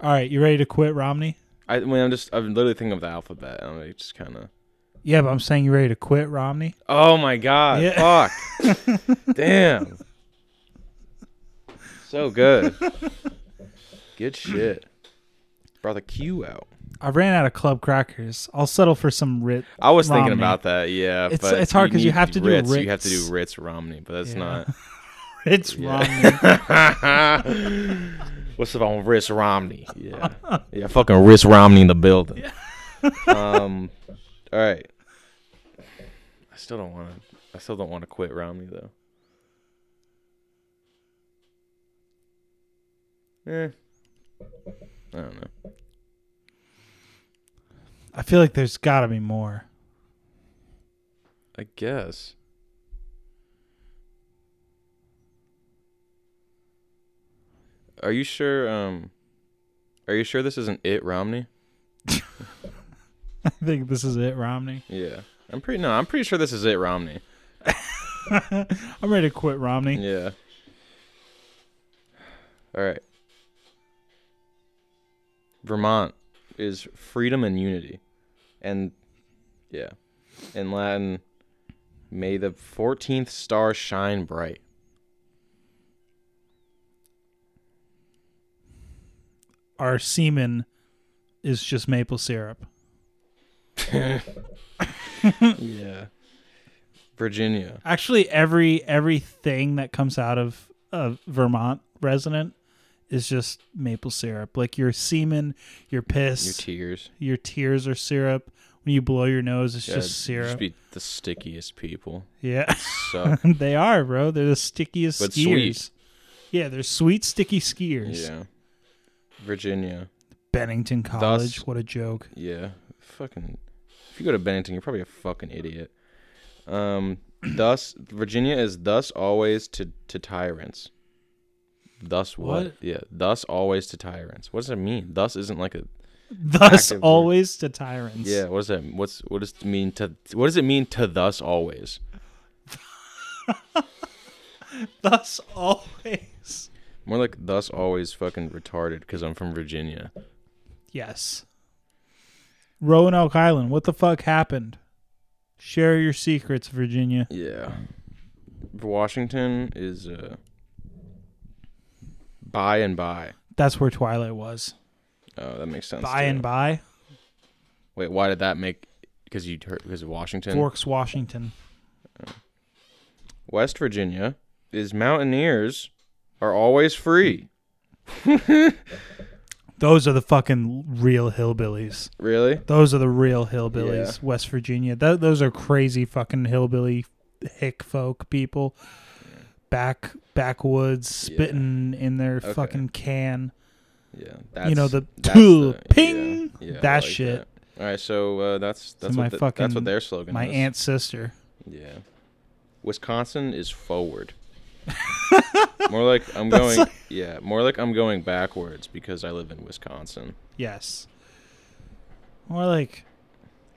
S4: All right, you ready to quit Romney?
S2: I, I mean, I'm just, I'm literally thinking of the alphabet. and I'm like, just kind of.
S4: Yeah, but I'm saying you ready to quit Romney.
S2: Oh my god!
S4: Yeah.
S2: Fuck! Damn! So good. Good shit. Brought the Q out.
S4: I ran out of club crackers. I'll settle for some Rit.
S2: I was thinking
S4: Romney.
S2: about that. Yeah,
S4: It's-
S2: but
S4: it's hard 'cause you
S2: need
S4: have to do
S2: Ritz. You have to
S4: Ritz.
S2: do Ritz Romney, but that's
S4: Yeah.
S2: not.
S4: It's Romney.
S2: What's up on Riss Romney? Yeah. Yeah, fucking Riss Romney in the building. um all right. I still don't wanna I still don't wanna quit Romney though. Eh. I don't know.
S4: I feel like there's got to be more.
S2: I guess. Are you sure um are you sure this isn't it Romney?
S4: I think this is it, Romney.
S2: Yeah. I'm pretty no, I'm pretty sure this is it, Romney.
S4: I'm ready to quit Romney.
S2: Yeah. All right. Vermont is freedom and unity. And yeah. In Latin, may the 14th star shine bright.
S4: Our semen is just maple syrup.
S2: Yeah. Virginia.
S4: Actually, every everything that comes out of a Vermont resident is just maple syrup. Like your semen, your
S2: Your
S4: piss,
S2: tears.
S4: your tears are syrup. When you blow your nose, it's
S2: Yeah,
S4: just syrup.
S2: Just be the stickiest people.
S4: yeah,
S2: Suck.
S4: they are, bro. They're the stickiest
S2: But
S4: skiers.
S2: sweet.
S4: Yeah, they're sweet, sticky skiers.
S2: yeah. Virginia.
S4: Bennington College,
S2: Thus-
S4: what a joke.
S2: Yeah. Fucking. If you go to Bennington, you're probably a fucking idiot. Um. Thus, Virginia is thus always to to tyrants. Thus what?
S4: What?
S2: Yeah. Thus always to tyrants. What does that mean? Thus isn't like a.
S4: Thus,
S2: Active word.
S4: always to tyrants.
S2: Yeah. What does that? What's what does it mean to? What does it mean to thus always?
S4: Thus, always.
S2: More like thus always fucking retarded because I'm from Virginia.
S4: Yes. Roanoke Island, what the fuck happened? Share your secrets, Virginia.
S2: Yeah. Washington is uh by and by.
S4: That's where Twilight was.
S2: Oh, that makes sense.
S4: by
S2: too.
S4: and by,
S2: Wait, why did that make because you heard because of Washington?
S4: Forks, Washington.
S2: West Virginia is mountaineers are always free.
S4: Those are the fucking real hillbillies.
S2: Really?
S4: Those are the real hillbillies. West Virginia. Th- those are crazy fucking hillbilly hick folk people. Back backwoods
S2: Yeah.
S4: spitting in their
S2: Okay.
S4: fucking can.
S2: Yeah. That's,
S4: you know the
S2: that's
S4: tool
S2: the-
S4: ping.
S2: yeah, yeah, I
S4: that
S2: like
S4: shit.
S2: that. All right, so uh, that's that's
S4: my
S2: what the- that's
S4: fucking-
S2: what their slogan
S4: My
S2: is.
S4: aunt's sister.
S2: Yeah. Wisconsin is forward. more like I'm going yeah, more like I'm going backwards because I live in Wisconsin.
S4: Yes. More like,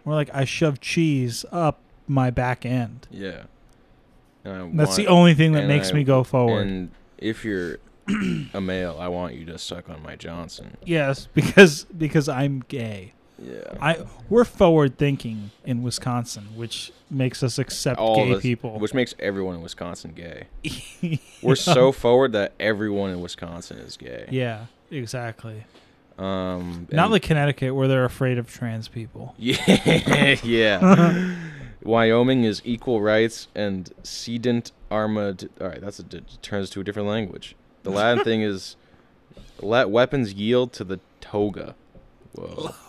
S4: more like I shove cheese up my back end.
S2: Yeah. And I
S4: That's
S2: want-
S4: the only thing that
S2: and
S4: makes
S2: I-
S4: me go forward.
S2: And if you're a male, I want you to suck on my Johnson.
S4: yes, because because I'm gay.
S2: Yeah.
S4: I we're forward thinking in Wisconsin, which makes us accept gay people.
S2: which makes everyone in Wisconsin gay. We're so forward that everyone in Wisconsin is gay.
S4: yeah, exactly.
S2: Um,
S4: Not
S2: and-
S4: like Connecticut, where they're afraid of trans people.
S2: Yeah, yeah. Wyoming is equal rights and sedent armored. All right, that's a d- turns to a different language. The Latin thing is let weapons yield to the toga. Whoa.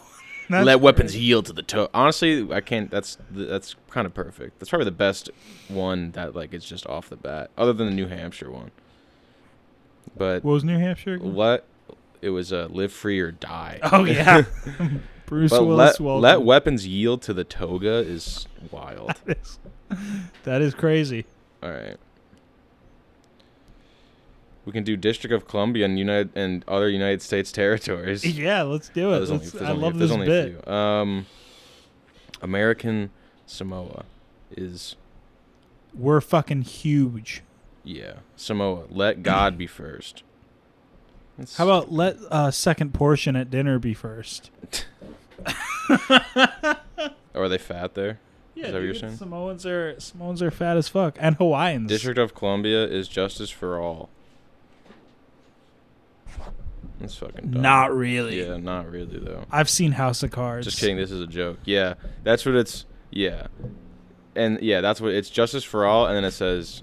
S4: That's
S2: let weapons yield to the toga. Honestly, I can't. That's th- that's kind of perfect. That's probably the best one that like it's just off the bat, other than the New Hampshire one. But
S4: What was New Hampshire? again?
S2: let it was uh, live free or die.
S4: Oh yeah, Bruce
S2: But
S4: Willis.
S2: let, let weapons yield to the toga is wild.
S4: weapons. that is crazy.
S2: All right. We can do District of Columbia and United and other United States territories.
S4: Yeah, let's do it.
S2: There's
S4: Let's-
S2: there's
S4: I love
S2: there's
S4: this bit.
S2: A few. Um, American Samoa is
S4: We're fucking huge.
S2: yeah Samoa. Let God be first. That's-
S4: How about let uh, second portion at dinner be first?
S2: Or are they fat there? Yeah, that what you're dude, saying?
S4: Samoans are Samoans are fat as fuck, and Hawaiians.
S2: District of Columbia is justice for all. That's fucking dumb.
S4: Not really.
S2: Yeah, not really though.
S4: I've seen House of Cards.
S2: Just kidding. This is a joke. Yeah, that's what it's. Yeah, and yeah, that's what it's. Justice for all, and then it says,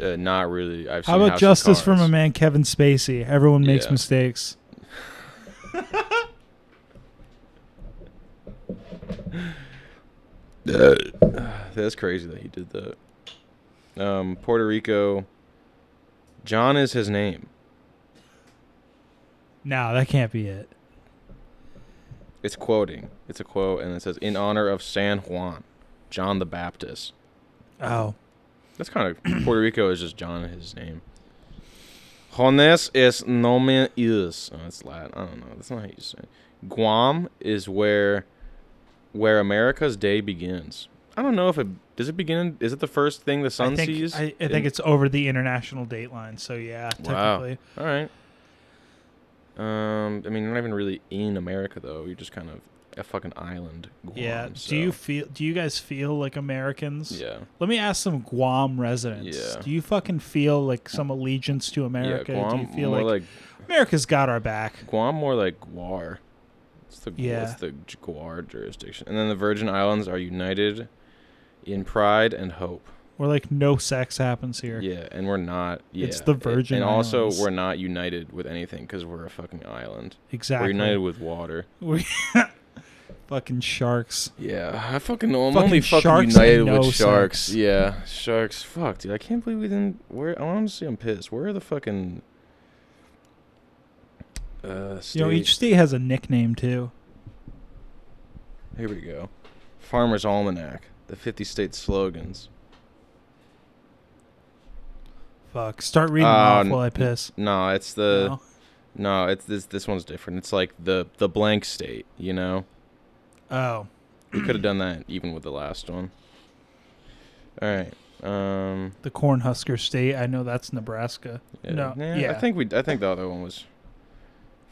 S2: uh, "Not really." I've
S4: How
S2: seen
S4: about
S2: House of
S4: justice from a
S2: Cards.
S4: man Kevin Spacey? Everyone makes
S2: Yeah.
S4: mistakes.
S2: That's crazy that he did that. Um, Puerto Rico. John is his name.
S4: No, that can't be it.
S2: It's quoting. It's a quote, and it says, "In honor of San Juan, John the Baptist."
S4: Oh,
S2: That's kind of Puerto Rico is just John his name. Jones es nomen is. Oh, that's Latin. I don't know. That's not how you say. It. Guam is where where America's day begins. I don't know if it does it begin. in- Is it the first thing the sun
S4: I think
S2: sees?
S4: I, I
S2: in-
S4: think it's over the international date line. So yeah,
S2: Wow.
S4: technically.
S2: all right. Um, I mean, you're not even really in America though. You're just kind of a fucking island. Guam,
S4: Yeah.
S2: so-
S4: Do you feel? Do you guys feel like Americans?
S2: Yeah.
S4: Let me ask some Guam residents.
S2: Yeah.
S4: Do you fucking feel like some allegiance to America?
S2: yeah. Guam
S4: Do you feel
S2: more
S4: like, America's got our back?
S2: Guam more like Guar. It's the
S4: Yeah.
S2: it's the J- Guar jurisdiction. And then the Virgin Islands are united in pride and hope.
S4: We're like no sex happens here.
S2: Yeah, and we're not. Yeah,
S4: It's the
S2: It-
S4: Virgin
S2: and
S4: Islands.
S2: also we're not united with anything because we're a fucking island.
S4: Exactly.
S2: We're united with water.
S4: We- Fucking sharks.
S2: Yeah, I fucking know. I'm
S4: Fucking
S2: only fucking
S4: sharks
S2: united
S4: make no
S2: with sharks.
S4: sense.
S2: Yeah, sharks. Fuck, dude. I can't believe we didn't. Where honestly, I'm pissed. Where are the fucking? Uh, state?
S4: You know, each state has a nickname too.
S2: Here we go. Farmer's Almanac: The 50 State Slogans.
S4: Fuck. Start reading them
S2: Uh,
S4: off while I piss.
S2: No, it's the
S4: No?
S2: no. it's this this one's different. It's like the the blank state. You know,
S4: Oh.
S2: we could have done that even with the last one. All right. Um.
S4: The Cornhusker State. I know that's Nebraska.
S2: Yeah.
S4: No,
S2: Yeah, I
S4: yeah.
S2: think we. I think the other one was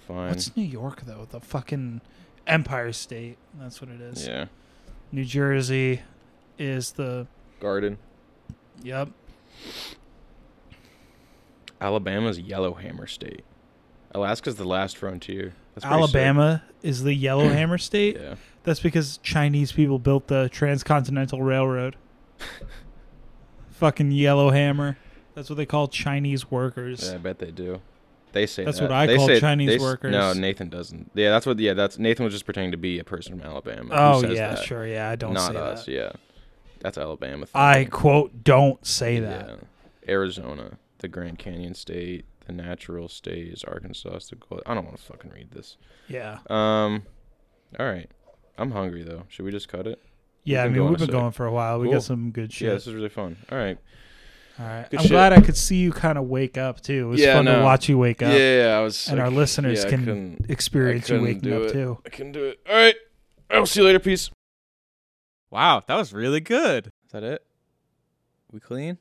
S2: fine.
S4: What's New York though? The fucking Empire State. That's what it is.
S2: yeah.
S4: New Jersey is the
S2: Garden.
S4: yep.
S2: Alabama's Yellowhammer State. Alaska's the last frontier. That's pretty sick.
S4: Alabama is the Yellowhammer State.
S2: Yeah.
S4: That's because Chinese people built the transcontinental railroad. fucking Yellowhammer. That's what they call Chinese workers.
S2: yeah, I bet they do. They say
S4: That's
S2: that.
S4: what I
S2: They
S4: call
S2: say-
S4: Chinese
S2: they s-
S4: workers.
S2: No, Nathan doesn't. Yeah, that's what. Yeah, that's Nathan was just pretending to be a person from Alabama. who
S4: Oh
S2: says
S4: yeah,
S2: that,
S4: sure. Yeah, I don't
S2: Not
S4: say
S2: us.
S4: that.
S2: Yeah, that's Alabama. Thing.
S4: I quote don't say that.
S2: Yeah. Arizona, the Grand Canyon State, the natural states, Arkansas. The Gulf- I don't want to fucking read this.
S4: Yeah.
S2: Um, all right. I'm hungry though. Should we just cut it?
S4: Yeah, I
S2: been
S4: mean,
S2: going
S4: we've
S2: a
S4: been
S2: second.
S4: going for a while. We
S2: Cool.
S4: got some good shit.
S2: Yeah, this is really fun. All right.
S4: All right.
S2: good
S4: I'm
S2: shit.
S4: glad I could see you kind of wake up too. It was
S2: Yeah,
S4: fun
S2: no.
S4: to watch you wake up,
S2: Yeah, yeah, I was.
S4: and
S2: I
S4: our
S2: c-
S4: listeners
S2: yeah, I
S4: can
S2: couldn't-
S4: experience
S2: I
S4: you
S2: couldn't
S4: waking
S2: do
S4: up
S2: it.
S4: too.
S2: I can do it. All right. I'll see you later. Peace.
S5: Wow, that was really good.
S2: Is that it? We clean?